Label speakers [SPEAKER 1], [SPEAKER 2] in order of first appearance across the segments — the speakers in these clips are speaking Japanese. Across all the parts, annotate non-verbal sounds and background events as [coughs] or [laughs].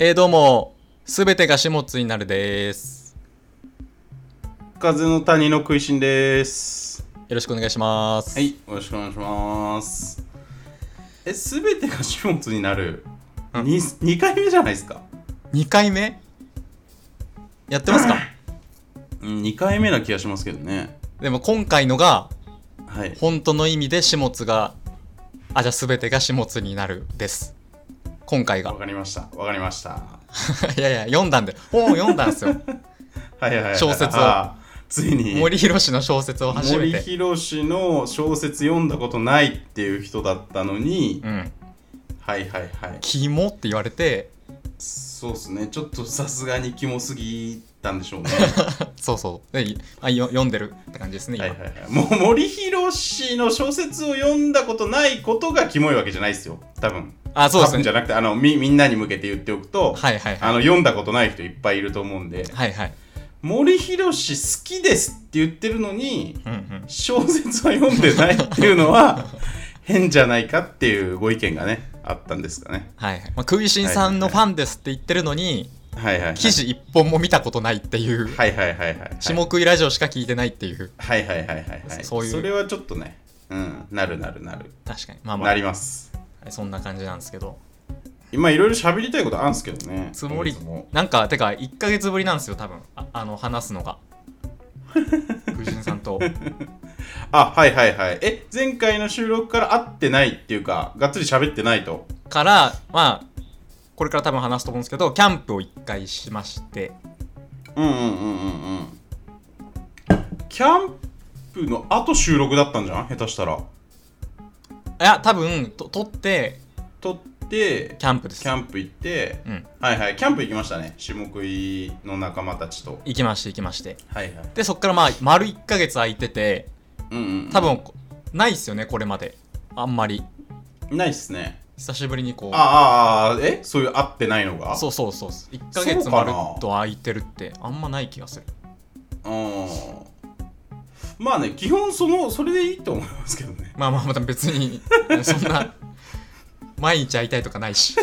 [SPEAKER 1] えー、どうも、すべてが始末になるです。
[SPEAKER 2] 風の谷の食いしんです。
[SPEAKER 1] よろしくお願いします。
[SPEAKER 2] は。い、よろしくお願いします。え、すべてが始末になる、
[SPEAKER 1] うん
[SPEAKER 2] に二 2, 回目じゃないですか。
[SPEAKER 1] 2回目やってます
[SPEAKER 2] [laughs]
[SPEAKER 1] か
[SPEAKER 2] うん、2回目な気がしますけどね。
[SPEAKER 1] でも今回のが、
[SPEAKER 2] はい。
[SPEAKER 1] 本当の意味で始末が、あ、じゃあすべてが始末になるです。今回が
[SPEAKER 2] わ。かりました。わかりました。は
[SPEAKER 1] [laughs]
[SPEAKER 2] い
[SPEAKER 1] やいや、読んだんで、本を読んだん
[SPEAKER 2] [laughs]
[SPEAKER 1] ですよ。
[SPEAKER 2] いはいはいはい。
[SPEAKER 1] 小説を
[SPEAKER 2] あー。ついに
[SPEAKER 1] 森博の小説を初め
[SPEAKER 2] 森
[SPEAKER 1] て。
[SPEAKER 2] 博氏の小説読んだことないっていう人だったのに、
[SPEAKER 1] うん。
[SPEAKER 2] はいはいはい。
[SPEAKER 1] キモって言われて、
[SPEAKER 2] そうですね。ちょっとさすがにキモすぎたんでしょうね。
[SPEAKER 1] そうそう。であよ読んでるって感じですね、今。
[SPEAKER 2] はいはいはい、もう森博氏の小説を読んだことないことがキモいわけじゃないですよ多分
[SPEAKER 1] あ、そうで
[SPEAKER 2] 多
[SPEAKER 1] す
[SPEAKER 2] 分じ
[SPEAKER 1] ね。
[SPEAKER 2] ゃなくてあのみみんなに向けて言っておくと、
[SPEAKER 1] はいはいはい。
[SPEAKER 2] あの読んだことない人いっぱいいると思うんで
[SPEAKER 1] はいはい。
[SPEAKER 2] 森博氏好きですって言ってるのに
[SPEAKER 1] うんうん。
[SPEAKER 2] 小説は読んでないっていう
[SPEAKER 1] [laughs]
[SPEAKER 2] のは変じゃないかっていうご意見がねあったんですかね
[SPEAKER 1] はいはいまあ、クイシンさんのファンですって言ってるのに、
[SPEAKER 2] はいはいはい
[SPEAKER 1] 記事一本も見たことないっていう、
[SPEAKER 2] はいはいはいはいはい
[SPEAKER 1] 下食いラジオしか聞いてないっていう
[SPEAKER 2] はいはいはいはいはい
[SPEAKER 1] そういう
[SPEAKER 2] それはちょっとねうんなるなるなる、
[SPEAKER 1] 確かにまあま
[SPEAKER 2] な
[SPEAKER 1] あ
[SPEAKER 2] ります
[SPEAKER 1] そんな感じなんですけど
[SPEAKER 2] 今いろいろ喋りたいことあるんですけどね
[SPEAKER 1] つもり
[SPEAKER 2] 今月も
[SPEAKER 1] なんかてか1ヶ月ぶりなんですよ多分ああの話すの [laughs] がクイシンさんと
[SPEAKER 2] あはいはいはいえ前回の収録から会ってないっていうかがっつり喋ってないと
[SPEAKER 1] からまあこれから多分話すと思うんですけどキャンプを1回しまして
[SPEAKER 2] うんうんうんうんうんキャンプの後収録だったんじゃん下手したら
[SPEAKER 1] いや多分と撮って
[SPEAKER 2] 撮って
[SPEAKER 1] キャンプです
[SPEAKER 2] キャンプ行って
[SPEAKER 1] うん
[SPEAKER 2] はいはいキャンプ行きましたね下食いの仲間たちと
[SPEAKER 1] 行きまして行きまして
[SPEAKER 2] はいはい
[SPEAKER 1] でそっからまあ丸1ヶ月空いてて
[SPEAKER 2] うんうん
[SPEAKER 1] 多分ないっすよねこれまであんまり
[SPEAKER 2] ないっすね
[SPEAKER 1] 久しぶりにこう
[SPEAKER 2] ああああえそういう会ってないのが
[SPEAKER 1] そううそうそう1ヶ月まるっと空いてるってあんまない気がする
[SPEAKER 2] んまあね基本そのそれでいいと思いますけどね
[SPEAKER 1] まあまあまた別 [laughs] にそんな毎日会いたいとかないし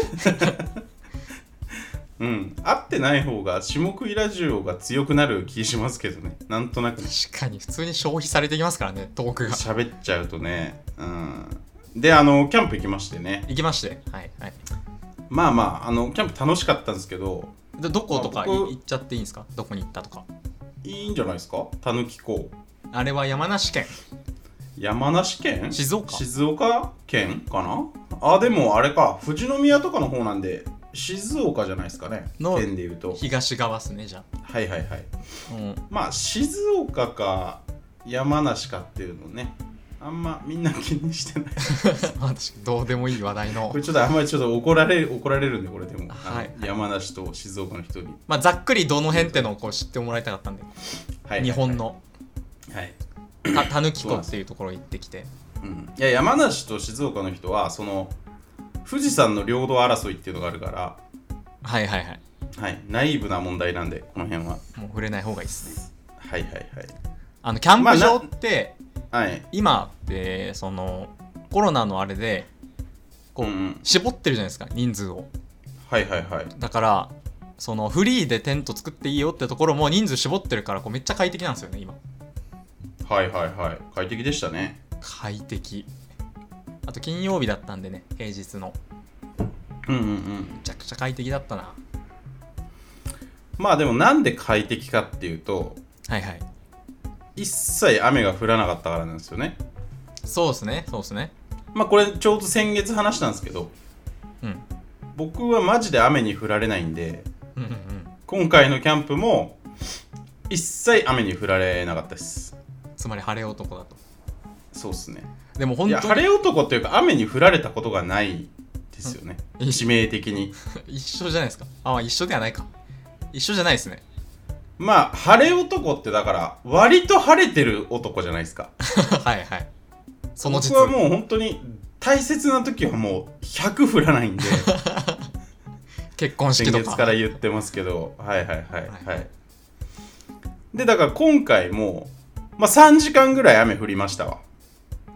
[SPEAKER 2] うん、会ってない方が下食いラジオが強くなる気しますけどねなんとなく
[SPEAKER 1] 確かに普通に消費されていきますからねトークが
[SPEAKER 2] 喋っちゃうとねうんであのキャンプ行きましてね
[SPEAKER 1] 行きましてはいはい
[SPEAKER 2] まあまああのキャンプ楽しかったんですけど
[SPEAKER 1] でどことか
[SPEAKER 2] あ
[SPEAKER 1] い
[SPEAKER 2] 僕
[SPEAKER 1] 行っちゃっていいんですかどこに行ったとか
[SPEAKER 2] いいんじゃないですかたぬき港
[SPEAKER 1] あれは山梨県
[SPEAKER 2] 山梨県
[SPEAKER 1] 静岡
[SPEAKER 2] 静岡県かなあでもあれか富士宮とかの方なんで静岡じゃないですかね
[SPEAKER 1] の
[SPEAKER 2] 県でいうと
[SPEAKER 1] 東側っすねじゃあ、
[SPEAKER 2] はいはいはい
[SPEAKER 1] うん、 [laughs]
[SPEAKER 2] まあ静岡か山梨かっていうのねあんまみんな気にしてない
[SPEAKER 1] まあ確かにどうでもいい話題の
[SPEAKER 2] これちょっとあんまりちょっと怒られる怒られるんでこれでも、
[SPEAKER 1] はい
[SPEAKER 2] あの山梨と静岡の人に、
[SPEAKER 1] まあざっくりどの辺ってのをこう知ってもらいたかったんで
[SPEAKER 2] はい
[SPEAKER 1] 日本、の
[SPEAKER 2] はい
[SPEAKER 1] たたぬき湖っていうところ行ってきて
[SPEAKER 2] うん、いや山梨と静岡の人はその富士山の領土争いっていうのがあるから、
[SPEAKER 1] はいはいはい
[SPEAKER 2] はい、ナイーブな問題なんでこの辺は
[SPEAKER 1] もう触れない方がいいですね
[SPEAKER 2] はいはい
[SPEAKER 1] あのキャンプ場って、
[SPEAKER 2] はいはい
[SPEAKER 1] 今ってそのコロナのあれでこう、
[SPEAKER 2] うんうん
[SPEAKER 1] 絞ってるじゃないですか人数を
[SPEAKER 2] はいはいはい
[SPEAKER 1] だからそのフリーでテント作っていいよってところも人数絞ってるからこうめっちゃ快適なんですよね今
[SPEAKER 2] はいはいはい快適でしたね
[SPEAKER 1] 快適あと金曜日だったんでね平日の
[SPEAKER 2] うんうんうん
[SPEAKER 1] めちゃくちゃ快適だったな
[SPEAKER 2] まあでもなんで快適かっていうと
[SPEAKER 1] はいはい
[SPEAKER 2] 一切雨が降らなかったからなんですよね
[SPEAKER 1] そうですねそうですね
[SPEAKER 2] まあこれちょうど先月話したんですけど
[SPEAKER 1] うん
[SPEAKER 2] 僕はマジで雨に降られないんで
[SPEAKER 1] うんうんうん
[SPEAKER 2] 今回のキャンプも一切雨に降られなかったです
[SPEAKER 1] つまり晴れ男だと
[SPEAKER 2] そうっすね
[SPEAKER 1] でも
[SPEAKER 2] い
[SPEAKER 1] 本
[SPEAKER 2] や
[SPEAKER 1] 当に
[SPEAKER 2] 晴れ男っていうか雨に降られたことがないですよね
[SPEAKER 1] うん
[SPEAKER 2] 致命的に
[SPEAKER 1] 一緒じゃないですかあまあ一緒ではないか一緒じゃないですね [laughs]
[SPEAKER 2] まあ晴れ男ってだから割と晴れてる男じゃないですか
[SPEAKER 1] はいはい。その実
[SPEAKER 2] 僕はもう本当に大切な時はもう100降らないんで
[SPEAKER 1] 結婚式
[SPEAKER 2] 先
[SPEAKER 1] と
[SPEAKER 2] 月か
[SPEAKER 1] か。
[SPEAKER 2] ら言ってますけどはいはいはい
[SPEAKER 1] はい
[SPEAKER 2] はいでだから今回もまあ3時間ぐらい雨降りましたわ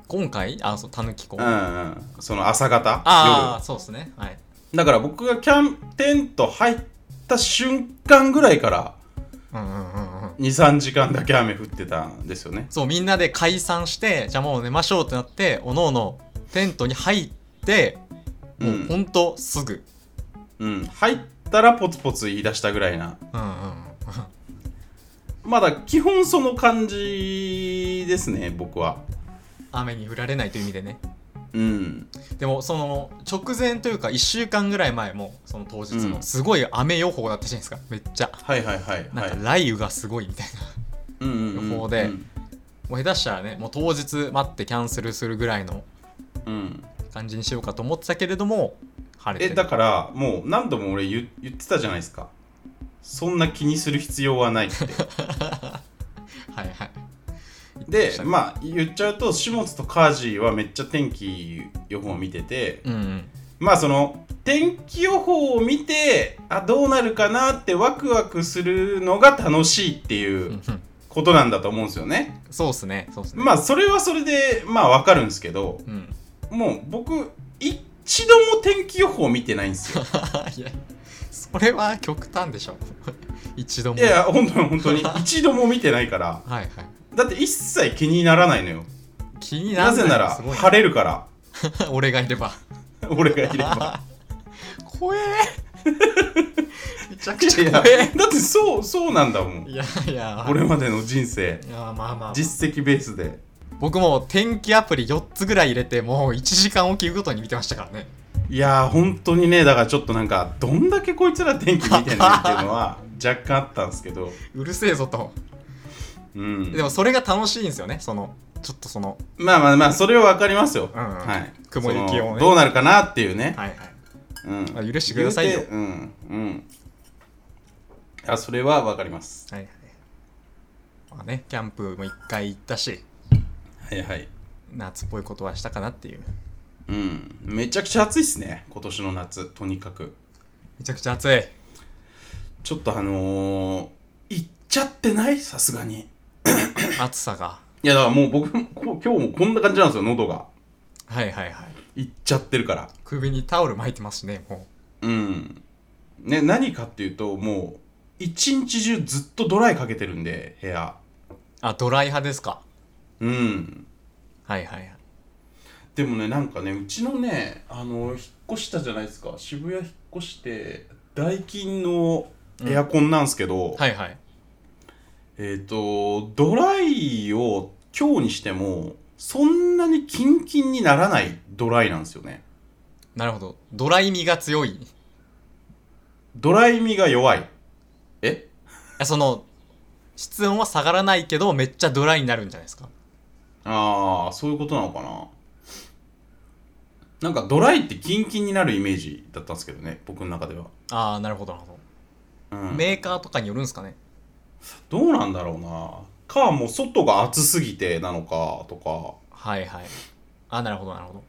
[SPEAKER 1] 今回あ、そう、たぬき子。
[SPEAKER 2] うん
[SPEAKER 1] あ
[SPEAKER 2] うんその朝方夜
[SPEAKER 1] あ、そうですね。はい。
[SPEAKER 2] だから僕がキャンテント入った瞬間ぐらいから
[SPEAKER 1] うんうんうんうん
[SPEAKER 2] 23時間だけ雨降ってたんですよね
[SPEAKER 1] そうみんなで解散してじゃあもう寝ましょうってなっておのおのテントに入って
[SPEAKER 2] う
[SPEAKER 1] もうほ
[SPEAKER 2] ん、
[SPEAKER 1] んとすぐ、
[SPEAKER 2] うん、入ったらポツポツ言い出したぐらいな
[SPEAKER 1] うん、うんうん
[SPEAKER 2] まだ基本その感じですね僕は
[SPEAKER 1] 雨に降られないという意味でね
[SPEAKER 2] うん
[SPEAKER 1] でもその直前というか1週間ぐらい前もその当日
[SPEAKER 2] う
[SPEAKER 1] の
[SPEAKER 2] ん
[SPEAKER 1] すごい雨予報だったじゃないですかめっちゃ
[SPEAKER 2] はいはいはい
[SPEAKER 1] な
[SPEAKER 2] は
[SPEAKER 1] ん
[SPEAKER 2] い
[SPEAKER 1] か雷雨がすごいみたいな、
[SPEAKER 2] うんうんうん
[SPEAKER 1] 予報で
[SPEAKER 2] うん
[SPEAKER 1] もう下手したらねもう当日待ってキャンセルするぐらいの
[SPEAKER 2] うん
[SPEAKER 1] 感じにしようかと思ってたけれども晴れ
[SPEAKER 2] え
[SPEAKER 1] て
[SPEAKER 2] だからもう何度も俺言言ってたじゃないですかそんな気にする必要はないって
[SPEAKER 1] [laughs] はいはい
[SPEAKER 2] でまあ言っちゃうと始末とカージーはめっちゃ天気予報を見てて
[SPEAKER 1] うんうん
[SPEAKER 2] まあその天気予報を見てあどうなるかなってワクワクするのが楽しいって
[SPEAKER 1] うんう
[SPEAKER 2] いうんことなんだと思うんですよね。
[SPEAKER 1] そうっすねそうっすね
[SPEAKER 2] まあそれはそれでまあわかるんですけど
[SPEAKER 1] うん
[SPEAKER 2] もう僕一度も天気予報を見てないんで
[SPEAKER 1] [laughs]
[SPEAKER 2] すよ。
[SPEAKER 1] [laughs] いやそれは極端でしょ [laughs] 一度も
[SPEAKER 2] いやいや本当に本当に一度も見てないから
[SPEAKER 1] はいはい
[SPEAKER 2] だって一切気にならないのよ。
[SPEAKER 1] 気にな
[SPEAKER 2] な
[SPEAKER 1] る
[SPEAKER 2] ぜなら
[SPEAKER 1] すごい
[SPEAKER 2] 晴れるから
[SPEAKER 1] [laughs]
[SPEAKER 2] [laughs]
[SPEAKER 1] 俺がいれば
[SPEAKER 2] 俺が
[SPEAKER 1] [laughs]
[SPEAKER 2] いれば。
[SPEAKER 1] 怖
[SPEAKER 2] [laughs]
[SPEAKER 1] えめちゃく
[SPEAKER 2] い
[SPEAKER 1] ち
[SPEAKER 2] や
[SPEAKER 1] ゃ
[SPEAKER 2] だっ
[SPEAKER 1] 怖え
[SPEAKER 2] てそうそうなんだもん
[SPEAKER 1] いやいや
[SPEAKER 2] これまでの人生
[SPEAKER 1] いやまあまあ、まあ、
[SPEAKER 2] 実績ベースで
[SPEAKER 1] 僕も天気アプリ4つぐらい入れてもう1時間おきごとに見てましたからね
[SPEAKER 2] いやー本当にねだからちょっとなんかどんだけこいつら天気見てんねんっていうの
[SPEAKER 1] [laughs]
[SPEAKER 2] は若干あったんですけど、
[SPEAKER 1] うるせえぞと
[SPEAKER 2] うん、
[SPEAKER 1] でもそれが楽しいんですよねそのちょっとその
[SPEAKER 2] まあまあまあそれは分かりますよ、
[SPEAKER 1] うん
[SPEAKER 2] はい
[SPEAKER 1] 雲行きをね
[SPEAKER 2] そのどうなるかなっていうね、
[SPEAKER 1] はいはい
[SPEAKER 2] うん
[SPEAKER 1] あ許してくださいよ
[SPEAKER 2] 言ううんうんあそれは分かります
[SPEAKER 1] はいはいまあねキャンプも1回行ったし
[SPEAKER 2] はいはい
[SPEAKER 1] 夏っぽいことはしたかなっていう
[SPEAKER 2] うんめちゃくちゃ暑いっすね今年の夏とにかく
[SPEAKER 1] めちゃくちゃ
[SPEAKER 2] [coughs]
[SPEAKER 1] 暑い
[SPEAKER 2] ちょっとあのー、行っちゃってないさすがに
[SPEAKER 1] 暑さが
[SPEAKER 2] いやだからもう僕もこ今日もこんな感じなんですよ喉が
[SPEAKER 1] はいはいはい
[SPEAKER 2] いっちゃってるから
[SPEAKER 1] 首にタオル巻いてますしねも
[SPEAKER 2] うんね何かっていうともう一日中ずっとドライかけてるんで部屋
[SPEAKER 1] うあドライ派ですか
[SPEAKER 2] うん
[SPEAKER 1] はいはいはい
[SPEAKER 2] でもねなんかねうちのねあの引っ越したじゃないですか渋谷引っ越してダイキンのエアコンなんですけど、
[SPEAKER 1] はいはい
[SPEAKER 2] えっ、とドライを今日にしてもそんなにキンキンにならないドライなんですよね
[SPEAKER 1] なるほどドライ味が強い
[SPEAKER 2] ドライ味が弱いえ
[SPEAKER 1] あその室温は下がらないけどめっちゃドライになるんじゃないですか
[SPEAKER 2] ああそういうことなのかななんかドライってキンキンになるイメージだったんですけどね僕の中では、
[SPEAKER 1] ああなるほどなるほ
[SPEAKER 2] うん
[SPEAKER 1] どメーカーとかによるんですかね
[SPEAKER 2] どうなんだろうなかもう外が暑すぎてなのかとか
[SPEAKER 1] はいはいあなるほどなるほど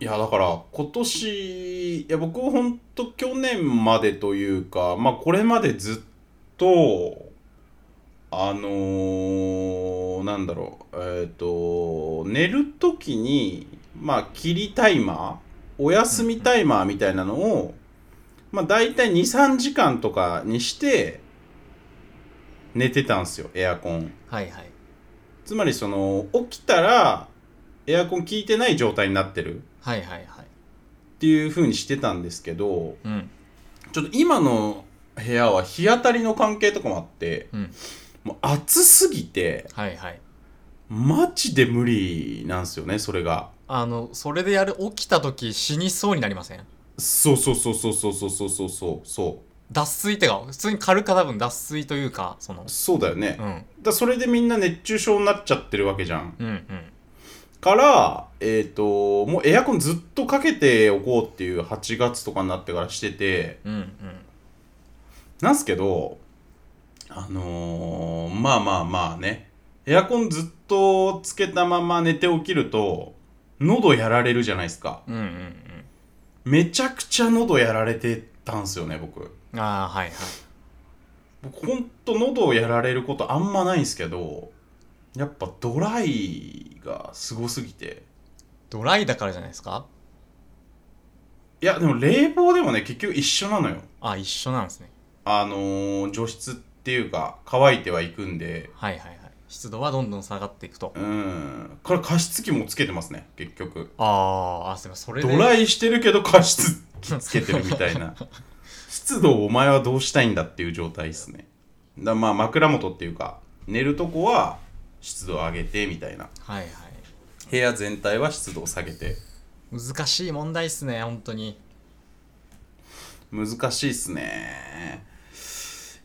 [SPEAKER 2] いやだから今年いや僕ほんと去年までというかまあこれまでずっとあのー、なんだろうえっ、と寝る時にまあ霧タイマーお休みタイマーみたいなのを、まあ大体23時間とかにして寝てたんですよエアコン。
[SPEAKER 1] はいはい
[SPEAKER 2] つまりその起きたらエアコン効いてない状態になってる
[SPEAKER 1] はいはいはい
[SPEAKER 2] っていう風にしてたんですけど
[SPEAKER 1] うん
[SPEAKER 2] ちょっと今の部屋は日当たりの関係とかもあって
[SPEAKER 1] うん
[SPEAKER 2] もう暑すぎて
[SPEAKER 1] はいはい
[SPEAKER 2] マジで無理なんですよねそれが
[SPEAKER 1] あのそれでやる起きた時死にそうになりません
[SPEAKER 2] そうそうそうそうそうそうそうそうそうそ
[SPEAKER 1] 脱水ってか普通に軽か多分脱水というかその
[SPEAKER 2] うそうだよ
[SPEAKER 1] う
[SPEAKER 2] ねだか
[SPEAKER 1] ん
[SPEAKER 2] らそれでみんな熱中症になっちゃってるわけじゃん
[SPEAKER 1] うんうん
[SPEAKER 2] からえっ、ともうエアコンずっとかけておこうっていう8月とかになってからしてて
[SPEAKER 1] うんうん
[SPEAKER 2] なんすけど、あのーまあまあまあね、エアコンずっとつけたまま寝て起きると、喉やられるじゃないですか。
[SPEAKER 1] うんうん
[SPEAKER 2] めちゃくちゃ喉やられてたんすよね、僕。
[SPEAKER 1] うんああはいはい
[SPEAKER 2] 僕ほんと喉をやられることあんまないんすけど、やっぱドライがすごすぎて。
[SPEAKER 1] ドライだからじゃないですか
[SPEAKER 2] いやでも冷房でもね結局一緒なのよ
[SPEAKER 1] あ一緒なんですね
[SPEAKER 2] あのー除湿っていうか乾いてはいくんで
[SPEAKER 1] はいはいはい湿度はどんどん下がっていくと
[SPEAKER 2] うんこれ加湿器もつけてますね結局
[SPEAKER 1] あーあすいませんそれ
[SPEAKER 2] ド
[SPEAKER 1] で
[SPEAKER 2] ライしてるけど加湿器つけてるみたい
[SPEAKER 1] [laughs]
[SPEAKER 2] な湿度をお前はどうしたいんだっていう状態ですねだまあ枕元っていうか寝るとこは湿度を上げてみたいな
[SPEAKER 1] はいはい
[SPEAKER 2] 部屋全体は湿度を下げて
[SPEAKER 1] 難しい問題っすね本当に
[SPEAKER 2] 難しいっすね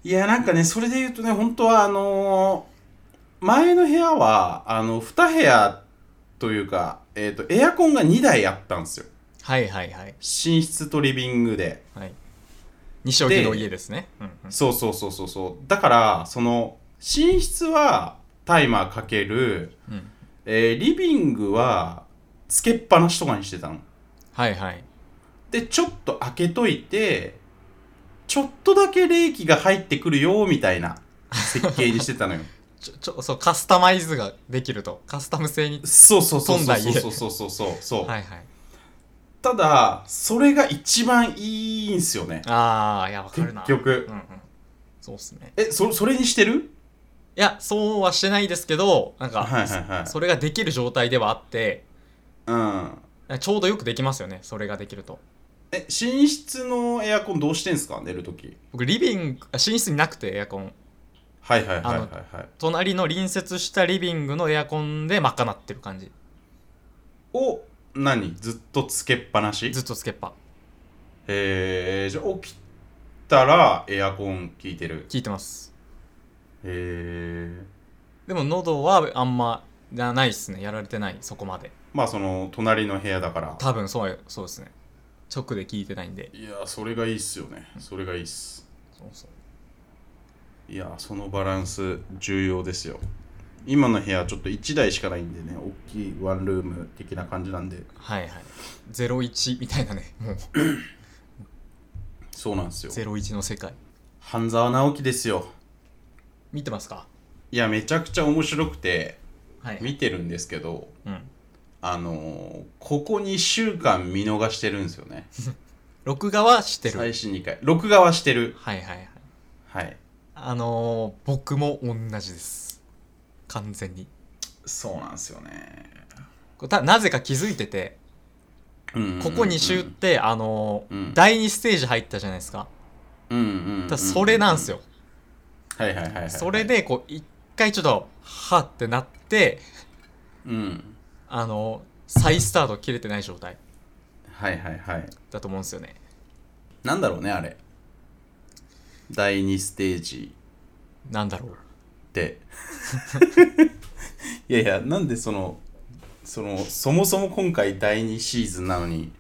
[SPEAKER 2] いやなんかねそれで言うとね本当はあのー前の部屋はあの2部屋というか、えー、とエアコンが2台あったんですよ
[SPEAKER 1] はいはいはい
[SPEAKER 2] 寝室とリビングで
[SPEAKER 1] はい西荻の家ですね、うんうん、
[SPEAKER 2] そうそうそうそうそうだからその寝室はタイマーかける、
[SPEAKER 1] うん
[SPEAKER 2] えーリビングはつけっぱなしとかにしてたの
[SPEAKER 1] はいはい
[SPEAKER 2] でちょっと開けといてちょっとだけ冷気が入ってくるよみたいな設計にしてたのよ
[SPEAKER 1] ちょちょそうカスタマイズができるとカスタム性に
[SPEAKER 2] そうそうそう
[SPEAKER 1] [laughs] 飛ん
[SPEAKER 2] そ
[SPEAKER 1] だ
[SPEAKER 2] う
[SPEAKER 1] 家
[SPEAKER 2] そうそうそうそうそう、
[SPEAKER 1] はいはい
[SPEAKER 2] ただそれが一番いいんすよね
[SPEAKER 1] ああいやわかるな
[SPEAKER 2] 結局
[SPEAKER 1] うんうん、そうっすね
[SPEAKER 2] えそそれにしてる
[SPEAKER 1] いやそうはしてないですけどなんか、
[SPEAKER 2] はいはいはい
[SPEAKER 1] それができる状態ではあって
[SPEAKER 2] うん
[SPEAKER 1] ちょうどよくできますよねそれができると
[SPEAKER 2] え寝室のエアコンどうしてんすか寝るとき
[SPEAKER 1] 僕リビングあ寝室になくてエアコン
[SPEAKER 2] はいはいはいはいはい
[SPEAKER 1] 隣の隣接したリビングのエアコンで賄ってる感じ
[SPEAKER 2] を何ずっとつけっぱなし
[SPEAKER 1] ずっとつけっぱ
[SPEAKER 2] えー、じゃあ起きたらエアコン効いてる
[SPEAKER 1] 聞いてます
[SPEAKER 2] えー、
[SPEAKER 1] でも喉はあんまじゃないっすねやられてないそこまで
[SPEAKER 2] まあその隣の部屋だから
[SPEAKER 1] 多分そうそうですね直で聞いてないんで
[SPEAKER 2] いやそれがいいっすよねそれがいいっす
[SPEAKER 1] そうそう
[SPEAKER 2] いやそのバランス重要ですよ今の部屋ちょっと1台しかないんでね大きいワンルーム的な感じなんで
[SPEAKER 1] はいはい01みたいなねもう
[SPEAKER 2] そうなんですよ
[SPEAKER 1] 01の世界
[SPEAKER 2] 半沢直樹ですよ
[SPEAKER 1] 見てますか
[SPEAKER 2] いやめちゃくちゃ面白くて
[SPEAKER 1] はい、
[SPEAKER 2] 見てるんですけど
[SPEAKER 1] うん、
[SPEAKER 2] あのーここ2週間見逃してるんですよね
[SPEAKER 1] 録画はしてるはい
[SPEAKER 2] 最新2回録画はしてる
[SPEAKER 1] はいはい
[SPEAKER 2] はい
[SPEAKER 1] あのー、僕も同じです完全に
[SPEAKER 2] そうなんですよね
[SPEAKER 1] これたなぜか気づいててここ2週って、あのー
[SPEAKER 2] うん
[SPEAKER 1] 第2ステージ入ったじゃないですか
[SPEAKER 2] うんうんうん
[SPEAKER 1] ただそれなんですよ、
[SPEAKER 2] はいはいはいはいはい
[SPEAKER 1] それでこう一回ちょっとはってなって
[SPEAKER 2] うん
[SPEAKER 1] あのー、再スタート切れてない状態
[SPEAKER 2] はいはいはい
[SPEAKER 1] だと思うんですよね
[SPEAKER 2] なんだろうねあれ第2ステージ
[SPEAKER 1] なんだろう
[SPEAKER 2] って
[SPEAKER 1] [laughs]
[SPEAKER 2] いやいやなんでそのそのそもそも今回第2シーズンなのに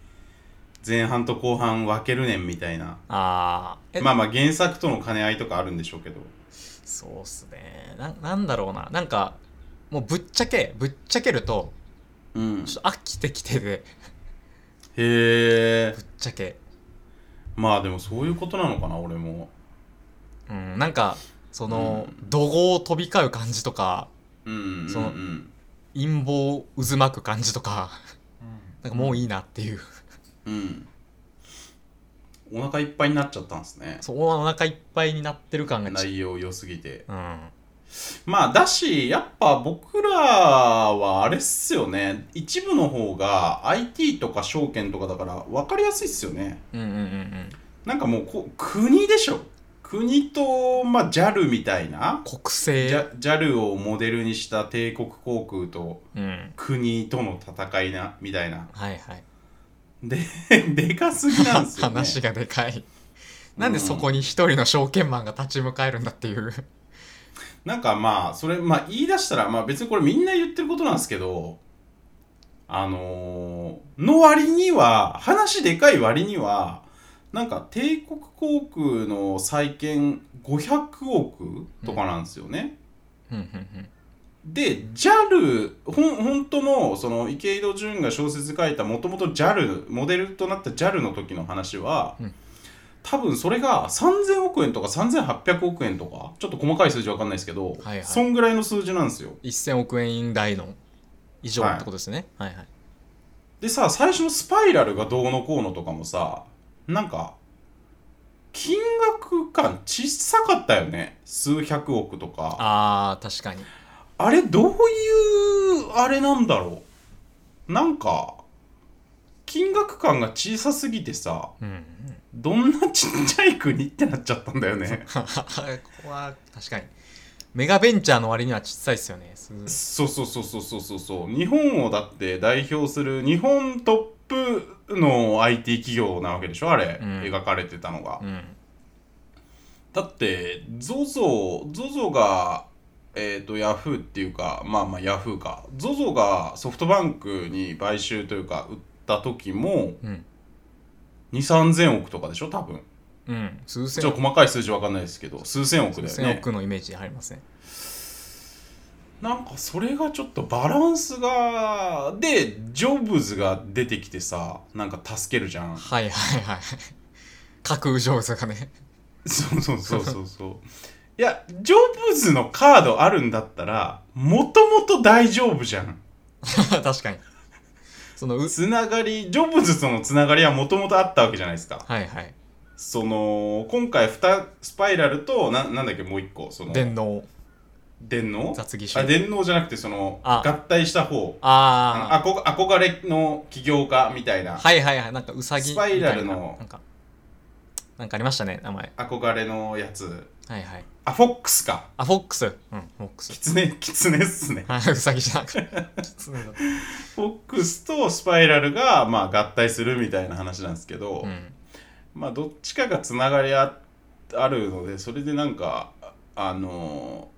[SPEAKER 2] 前半と後半分けるねんみたいな
[SPEAKER 1] あーえ、
[SPEAKER 2] まあまあ原作との兼ね合いとかあるんでしょうけど
[SPEAKER 1] そうっすねななんだろうななんかもうぶっちゃけぶっちゃけると
[SPEAKER 2] うん
[SPEAKER 1] ちょっと飽きてきてて
[SPEAKER 2] へえ
[SPEAKER 1] ぶっちゃけ
[SPEAKER 2] まあでもそういうことなのかな俺も
[SPEAKER 1] うんなんかその、
[SPEAKER 2] う
[SPEAKER 1] 怒号を飛び交う感じとか
[SPEAKER 2] うんうん
[SPEAKER 1] その
[SPEAKER 2] うん
[SPEAKER 1] 陰謀を渦巻く感じとか [laughs] なんかもういいなっていう
[SPEAKER 2] うんお腹いっぱいになっちゃったんですね
[SPEAKER 1] そうお腹いっぱいになってる感がち
[SPEAKER 2] 内容良すぎて
[SPEAKER 1] うん
[SPEAKER 2] まあだしやっぱ僕らはあれっすよね一部の方が IT とか証券とかだから分かりやすいっすよね
[SPEAKER 1] うんうんうんうん
[SPEAKER 2] なんかもうこう国でしょ国と、まあ、JAL みたいな
[SPEAKER 1] 国
[SPEAKER 2] Ja-
[SPEAKER 1] 政
[SPEAKER 2] JAL をモデルにした帝国航空と
[SPEAKER 1] うん
[SPEAKER 2] 国との戦いなみたいな
[SPEAKER 1] はい [laughs] はい
[SPEAKER 2] で [laughs] でかすぎなんですよ、ね、
[SPEAKER 1] 話がでかいなんで
[SPEAKER 2] うん
[SPEAKER 1] そこに一人の証券マンが立ち向かえるんだっていう
[SPEAKER 2] なんかまあそれまあ言い出したらまあ別にこれみんな言ってることなんですけどあのーの割には話でかい割にはなんか帝国航空の債券500億とかなんですよね。
[SPEAKER 1] うんうん
[SPEAKER 2] で JAL ほん本当のその池井戸潤が小説書いたもともと JAL モデルとなった JAL の時の話は、
[SPEAKER 1] うん
[SPEAKER 2] 多分それが3000億円とか3800億円とかちょっと細かい数字わかんないですけど、
[SPEAKER 1] はいはい
[SPEAKER 2] そんぐらいの数字なんですよ。
[SPEAKER 1] うん1000億円台の以上ってことですねはいはい
[SPEAKER 2] でさ最初のスパイラルがどうのこうのとかもさなんか金額感小さかったよね数百億とか
[SPEAKER 1] あー確かに
[SPEAKER 2] あれどういうあれなんだろうなんか金額感が小さすぎてさ
[SPEAKER 1] うん
[SPEAKER 2] どんなちっちゃい国ってなっちゃったんだよね
[SPEAKER 1] [laughs] ここは確かにメガベンチャーの割にはちっさいですよねす
[SPEAKER 2] そうそうそうそうそうそうそう日本をだって代表する日本トップの IT 企業なわけでしょあれ、
[SPEAKER 1] うん
[SPEAKER 2] 描かれてたのが、
[SPEAKER 1] うん
[SPEAKER 2] だって ZOZO, ZOZO がえっ、と Yahoo っていうかまあまあ Yahoo か ZOZO がソフトバンクに買収というか売った時も
[SPEAKER 1] うん
[SPEAKER 2] 2 3千億とかでしょ多分
[SPEAKER 1] うん数
[SPEAKER 2] ち
[SPEAKER 1] 千
[SPEAKER 2] ょっと細かい数字わかんないですけど数千億だよ
[SPEAKER 1] 数
[SPEAKER 2] ね
[SPEAKER 1] 千億のイメージ入りますね
[SPEAKER 2] なんかそれがちょっとバランスがでジョブズが出てきてさなんか助けるじゃん
[SPEAKER 1] はいはいはい架空上手がね [laughs]
[SPEAKER 2] そうそうそうそうそう [laughs] いやジョブズのカードあるんだったらもともと大丈夫じゃん
[SPEAKER 1] 確かにそのう
[SPEAKER 2] つながりジョブズとのつながりはもともとあったわけじゃないですか
[SPEAKER 1] はいはい
[SPEAKER 2] その今回ふたスパイラルとななんだっけもう一個その
[SPEAKER 1] 電脳
[SPEAKER 2] 電脳
[SPEAKER 1] 雑技集
[SPEAKER 2] あ電脳じゃなくてその
[SPEAKER 1] あ
[SPEAKER 2] 合体した方
[SPEAKER 1] あ
[SPEAKER 2] あの憧憧れの起業家みたい
[SPEAKER 1] あ
[SPEAKER 2] な
[SPEAKER 1] はいはいはいなんかウサギ
[SPEAKER 2] スパイラルの
[SPEAKER 1] みたいななんかなんかありましたね名前
[SPEAKER 2] 憧れのやつ
[SPEAKER 1] はいはい
[SPEAKER 2] あフォックスか
[SPEAKER 1] あフォックスうんフォック
[SPEAKER 2] キ
[SPEAKER 1] ス [laughs]
[SPEAKER 2] ツネキツネっすね
[SPEAKER 1] はいウサギじゃなくてキツネだった
[SPEAKER 2] [laughs] フォックスとスパイラルが、まあ、合体するみたいな話なんですけど、
[SPEAKER 1] うん
[SPEAKER 2] まあどっちかがつながりああるのでそれでなんかあの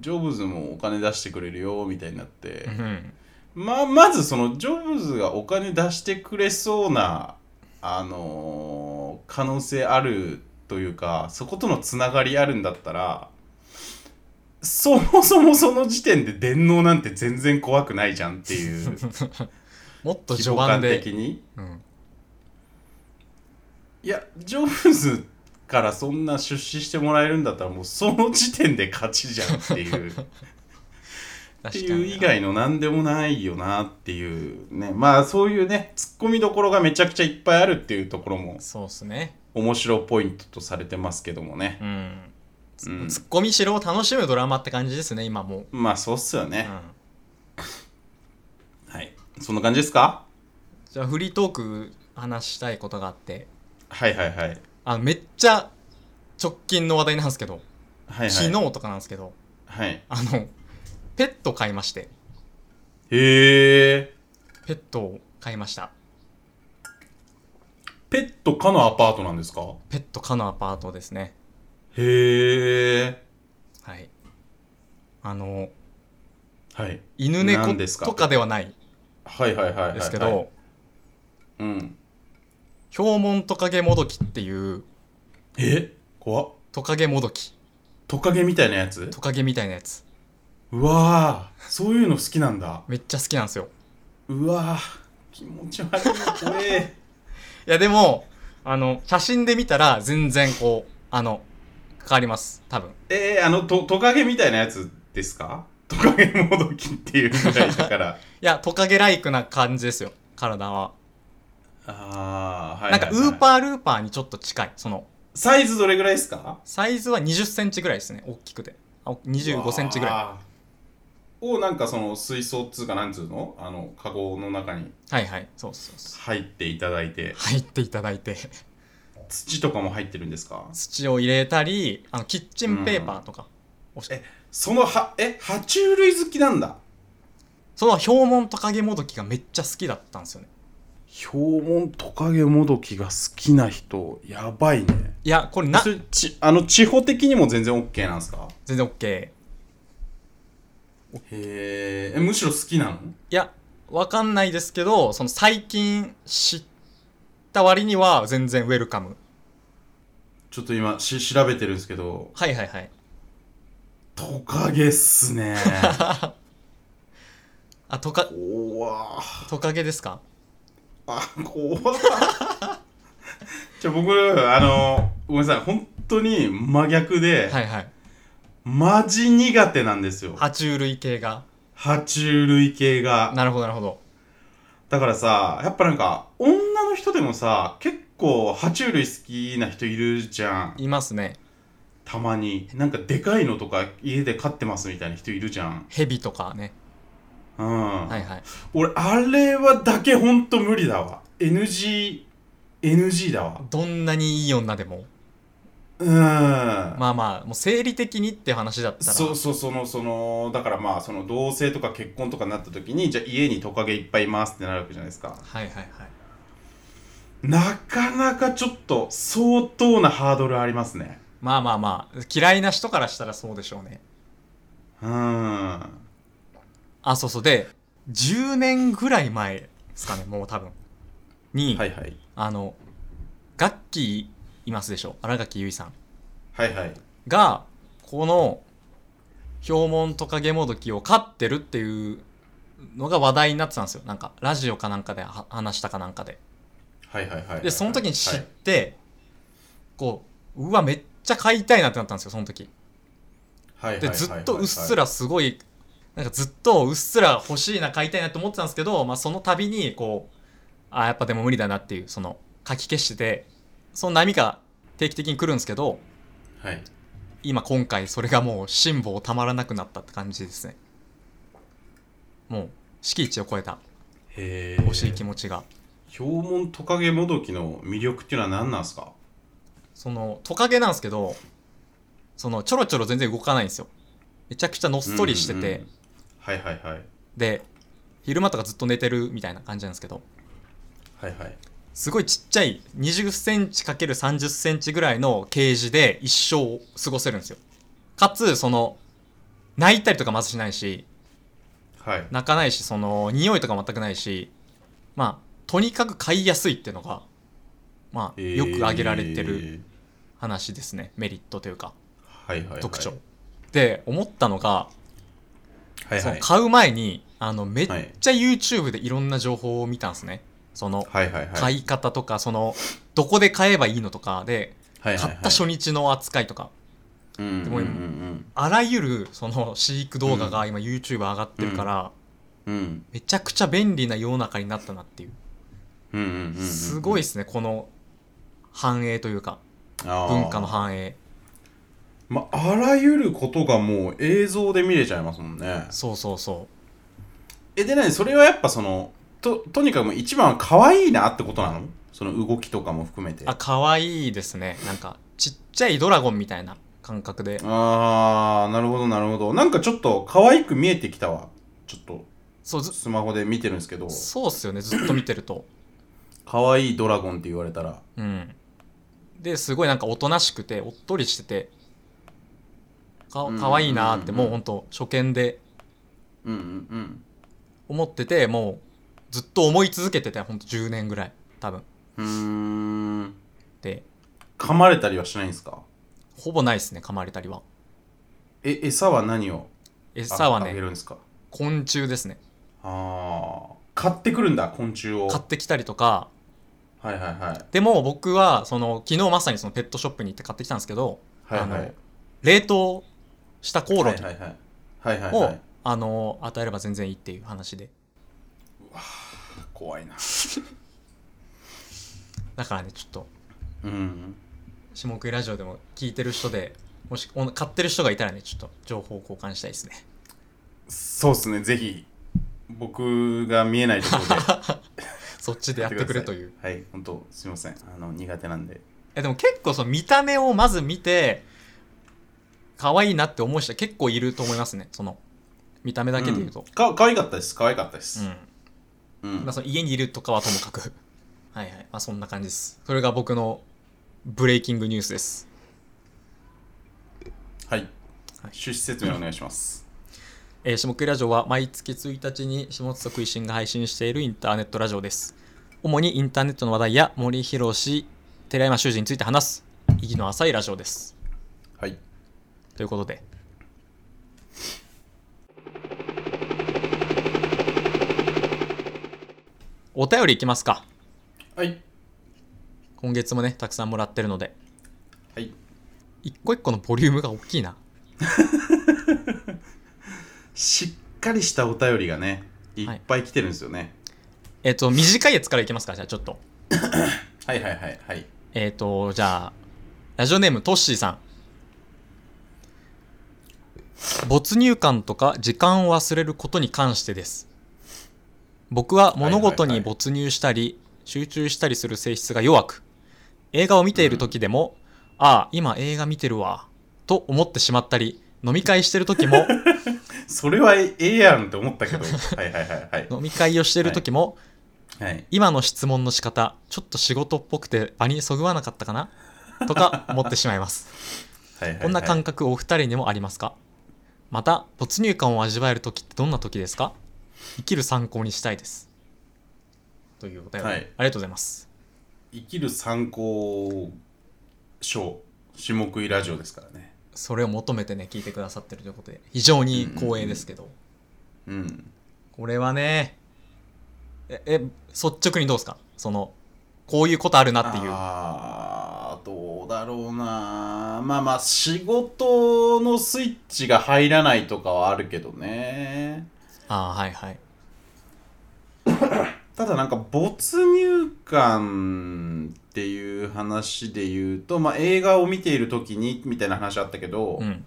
[SPEAKER 2] ジョブズもお金出してくれるよみたいになって
[SPEAKER 1] う、ん
[SPEAKER 2] まあまずそのジョブズがお金出してくれそうなあの可能性あるというかそことのつながりあるんだったらそもそもその時点で電脳なんて全然怖くないじゃんっていう
[SPEAKER 1] も [laughs] っと
[SPEAKER 2] 規
[SPEAKER 1] 序
[SPEAKER 2] 模
[SPEAKER 1] 盤
[SPEAKER 2] 感
[SPEAKER 1] で
[SPEAKER 2] 的に
[SPEAKER 1] うん
[SPEAKER 2] いやジョブズからそんな出資してもらえるんだったらもうその時点で勝ちじゃんっていうって
[SPEAKER 1] 確か
[SPEAKER 2] いう以
[SPEAKER 1] に
[SPEAKER 2] 外の何でもないよなっていうねまあそういうねツッコミどころがめちゃくちゃいっぱいあるっていうところも
[SPEAKER 1] そうっすね
[SPEAKER 2] 面白ポイントとされてますけどもね、
[SPEAKER 1] うん
[SPEAKER 2] うん、
[SPEAKER 1] ツッコミしろを楽しむドラマって感じですね今もう
[SPEAKER 2] まあそうっすよ
[SPEAKER 1] う
[SPEAKER 2] ね、
[SPEAKER 1] ん
[SPEAKER 2] はいそんな感じですか
[SPEAKER 1] じゃあフリートーク話したいことがあって
[SPEAKER 2] はいはいはいはい
[SPEAKER 1] あめっちゃ直近の話題なんですけど
[SPEAKER 2] はい
[SPEAKER 1] 昨日とかなんですけど
[SPEAKER 2] はい
[SPEAKER 1] あのペット飼いまして
[SPEAKER 2] へえ
[SPEAKER 1] ペットを飼いました
[SPEAKER 2] ペットかのアパートなんですか
[SPEAKER 1] ペット可のアパートですね
[SPEAKER 2] へえ
[SPEAKER 1] はいあの
[SPEAKER 2] はい
[SPEAKER 1] 犬
[SPEAKER 2] な
[SPEAKER 1] 猫
[SPEAKER 2] んですか
[SPEAKER 1] とかではない
[SPEAKER 2] はいはいはいはいはい
[SPEAKER 1] ですけど、
[SPEAKER 2] うん
[SPEAKER 1] ヒョウモントカゲモドキっていう
[SPEAKER 2] え怖っ
[SPEAKER 1] トカゲモドキ
[SPEAKER 2] トカゲみたいなやつ
[SPEAKER 1] トカゲみたいなやつ
[SPEAKER 2] うわーそういうの好きなんだ
[SPEAKER 1] めっちゃ好きなんですよ
[SPEAKER 2] うわー気持ち悪いなこれ
[SPEAKER 1] いやでもあの写真で見たら全然こうあの変わります多分
[SPEAKER 2] えー、あのトトカゲみたいなやつですかトカゲもどきっていうぐらいだから
[SPEAKER 1] いやトカゲライクな感じですよ体は
[SPEAKER 2] [laughs] あーはい
[SPEAKER 1] なん
[SPEAKER 2] はい
[SPEAKER 1] か
[SPEAKER 2] はい
[SPEAKER 1] ウーパールーパーにちょっと近いその
[SPEAKER 2] サイズどれぐらいですか
[SPEAKER 1] サイズは2 0ンチぐらいですね大きくてあ2 5ンチぐらい
[SPEAKER 2] いをなんかその水槽っつうかなんつうのあのカゴの中に
[SPEAKER 1] はいはいそうそうそう
[SPEAKER 2] 入っていただいて
[SPEAKER 1] 入っていただいて
[SPEAKER 2] 土とかも入ってるんですか
[SPEAKER 1] 土を入れたりあのキッチンペーパーとか、おし
[SPEAKER 2] えそのはえ爬虫類好きなんだ
[SPEAKER 1] そのヒョウモントカゲモドキがめっちゃ好きだったんですよね
[SPEAKER 2] 標本トカゲもどきが好きな人やばいね
[SPEAKER 1] いやこれな
[SPEAKER 2] それちあの地方的にも全然 OK なんですか
[SPEAKER 1] 全然 OK
[SPEAKER 2] へーえむしろ好きなの
[SPEAKER 1] いやわかんないですけどその最近知った割には全然ウェルカム
[SPEAKER 2] ちょっと今し調べてるんですけど
[SPEAKER 1] はいはいはい
[SPEAKER 2] トカゲっすね
[SPEAKER 1] あトカ
[SPEAKER 2] [laughs] 怖
[SPEAKER 1] トカゲですか
[SPEAKER 2] あ怖じゃあ僕あのごめんなさい本当に真逆で、
[SPEAKER 1] はいはい
[SPEAKER 2] マジ苦手なんですよ
[SPEAKER 1] 爬虫類系が
[SPEAKER 2] 爬虫類系が
[SPEAKER 1] なるほどなるほど
[SPEAKER 2] だからさ、やっぱなんか、女の人でもさ、結構、爬虫類好きな人いるじゃん。
[SPEAKER 1] いますね
[SPEAKER 2] たまに。なんか、でかいのとか、家で飼ってますみたいな人いるじゃん。
[SPEAKER 1] ヘビとかね
[SPEAKER 2] うん。
[SPEAKER 1] はいはい
[SPEAKER 2] 俺、あれはだけほんと無理だわ。NG、NG だわ。
[SPEAKER 1] どんなにいい女でも
[SPEAKER 2] うん。
[SPEAKER 1] まあまあもう生理的にって話だったら
[SPEAKER 2] そうそうそのそのだからまあその同性とか結婚とかになった時にじゃあ家にトカゲいっぱいいますってなるわけじゃないですか
[SPEAKER 1] はいはいはい
[SPEAKER 2] なかなかちょっと相当なハードルありますね
[SPEAKER 1] まあまあまあ嫌いな人からしたらそうでしょうね
[SPEAKER 2] うんは
[SPEAKER 1] あそうそうで10年ぐらい前ですかねもう多分
[SPEAKER 2] い
[SPEAKER 1] に、
[SPEAKER 2] はい
[SPEAKER 1] あのガッキーいますでしょ新垣結衣さん
[SPEAKER 2] はいはい
[SPEAKER 1] がこの「ヒョウモントカゲモドキ」を飼ってるっていうのが話題になってたんですよなんかラジオかなんかでは話したかなんかで
[SPEAKER 2] はいはいはい
[SPEAKER 1] でその時に知
[SPEAKER 2] は
[SPEAKER 1] っ
[SPEAKER 2] い
[SPEAKER 1] て、こううわめっちゃ飼いたいなってなったんですよその時
[SPEAKER 2] はいはい
[SPEAKER 1] で
[SPEAKER 2] はい
[SPEAKER 1] ずっとうっす
[SPEAKER 2] ら
[SPEAKER 1] らすごいなんかずっとうっすら欲しいな買いたいなって思ってたんですけど、まあ、その度にこうあやっぱでも無理だなっていうその書き消しててその波が定期的に来るんですけど
[SPEAKER 2] はい
[SPEAKER 1] 今今回それがもう辛抱たまらなくなったって感じですねもう敷地を超えた
[SPEAKER 2] へえ
[SPEAKER 1] 欲しい気持ちが、
[SPEAKER 2] 標本トカゲもどきの魅力っていうのは何なんですか
[SPEAKER 1] そのトカゲなんですけどそのちょろちょろ全然動かないんですよめちゃくちゃのっそりしてて、
[SPEAKER 2] うんうんはいはいはい
[SPEAKER 1] で昼間とかずっと寝てるみたいな感じなんですけど
[SPEAKER 2] はいはい
[SPEAKER 1] すごいちっちゃい20センチ ×30 センチぐらいのケージで一生を過ごせるんですよかつその泣いたりとかまずしないし
[SPEAKER 2] はい
[SPEAKER 1] 泣かないしその匂いとか全くないしまあとにかく飼いやすいっていうのがまあよく挙げられてる
[SPEAKER 2] へ
[SPEAKER 1] 話ですね、メリットというか
[SPEAKER 2] ーはいはいはい
[SPEAKER 1] 特徴、で思ったのが、
[SPEAKER 2] はいはい
[SPEAKER 1] その買う前にあのめっ
[SPEAKER 2] はい
[SPEAKER 1] ちゃ YouTube でいろんな情報を見たんですねその
[SPEAKER 2] はいはいはい
[SPEAKER 1] 買い方とかそのどこで買えばいいのとかで
[SPEAKER 2] 買
[SPEAKER 1] 買った初日の扱いとか
[SPEAKER 2] うんうん
[SPEAKER 1] でも
[SPEAKER 2] うんうん
[SPEAKER 1] あらゆるその飼育動画が今 YouTube 上がってるから
[SPEAKER 2] うん
[SPEAKER 1] めちゃくちゃ便利な世の中になったなっていう
[SPEAKER 2] うんうんうんうん
[SPEAKER 1] すごいですねこの繁栄というか文
[SPEAKER 2] 文
[SPEAKER 1] 化の繁栄
[SPEAKER 2] まあらゆることがもう映像で見れちゃいますもんね
[SPEAKER 1] そうそうそ
[SPEAKER 2] えでねそれはやっぱそのととにかくもう一番は可愛いなってことなのその動きとかも含めて
[SPEAKER 1] うあ可愛いですねなんかちっちゃいドラゴンみたいな感覚で
[SPEAKER 2] あーなるほどなるほどなんかちょっと可愛く見えてきたわちょっと
[SPEAKER 1] そうず
[SPEAKER 2] スマホで見てるんですけど
[SPEAKER 1] そうっすよねずっと見てると
[SPEAKER 2] 可愛いドラゴンって言われたら
[SPEAKER 1] うんですごいなんかおとなしくておっとりしててか
[SPEAKER 2] うん
[SPEAKER 1] 可愛いなーって
[SPEAKER 2] うんうん
[SPEAKER 1] もうほんと初見で
[SPEAKER 2] うんうんうん
[SPEAKER 1] 思っててもうずっと思い続けててほんと10年ぐらい多分
[SPEAKER 2] うーん
[SPEAKER 1] で
[SPEAKER 2] 噛まれたりはしないんですか
[SPEAKER 1] ほぼないですね噛まれたりは
[SPEAKER 2] え餌は何をあ
[SPEAKER 1] 餌は
[SPEAKER 2] あげ
[SPEAKER 1] ね
[SPEAKER 2] るんですか
[SPEAKER 1] 昆虫ですね
[SPEAKER 2] ああ買ってくるんだ昆虫を
[SPEAKER 1] 買ってきたりとか
[SPEAKER 2] はいはいはい
[SPEAKER 1] でも僕はその昨日まさにそのペットショップに行って買ってきたんですけど
[SPEAKER 2] はいは
[SPEAKER 1] あ
[SPEAKER 2] い
[SPEAKER 1] の冷凍したコオロギ
[SPEAKER 2] はいはいはいはいはい
[SPEAKER 1] を
[SPEAKER 2] はい
[SPEAKER 1] あの与えれば全然いいっていう話で
[SPEAKER 2] 怖いな
[SPEAKER 1] だからねちょっと
[SPEAKER 2] うん
[SPEAKER 1] 下食いラジオでも聞いてる人でもしお買ってる人がいたらねちょっと情報交換したいですね
[SPEAKER 2] そうっすねぜひ僕が見えないところで
[SPEAKER 1] そっち [laughs] でやってくれという
[SPEAKER 2] はい本当すいませんあの苦手なんで
[SPEAKER 1] えでも結構その見た目をまず見て可愛いなって思う人結構いると思いますねその見た目だけで言うと
[SPEAKER 2] ん、か可愛かったです可愛かったで
[SPEAKER 1] うん
[SPEAKER 2] す、うん
[SPEAKER 1] まあ、その家にいるとかはともかく [laughs] はいはいまあそんな感じですそれが僕のブレイキングニュースです
[SPEAKER 2] はい
[SPEAKER 1] はい
[SPEAKER 2] 趣旨説明お願いします
[SPEAKER 1] えー、下食いラジオは毎月1日に下津と食いしんが配信しているインターネットラジオです。主にインターネットの話題や森博氏、寺山修司について話す、意義の浅いラジオです。
[SPEAKER 2] はい
[SPEAKER 1] ということで、お便りいきますか。
[SPEAKER 2] はい
[SPEAKER 1] 今月もね、たくさんもらってるので、
[SPEAKER 2] はい
[SPEAKER 1] 一個一個のボリュームが大きいな。
[SPEAKER 2] しっかりしたお便りがねいっぱい来てるんですよね、
[SPEAKER 1] えっ、と、短いやつからいきますか、じゃあちょっと。
[SPEAKER 2] はいはいはいはい
[SPEAKER 1] えっ、と、じゃあ、ラジオネームトッシーさん。没入感とか時間を忘れることに関してです。僕は物事に没入したり、集中したりする性質が弱く、映画を見ている時でも、ああ、今映画見てるわ、と思ってしまったり、飲み会してる時 [laughs] も、
[SPEAKER 2] それはええやんって思ったけどはいはいはいはい
[SPEAKER 1] 飲み会をしてる時も、
[SPEAKER 2] はい
[SPEAKER 1] 今の質問の仕方ちょっと仕事っぽくて場にそぐわなかったかなとか思ってしまいます
[SPEAKER 2] はいはいはい
[SPEAKER 1] こんな感覚お二人にもありますかまた没入感を味わえる時ってどんな時ですか生きる参考にしたいですというお便り、
[SPEAKER 2] はい
[SPEAKER 1] ありがとうございます
[SPEAKER 2] 生きる参考書下食いラジオですからね
[SPEAKER 1] それを求めてね聞いてくださってるということで非常に光栄ですけど、
[SPEAKER 2] うん
[SPEAKER 1] これはねええ率直にどうですかそのこういうことあるなっていう
[SPEAKER 2] あーどうだろうなまあまあ仕事のスイッチが入らないとかはあるけどね
[SPEAKER 1] ああーはいはい
[SPEAKER 2] ただなんか没入感っていう話で言うと、まあ、映画を見ている時にみたいな話あったけど、
[SPEAKER 1] うん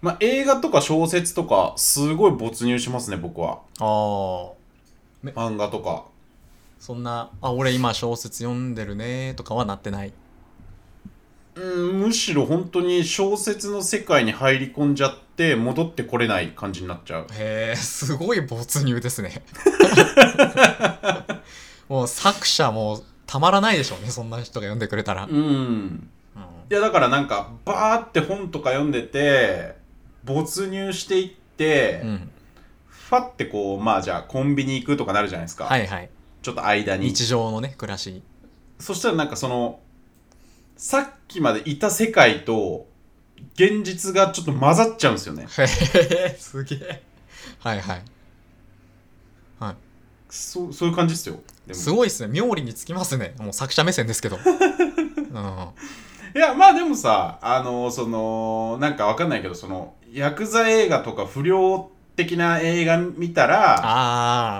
[SPEAKER 2] まあ、映画とか小説とかすごい没入しますね僕は
[SPEAKER 1] ああ
[SPEAKER 2] 漫画とか
[SPEAKER 1] そんな「あ俺今小説読んでるね」とかはなってない
[SPEAKER 2] うんむしろ本当に小説の世界に入り込んじゃって戻ってこれない感じになっちゃう
[SPEAKER 1] へえすごい没入です [laughs] ねもう作者もたまらないでしょうねそんな人が読んでくれたら、
[SPEAKER 2] うん
[SPEAKER 1] うん
[SPEAKER 2] いやだからなんかバーって本とか読んでて没入していって、
[SPEAKER 1] うん
[SPEAKER 2] ファってこうまあじゃあコンビニ行くとかなるじゃないですか、
[SPEAKER 1] はいはい
[SPEAKER 2] ちょっと間に
[SPEAKER 1] 日常のね暮らし
[SPEAKER 2] そしたらなんかそのさっきまでいた世界と現実がちょっと混ざっちゃうんですよね
[SPEAKER 1] へえすげえはいはい
[SPEAKER 2] そうそういう感じですよでも
[SPEAKER 1] すごいですね妙利につきますねもう作者目線 [laughs] ですけどうん
[SPEAKER 2] いやまあでもさあのそのなんかわかんないけどそのヤクザ映画とか不良的な映画見たら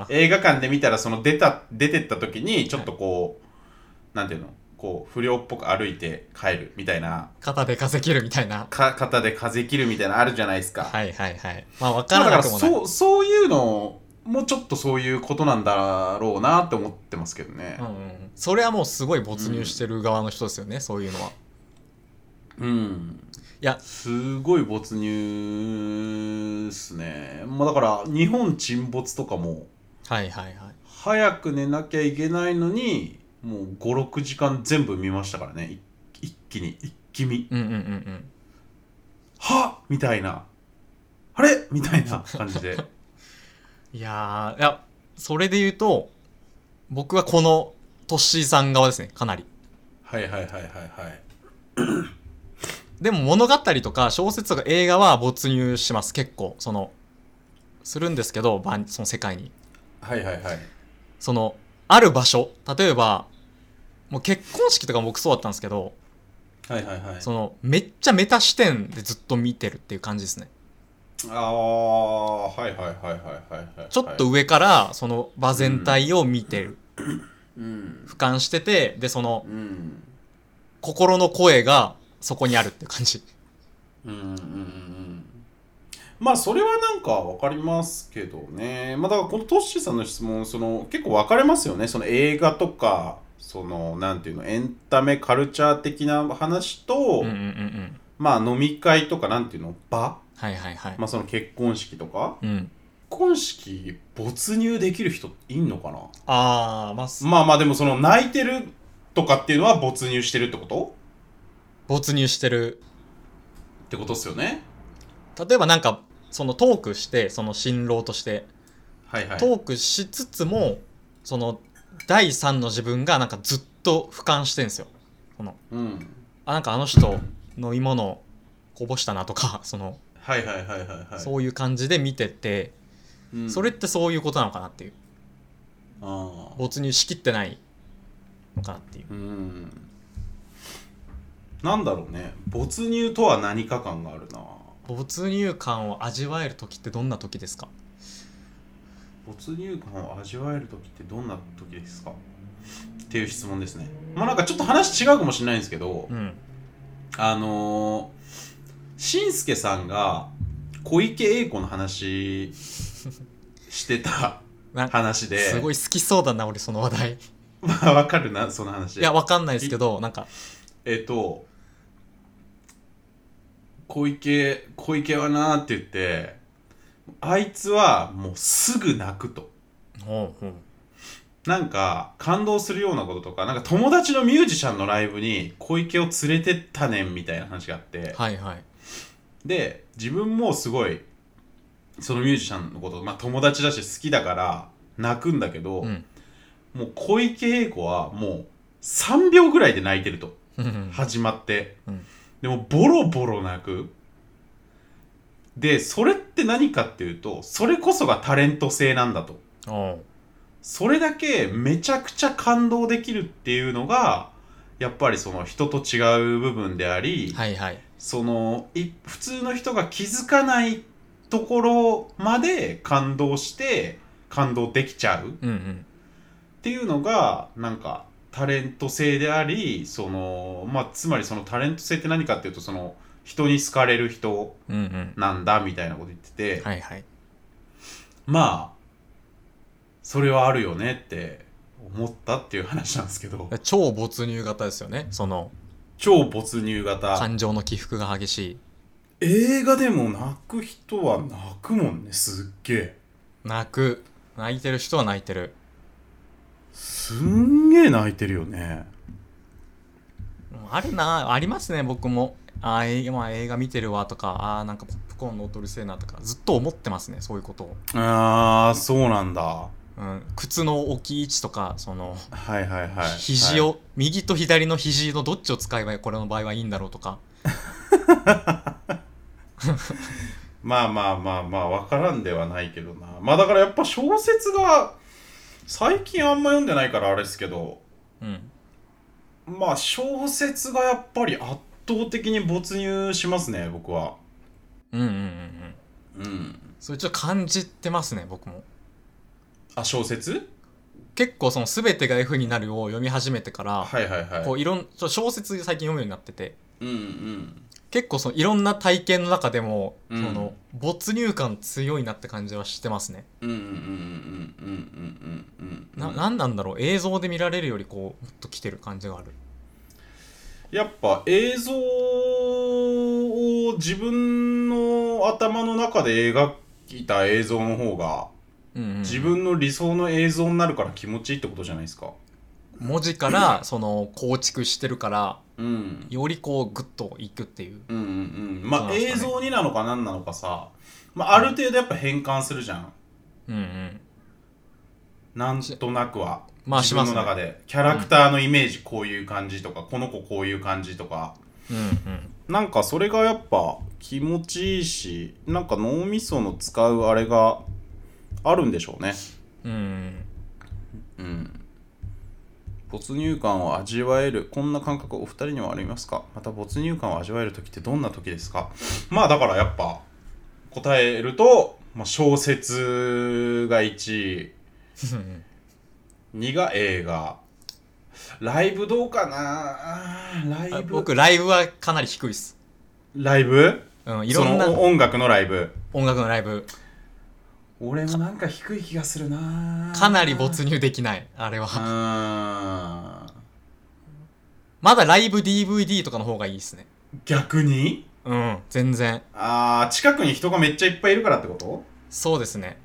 [SPEAKER 1] あー
[SPEAKER 2] 映画館で見たらその出た出てった時にちょっとこう、なんていうのこう不良っぽく歩いて帰るみたいな
[SPEAKER 1] 肩で稼げるみたいな
[SPEAKER 2] か肩で風切るみたいなのあるじゃないですか、
[SPEAKER 1] はいはいはいまあ分か
[SPEAKER 2] まあ
[SPEAKER 1] ら
[SPEAKER 2] だか
[SPEAKER 1] なく
[SPEAKER 2] ら
[SPEAKER 1] もない
[SPEAKER 2] そうそういうのもちょっとそういうことなんだろうなって思ってますけどね
[SPEAKER 1] うんうんうん、それはもうすごい没入してる側の人ですよね、そういうのは。
[SPEAKER 2] うん、
[SPEAKER 1] いや
[SPEAKER 2] すごい没入っすねまあだから日本沈没とかも
[SPEAKER 1] はいはいはい。
[SPEAKER 2] 早く寝なきゃいけないのにもう56時間全部見ましたからねい一気に一気見
[SPEAKER 1] うんうんうんうん。
[SPEAKER 2] はっみたいなあれみたいな感
[SPEAKER 1] [laughs]
[SPEAKER 2] じで
[SPEAKER 1] いやー、いや、それで言うと、僕はこのトッシーさん側ですね、かなり。
[SPEAKER 2] はいはいはいはいはい
[SPEAKER 1] でも物語とか小説とか映画は没入します、結構。その、するんですけど、ばんその世界に。
[SPEAKER 2] はいはいはい
[SPEAKER 1] その、ある場所、例えば、もう結婚式とか僕そうだったんですけど、
[SPEAKER 2] はいはいはい
[SPEAKER 1] その、めっちゃメタ視点でずっと見てるっていう感じですね。
[SPEAKER 2] ああはいはいはいはいはいはい
[SPEAKER 1] ちょっと上からその場全体を見てる、
[SPEAKER 2] うん
[SPEAKER 1] 俯瞰しててでその
[SPEAKER 2] うん
[SPEAKER 1] 心の声がそこにあるって感じ
[SPEAKER 2] うんうんうんうんまあそれはなんか分かりますけどねまあだからこのトッシーさんの質問その結構分かれますよねその映画とかそのなんていうのエンタメカルチャー的な話と、
[SPEAKER 1] うんうんうんうん
[SPEAKER 2] まあ飲み会とかなんていうの場、
[SPEAKER 1] はいはいはい、
[SPEAKER 2] まあ、その結婚式とか
[SPEAKER 1] うん
[SPEAKER 2] 結婚式没入できる人いんのかな
[SPEAKER 1] ああまあす
[SPEAKER 2] まあまあでもその泣いてるとかっていうのは没入してるってこと
[SPEAKER 1] 没入してる
[SPEAKER 2] ってことっすよね
[SPEAKER 1] 例えばなんかそのトークしてその新郎として
[SPEAKER 2] はいはい
[SPEAKER 1] トークしつつもその第三の自分がなんかずっと俯瞰してんですよこの
[SPEAKER 2] うん
[SPEAKER 1] あなんかあの人飲み物こぼしたなとか [laughs] その、
[SPEAKER 2] はいはいはいはいはい
[SPEAKER 1] そういう感じで見てて、
[SPEAKER 2] うん
[SPEAKER 1] それってそういうことなのかなっていう
[SPEAKER 2] ああ
[SPEAKER 1] 没入しきってないのかなっていう
[SPEAKER 2] うんなんだろうね没入とは何か感があるな
[SPEAKER 1] 没入感を味わえる時ってどんな時ですか
[SPEAKER 2] 没入感を味わえる時ってどんな時ですかっていう質問ですねまあなんかちょっと話違うかもしれないんですけど、
[SPEAKER 1] うん
[SPEAKER 2] あのー、しんすけさんが小池栄子の
[SPEAKER 1] [laughs]
[SPEAKER 2] 話してた
[SPEAKER 1] なんか
[SPEAKER 2] 話です
[SPEAKER 1] ごい好きそうだな俺その話題
[SPEAKER 2] まあわかるなその話
[SPEAKER 1] いやわかんないですけどなんか
[SPEAKER 2] えっと小池小池はなーって言ってあいつはもうすぐ泣くと
[SPEAKER 1] ほうほう
[SPEAKER 2] なんか感動するようなこととかなんか友達のミュージシャンのライブに小池を連れてったねんみたいな話があって
[SPEAKER 1] はいはい
[SPEAKER 2] で自分もすごいそのミュージシャンのこと、まあ、友達だし好きだから泣くんだけど、
[SPEAKER 1] うん
[SPEAKER 2] もう小池栄子はもう3秒ぐらいで泣いてると
[SPEAKER 1] うんうん
[SPEAKER 2] 始まって、
[SPEAKER 1] うん
[SPEAKER 2] でもボロボロ泣くでそれって何かっていうとそれこそがタレント性なんだと
[SPEAKER 1] おう
[SPEAKER 2] それだけめちゃくちゃ感動できるっていうのがやっぱりその人と違う部分であり、
[SPEAKER 1] [laughs] はいはい
[SPEAKER 2] そのい普通の人が気づかないところまで感動して感動できちゃうっ
[SPEAKER 1] うんうん
[SPEAKER 2] ていうのがなんかタレント性でありその、まあ、つまりそのタレント性って何かっていうとその人に好かれる人
[SPEAKER 1] うんうん
[SPEAKER 2] なんだみたいなこと言ってて、
[SPEAKER 1] はいはい
[SPEAKER 2] まあそれはあるよねって思ったっていう話なんですけど
[SPEAKER 1] 超没入型ですよねその
[SPEAKER 2] 超没入型
[SPEAKER 1] 感情の起伏が激しい
[SPEAKER 2] 映画でも泣く人は泣くもんねすっげえ。
[SPEAKER 1] 泣く泣いてる人は泣いてる
[SPEAKER 2] すんげえ泣いてるよね
[SPEAKER 1] うんあるなありますね僕もあーえいまあ映画見てるわとかあーなんかポップコーンの音うるせえなとかずっと思ってますねそういうことを、
[SPEAKER 2] ああそうなんだは
[SPEAKER 1] うん、靴の置き位置とかその、
[SPEAKER 2] いはいはい
[SPEAKER 1] ひ肘を、右と左の肘のどっちを使えばこれの場合はいいんだろうとか
[SPEAKER 2] まあまあまあまあ分からんではないけどなまあだからやっぱ小説が最近あんま読んでないからあれですけど
[SPEAKER 1] うん
[SPEAKER 2] まあ小説がやっぱり圧倒的に没入しますね僕は
[SPEAKER 1] うんうんうんうん
[SPEAKER 2] うん
[SPEAKER 1] それちょっと感じてますね僕も
[SPEAKER 2] あ小説
[SPEAKER 1] 結構その全てが F になるを読み始めてから、
[SPEAKER 2] はいはいはい
[SPEAKER 1] こういろんちょっと小説最近読むようになってて
[SPEAKER 2] うんうん
[SPEAKER 1] 結構そのいろんな体験の中でも、
[SPEAKER 2] うん
[SPEAKER 1] その没入感強いなって感じはしてますね
[SPEAKER 2] うんうんうんうんうんうんうんうん
[SPEAKER 1] な何なんだろう映像で見られるよりこうもっと来てる感じがある
[SPEAKER 2] やっぱ映像を自分の頭の中で描いた映像の方が
[SPEAKER 1] うんうん、
[SPEAKER 2] 自分の理想の映像になるから気持ちいいってことじゃないですか。
[SPEAKER 1] 文字からその構築してるから
[SPEAKER 2] うん。
[SPEAKER 1] よりこうグッといくっていう
[SPEAKER 2] うんうんうん。ま
[SPEAKER 1] そう
[SPEAKER 2] あ
[SPEAKER 1] なんです
[SPEAKER 2] 映
[SPEAKER 1] かね
[SPEAKER 2] 像になのか何なのかさ、まあある程度やっぱ変換するじゃん。
[SPEAKER 1] うんうん
[SPEAKER 2] なんとなくは。
[SPEAKER 1] まあ
[SPEAKER 2] 自
[SPEAKER 1] し
[SPEAKER 2] 分
[SPEAKER 1] ます
[SPEAKER 2] の
[SPEAKER 1] ね
[SPEAKER 2] 中で。キャラクターのイメージこういう感じとか、この子こういう感じとか。
[SPEAKER 1] うんうん
[SPEAKER 2] なんかそれがやっぱ気持ちいいしなんか脳みその使うあれがあるんでしょうね
[SPEAKER 1] うんうん
[SPEAKER 2] うん没入感を味わえるこんな感覚お二人にはありますかまた没入感を味わえる時ってどんな時ですかまあだからやっぱ答えると、まあ、小説が1位
[SPEAKER 1] うん
[SPEAKER 2] 2が映画ライブどうかなラ
[SPEAKER 1] あ
[SPEAKER 2] イブ
[SPEAKER 1] 僕ライブはかなり低いです、
[SPEAKER 2] ライブ
[SPEAKER 1] うん、い
[SPEAKER 2] い
[SPEAKER 1] ろんな
[SPEAKER 2] その音楽のライブ
[SPEAKER 1] 音楽のライブ
[SPEAKER 2] 俺もなんか低い気がするな
[SPEAKER 1] かなり没入できないあれ
[SPEAKER 2] う
[SPEAKER 1] は
[SPEAKER 2] ーん
[SPEAKER 1] まだライブ DVD とかの方がいいですね
[SPEAKER 2] 逆に
[SPEAKER 1] うん全然
[SPEAKER 2] ああ近くに人がめっちゃいっぱいいるからってこと
[SPEAKER 1] そうですね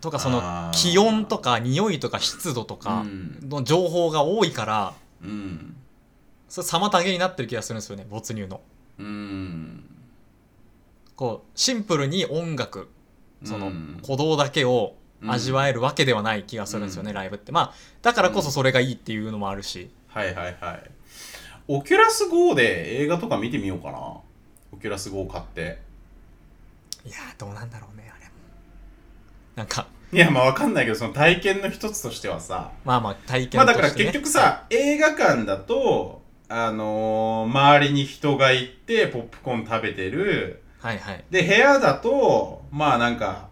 [SPEAKER 1] とかその
[SPEAKER 2] あー
[SPEAKER 1] 気温とか匂いとか湿度とか
[SPEAKER 2] うん
[SPEAKER 1] の情報が多いから、
[SPEAKER 2] うん
[SPEAKER 1] それ妨げになってる気がするんですよね没入の
[SPEAKER 2] うん
[SPEAKER 1] こうシンプルに音楽その
[SPEAKER 2] うん
[SPEAKER 1] 鼓動だけを味わえるわけではない気がするんですよね、ライブってまあだからこそそれがいいっていうのもあるし、
[SPEAKER 2] はいはいはいオキュラス GO で映画とか見てみようかなオキュラス GO 買って
[SPEAKER 1] いやーどうなんだろうねあれもなんか
[SPEAKER 2] いやまあわかんないけどその体験の一つとしてはさ
[SPEAKER 1] まあまあ体
[SPEAKER 2] ま
[SPEAKER 1] 験
[SPEAKER 2] あ
[SPEAKER 1] と
[SPEAKER 2] だ
[SPEAKER 1] して、ね
[SPEAKER 2] から結局さ、映画館だとあのー周りに人がいてポップコーン食べてる
[SPEAKER 1] はいはい
[SPEAKER 2] で部屋だとまあなんか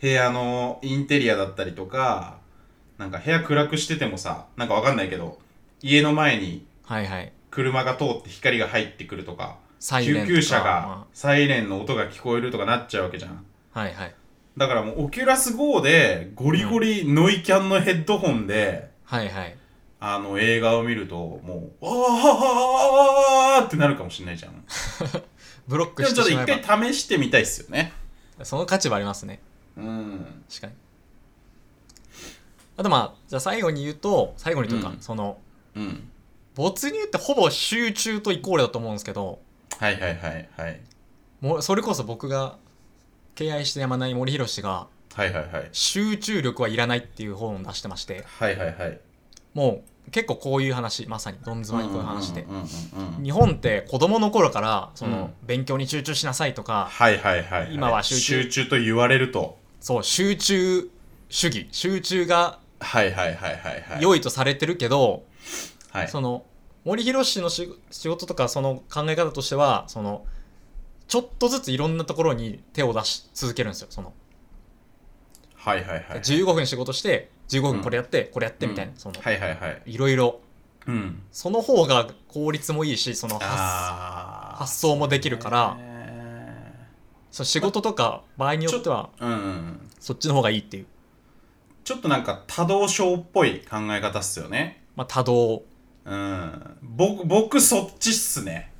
[SPEAKER 2] 部屋のインテリアだったりとかなんか部屋暗くしててもさなんかわかんないけど家の前に
[SPEAKER 1] はいはい
[SPEAKER 2] 車が通って光が入ってくるとか
[SPEAKER 1] サイレンと
[SPEAKER 2] 救
[SPEAKER 1] か
[SPEAKER 2] 急車が
[SPEAKER 1] ま
[SPEAKER 2] サイレンの音が聞こえるとかなっちゃうわけじゃん
[SPEAKER 1] あはいはい
[SPEAKER 2] だからもうオキュラス GO でゴリゴリノイキャンのヘッドホンで、
[SPEAKER 1] はいはい
[SPEAKER 2] あの映画を見るともう「わーわーわーわーわーわーってなるかもしれないじゃん
[SPEAKER 1] ブロック
[SPEAKER 2] でも
[SPEAKER 1] し
[SPEAKER 2] ち
[SPEAKER 1] て
[SPEAKER 2] ょっと
[SPEAKER 1] しまえ
[SPEAKER 2] 一回試してみたいっすよね
[SPEAKER 1] ばその価値はありますね
[SPEAKER 2] うん
[SPEAKER 1] 確かにあとまあじゃあ最後に言うと最後にというか、
[SPEAKER 2] うん
[SPEAKER 1] その
[SPEAKER 2] うん
[SPEAKER 1] 没入ってほぼ集中とイコールだと思うんですけど
[SPEAKER 2] はいはいはいはい
[SPEAKER 1] もうそれこそ僕が敬愛してやまない森博氏が
[SPEAKER 2] はいはいはい
[SPEAKER 1] 集中力はいらないっていう本を出してまして
[SPEAKER 2] はいはいはい
[SPEAKER 1] もう結構こういう話まさにどん詰まりこういう話で
[SPEAKER 2] うんうんうんうん
[SPEAKER 1] 日本って子供の頃からその
[SPEAKER 2] う
[SPEAKER 1] 勉強に集中しなさいとか
[SPEAKER 2] はいはいはいい
[SPEAKER 1] 今は集中
[SPEAKER 2] 集中と言われると
[SPEAKER 1] そう集中主義集中が
[SPEAKER 2] はいはいはいはいはい
[SPEAKER 1] 良いとされてるけど
[SPEAKER 2] はい
[SPEAKER 1] その森博氏のし仕事とかその考え方としてはそのちょっとずついろんなところに手を出し続けるんですよその
[SPEAKER 2] はいはいはい
[SPEAKER 1] 15分仕事して15
[SPEAKER 2] うん
[SPEAKER 1] 分これやって、これやってみたいな、
[SPEAKER 2] うん
[SPEAKER 1] その、
[SPEAKER 2] はいはいはい
[SPEAKER 1] いろいろ
[SPEAKER 2] うん
[SPEAKER 1] その方が効率もいいしその発
[SPEAKER 2] あー
[SPEAKER 1] 発想もできるから
[SPEAKER 2] ね
[SPEAKER 1] その仕事とか場合によっては
[SPEAKER 2] うんうんうん
[SPEAKER 1] そっちの方がいいっていう、
[SPEAKER 2] ちょっとなんか多動症っぽい考え方っすよね
[SPEAKER 1] まあ、多動
[SPEAKER 2] うん僕僕そっちっすね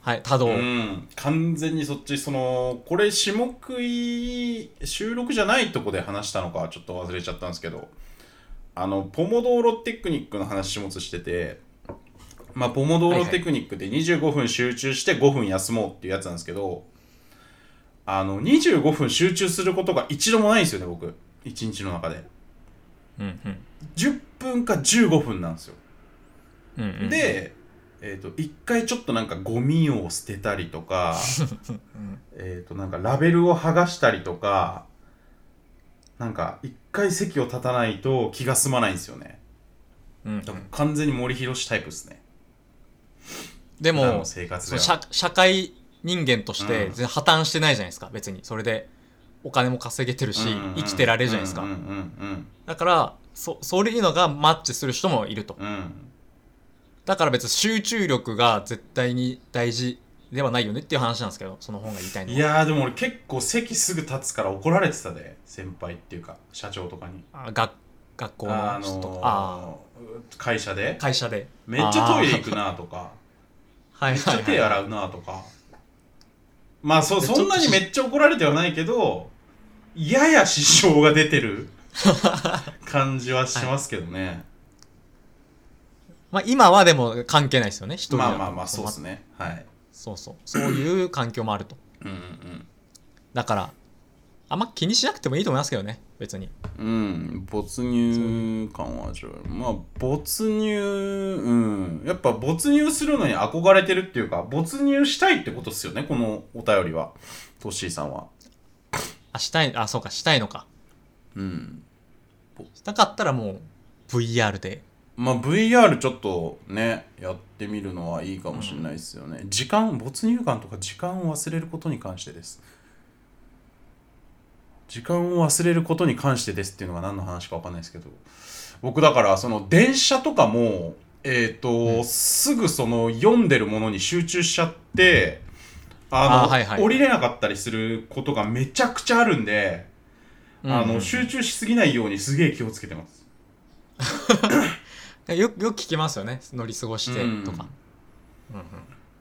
[SPEAKER 1] はい多動、
[SPEAKER 2] うん完全にそっちそのこれ下食い収録じゃないとこで話したのかちょっと忘れちゃったんですけどあのポモドーロテクニックの話もつしててまあポモドーロテクニックで25分集中して5分休もうっていうやつなんですけどあの25分集中することが一度もないんですよね僕一日の中で
[SPEAKER 1] うんうん
[SPEAKER 2] 10分か15分なんですよ
[SPEAKER 1] うんうん、
[SPEAKER 2] で、えー、と一回ちょっとなんかゴミを捨てたり
[SPEAKER 1] [laughs]
[SPEAKER 2] とかえーとなんかラベルを剥がしたりとかなんか一回席を立たないと気が済まないんですよね
[SPEAKER 1] うんうん
[SPEAKER 2] だから完全に森博タイプですね
[SPEAKER 1] で
[SPEAKER 2] 普段
[SPEAKER 1] も
[SPEAKER 2] の生活
[SPEAKER 1] そ
[SPEAKER 2] で
[SPEAKER 1] の
[SPEAKER 2] は
[SPEAKER 1] 社社会人間として
[SPEAKER 2] う
[SPEAKER 1] 全
[SPEAKER 2] ん
[SPEAKER 1] 然破綻してないじゃないですか別にそれでお金も稼げてるし
[SPEAKER 2] うんうんうん
[SPEAKER 1] 生きてられるじゃないですか
[SPEAKER 2] うんうんうん
[SPEAKER 1] だからそそういうのがマッチする人もいると
[SPEAKER 2] うんうん
[SPEAKER 1] だから別に集中力が絶対に大事ではないよねっていう話なんですけどその本が言いたいの
[SPEAKER 2] い
[SPEAKER 1] は
[SPEAKER 2] やーでも俺結構席すぐ立つから怒られてたで先輩っていうか社長とかに
[SPEAKER 1] あ学学校の人とか、あ
[SPEAKER 2] ー会社で
[SPEAKER 1] ー会社で
[SPEAKER 2] めっちゃトイレ行くなとか
[SPEAKER 1] [laughs] はい
[SPEAKER 2] めっちゃ
[SPEAKER 1] はい
[SPEAKER 2] 手
[SPEAKER 1] はい
[SPEAKER 2] 洗うなとかまあそう
[SPEAKER 1] で
[SPEAKER 2] そんなに
[SPEAKER 1] ちょっと
[SPEAKER 2] めっちゃ怒られてはないけどやや支障が出て [laughs] る感じはしますけどね、
[SPEAKER 1] まあ今はでも関係ないですよね一人だと
[SPEAKER 2] まあまあまあそうですねはい
[SPEAKER 1] そうそうそういう環境もあると
[SPEAKER 2] うん
[SPEAKER 1] だからあんま気にしなくてもいいと思いますけどね別に
[SPEAKER 2] うんうん没入感は味わえるまあ没入うんやっぱ没入するのに憧れてるっていうか没入したいってことですよねこのお便りはトッシーさんは
[SPEAKER 1] あしたいあそうかしたいのか
[SPEAKER 2] うん
[SPEAKER 1] したかったらもう VR で
[SPEAKER 2] まあ VR ちょっとねやってみるのはいいかもしれないですよね、時間没入感とか時間を忘れることに関してです時間を忘れることに関してですっていうのが何の話か分かんないですけど僕だからその電車とかもえっ、と、
[SPEAKER 1] うん
[SPEAKER 2] すぐその読んでるものに集中しちゃってあの
[SPEAKER 1] あはいはい
[SPEAKER 2] 降りれなかったりすることがめちゃくちゃあるんで、あの集中しすぎないようにすげえ気をつけてます
[SPEAKER 1] よくよく聞きますよね乗り過ごしてとか、うんうん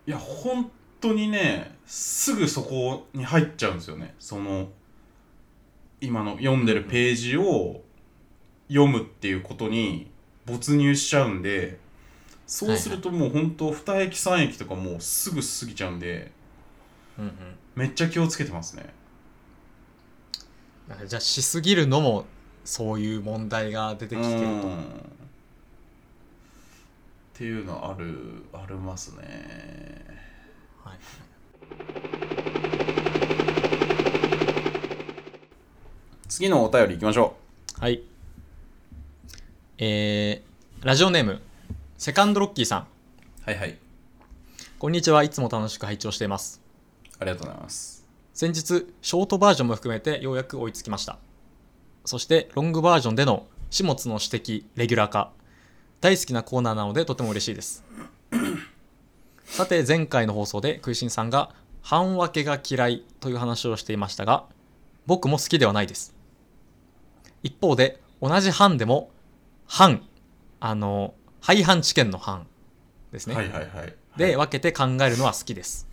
[SPEAKER 2] いや本当にねすぐそこに入っちゃうんですよねその今の読んでるページを読むっていうことに没入しちゃうんでそうするともう本当2駅3駅とかもうすぐ過ぎちゃうんで
[SPEAKER 1] うんうん
[SPEAKER 2] めっちゃ気をつけてますね
[SPEAKER 1] だからじゃあしすぎるのもそういう問題が出てきてる
[SPEAKER 2] う
[SPEAKER 1] と
[SPEAKER 2] んっていうのあるありますね
[SPEAKER 1] はい
[SPEAKER 2] 次のお便りいきましょ
[SPEAKER 1] はい。えー、ラジオネーム、セカンドロッキーさん。
[SPEAKER 2] うはいはい
[SPEAKER 1] こんにちは。いつも楽しく拝聴しています。
[SPEAKER 2] ありがとうございます
[SPEAKER 1] 先日ショートバージョンも含めてようやく追いつきましたそしてロングバージョンでの始末の指摘レギュラー化大好きなコーナーなのでとても嬉しいですさて前回の放送で食いしんさんが半分けが嫌いという話をしていましたが僕も好きではないです一方で同じ半でも半あの廃藩置県の半ですね、
[SPEAKER 2] はいはいはい。
[SPEAKER 1] で分けて考えるのは好きです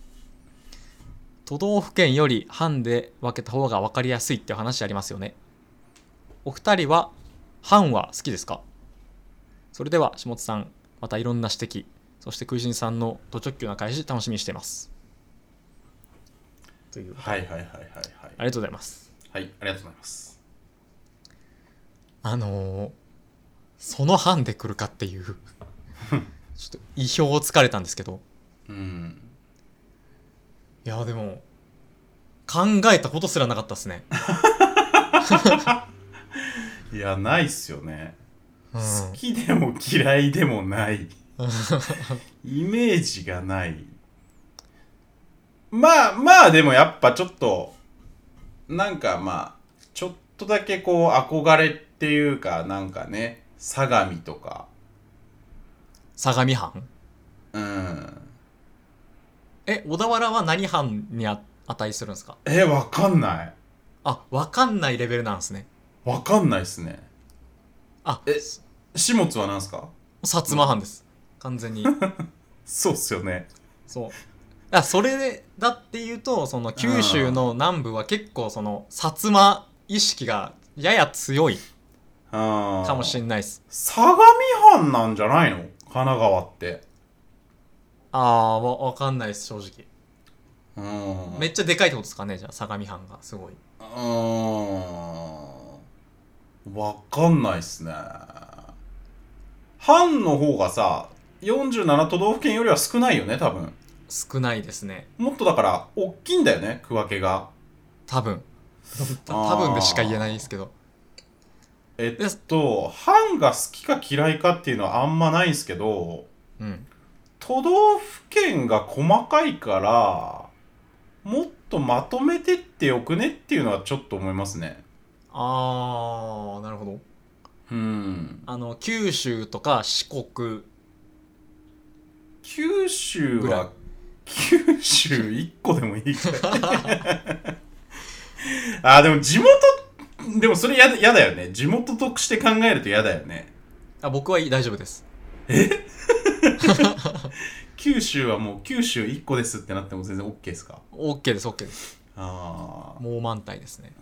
[SPEAKER 1] 都道府県より藩で分けた方が分かりやすいって話ありますよねお二人は藩は好きですかそれでは下津さんまたいろんな指摘そして空心さんの途直球な開始楽しみにしていますというあ
[SPEAKER 2] はいはいはいはいは
[SPEAKER 1] り
[SPEAKER 2] い。
[SPEAKER 1] がとうございます
[SPEAKER 2] はい、ありがとうございます。
[SPEAKER 1] あのーその藩で来るかって [laughs] いうちょっと意表をつかれたんですけど
[SPEAKER 2] うん。
[SPEAKER 1] いやでも考えたことすらなかったですね、
[SPEAKER 2] いや、ないっすよね。
[SPEAKER 1] うん
[SPEAKER 2] 好きでも嫌いでもない。イメージがない。まあまあ、でもやっぱちょっと、なんかまあ、ちょっとだけこう憧れっていうか、なんかね、相模とか、
[SPEAKER 1] 相模藩
[SPEAKER 2] うん。
[SPEAKER 1] え小田原は何藩にあ値するんですか
[SPEAKER 2] え、わかんない。
[SPEAKER 1] あ分かんないレベルなんですね
[SPEAKER 2] わかんないっすね。
[SPEAKER 1] あ
[SPEAKER 2] え始末は何すか
[SPEAKER 1] 薩摩藩です完全
[SPEAKER 2] [laughs]
[SPEAKER 1] に
[SPEAKER 2] そうっすよね。
[SPEAKER 1] そうあそれでだっていうとその九州の南部は結構その薩摩意識がやや強い
[SPEAKER 2] あ
[SPEAKER 1] かもし
[SPEAKER 2] れ
[SPEAKER 1] れないです
[SPEAKER 2] 相模藩なんじゃないの神奈川って。
[SPEAKER 1] あーわ分かんないです正直
[SPEAKER 2] うん。
[SPEAKER 1] めっちゃでかいってことですかねじゃあ相模藩がすごいう
[SPEAKER 2] ーん。わかんないっすね。藩の方がさ、47都道府県よりは少ないよね、多分。
[SPEAKER 1] 少ないですね
[SPEAKER 2] もっとだから、大きいんだよね、区分けが。
[SPEAKER 1] 多
[SPEAKER 2] [laughs]
[SPEAKER 1] 分多分でしか言えないですけど
[SPEAKER 2] えっと、藩が好きか嫌いかっていうのはあんまないんすけど、
[SPEAKER 1] うん
[SPEAKER 2] 都道府県が細かいから、もっとまとめてってよくねっていうのはちょっと思いますね。
[SPEAKER 1] ああなるほど
[SPEAKER 2] うん。
[SPEAKER 1] あの九州とか四国
[SPEAKER 2] 九州
[SPEAKER 1] ぐらい
[SPEAKER 2] は九州1個でもいい [laughs] からあーでも地元でもそれやだやだよね地元得して考えるとやだよね
[SPEAKER 1] あ僕はいい大丈夫です
[SPEAKER 2] 九州はもう九州1個ですってなっても全然 OK ですか
[SPEAKER 1] OK です OK です
[SPEAKER 2] あー
[SPEAKER 1] もう満体ですね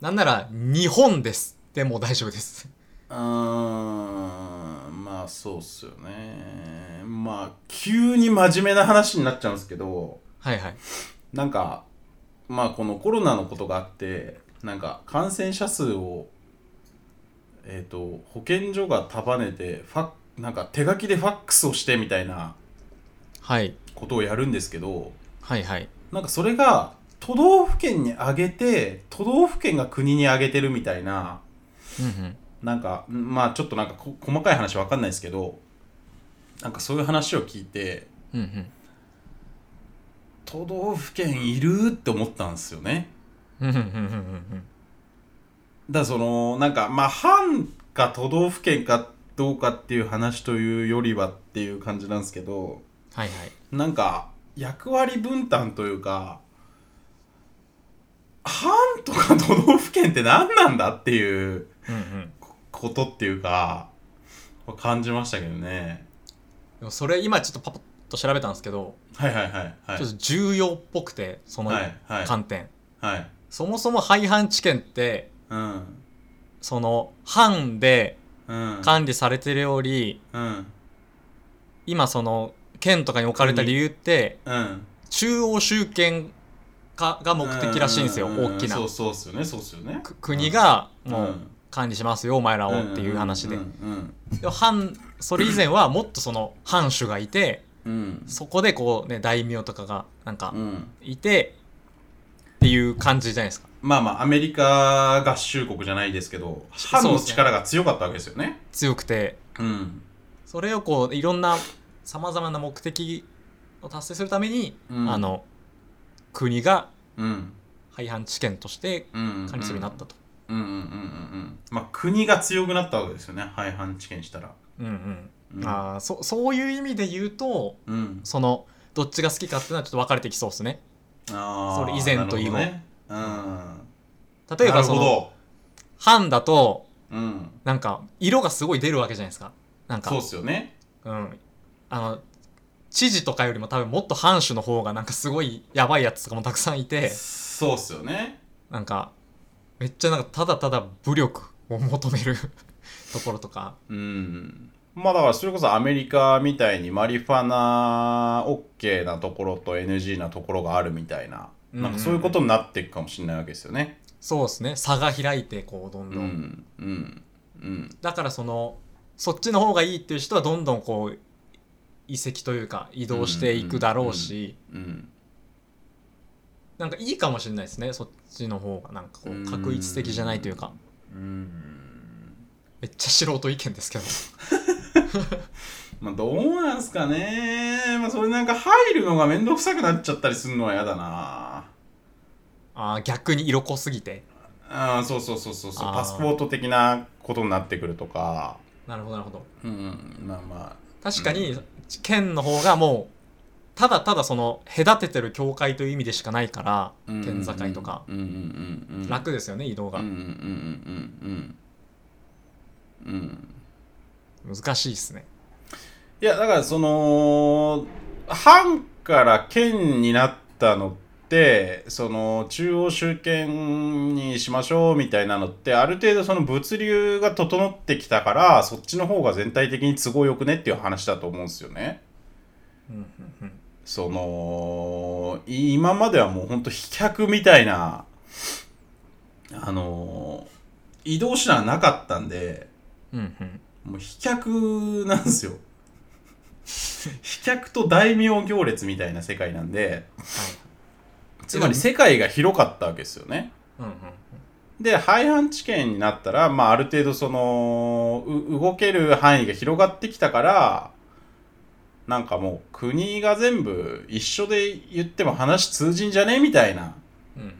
[SPEAKER 1] なんなら日本ですでも大丈夫です
[SPEAKER 2] うーんまあそうっすよねまあ急に真面目な話になっちゃうんですけど
[SPEAKER 1] はいはい
[SPEAKER 2] なんかまあこのコロナのことがあってなんか感染者数をえっ、と保健所が束ねてファなんか手書きでファックスをしてみたいな
[SPEAKER 1] はい
[SPEAKER 2] ことをやるんですけど
[SPEAKER 1] はいはい
[SPEAKER 2] なんかそれが都道府県にあげて都道府県が国にあげてるみたいな
[SPEAKER 1] うんうん
[SPEAKER 2] なんかんまあちょっとなんかこ細かい話わかんないですけどなんかそういう話を聞いて
[SPEAKER 1] うんうん
[SPEAKER 2] 都道府県いるって思ったんですよね。
[SPEAKER 1] うんうんうんうんうん
[SPEAKER 2] だからそのなんかまあ藩か都道府県かどうかっていう話というよりはっていう感じなんですけど
[SPEAKER 1] はいはい
[SPEAKER 2] なんか役割分担というか藩とか都道府県って何なんだっていう
[SPEAKER 1] うんうん
[SPEAKER 2] ことっていうか感じましたけどね
[SPEAKER 1] でもそれ今ちょっとパパッと調べたんですけど、
[SPEAKER 2] はいはいはいはい
[SPEAKER 1] ちょっと重要っぽくてその
[SPEAKER 2] はいはい
[SPEAKER 1] 観点、
[SPEAKER 2] はい
[SPEAKER 1] そもそも廃藩置県って
[SPEAKER 2] うん
[SPEAKER 1] その藩で
[SPEAKER 2] うん
[SPEAKER 1] 管理されてるより、
[SPEAKER 2] うん
[SPEAKER 1] 今その県とかに置かれた理由って
[SPEAKER 2] うん
[SPEAKER 1] 中央集権化が目的らしいんですよ
[SPEAKER 2] う
[SPEAKER 1] 大きな
[SPEAKER 2] そうそうっすよねそうっすよね
[SPEAKER 1] く国がも
[SPEAKER 2] う
[SPEAKER 1] うん管理しますよお前らをっていう話で
[SPEAKER 2] うんうん
[SPEAKER 1] でも藩それ以前はもっとその藩主がいて
[SPEAKER 2] うん
[SPEAKER 1] そこでこうね大名とかがなんか
[SPEAKER 2] うんうん
[SPEAKER 1] いてっていう感じじゃないですか
[SPEAKER 2] まあまあ、アメリカ合衆国じゃないですけど、
[SPEAKER 1] そう
[SPEAKER 2] 反
[SPEAKER 1] ですね
[SPEAKER 2] の力が強かったわけですよね。
[SPEAKER 1] 強くて
[SPEAKER 2] うん。
[SPEAKER 1] それをこういろんなさまざまな目的を達成するために
[SPEAKER 2] うん
[SPEAKER 1] あの国が
[SPEAKER 2] うん
[SPEAKER 1] 廃藩置県として
[SPEAKER 2] うん
[SPEAKER 1] 管理するようになったと、
[SPEAKER 2] うんうんうんうんうんまあ国が強くなったわけですよね廃藩置県したら、
[SPEAKER 1] うんうん
[SPEAKER 2] うん、
[SPEAKER 1] あーそそういう意味で言うと
[SPEAKER 2] うん
[SPEAKER 1] そのどっちが好きかっていうのはちょっと分かれてきそうですね
[SPEAKER 2] あ
[SPEAKER 1] そ
[SPEAKER 2] ー
[SPEAKER 1] れ以前と以後
[SPEAKER 2] なるほどねうん
[SPEAKER 1] 例えばそ
[SPEAKER 2] なる
[SPEAKER 1] の
[SPEAKER 2] ほ
[SPEAKER 1] 藩だと
[SPEAKER 2] どうん
[SPEAKER 1] なんか色がすごい出るわけじゃないですかなんか
[SPEAKER 2] そうっすよね
[SPEAKER 1] うん、あの知事とかよりも多分もっと藩主の方がなんかすごいやばいやつとかもたくさんいて
[SPEAKER 2] そうっすよね
[SPEAKER 1] なんかめっちゃなんかただただ武力を求める [laughs] ところとか
[SPEAKER 2] うんまあだからそれこそアメリカみたいにマリファナ OK なところと NG なところがあるみたいな
[SPEAKER 1] うん
[SPEAKER 2] なんかそういうことになっていくかもしれないわけですよね
[SPEAKER 1] そうですね差が開いてこうどん
[SPEAKER 2] う
[SPEAKER 1] どん、
[SPEAKER 2] んうんうん
[SPEAKER 1] だからそのそっちの方がいいっていう人はどんどんこう移籍というか移動していくだろうし、
[SPEAKER 2] うん
[SPEAKER 1] なんかいいかもしれないですねそっちの方がなんかこ
[SPEAKER 2] うん
[SPEAKER 1] う確一的じゃないというか
[SPEAKER 2] うん
[SPEAKER 1] めっちゃ素人意見ですけど [laughs]
[SPEAKER 2] まあどうなんすかねまあそれなんか入るのがめんどくさくなっちゃったりするのは嫌だな
[SPEAKER 1] あー逆に色濃すぎて
[SPEAKER 2] あーそうそうそうそうそ
[SPEAKER 1] あー
[SPEAKER 2] うパスポート的なことになってくるとか
[SPEAKER 1] なるほどなるほど
[SPEAKER 2] うんまあま
[SPEAKER 1] 確かに県の方がもうただただその隔ててる境界という意味でしかないから
[SPEAKER 2] あうん
[SPEAKER 1] 県境とか
[SPEAKER 2] うんうんうんうん
[SPEAKER 1] 楽ですよね移動
[SPEAKER 2] うん
[SPEAKER 1] が
[SPEAKER 2] うんうんうんうんうん
[SPEAKER 1] 難しいですね
[SPEAKER 2] いやだからその藩から県になったのってその中央集権にしましょうみたいなのってある程度その物流が整ってきたからそっちの方が全体的に都合よくねっていう話だと思うんですよね。
[SPEAKER 1] うんうん
[SPEAKER 2] そのい今まではもうほんと飛脚みたいなあの移動手段なかったんで
[SPEAKER 1] うんうんうん
[SPEAKER 2] もう飛脚なんですよ飛脚と大名行列みたいな世界なんでつまり世界が広かったわけですよね
[SPEAKER 1] うんうん
[SPEAKER 2] で廃藩置県になったら、まあ、ある程度そのう動ける範囲が広がってきたからなんかもう国が全部一緒で言っても話通じんじゃねみたいな
[SPEAKER 1] うんうん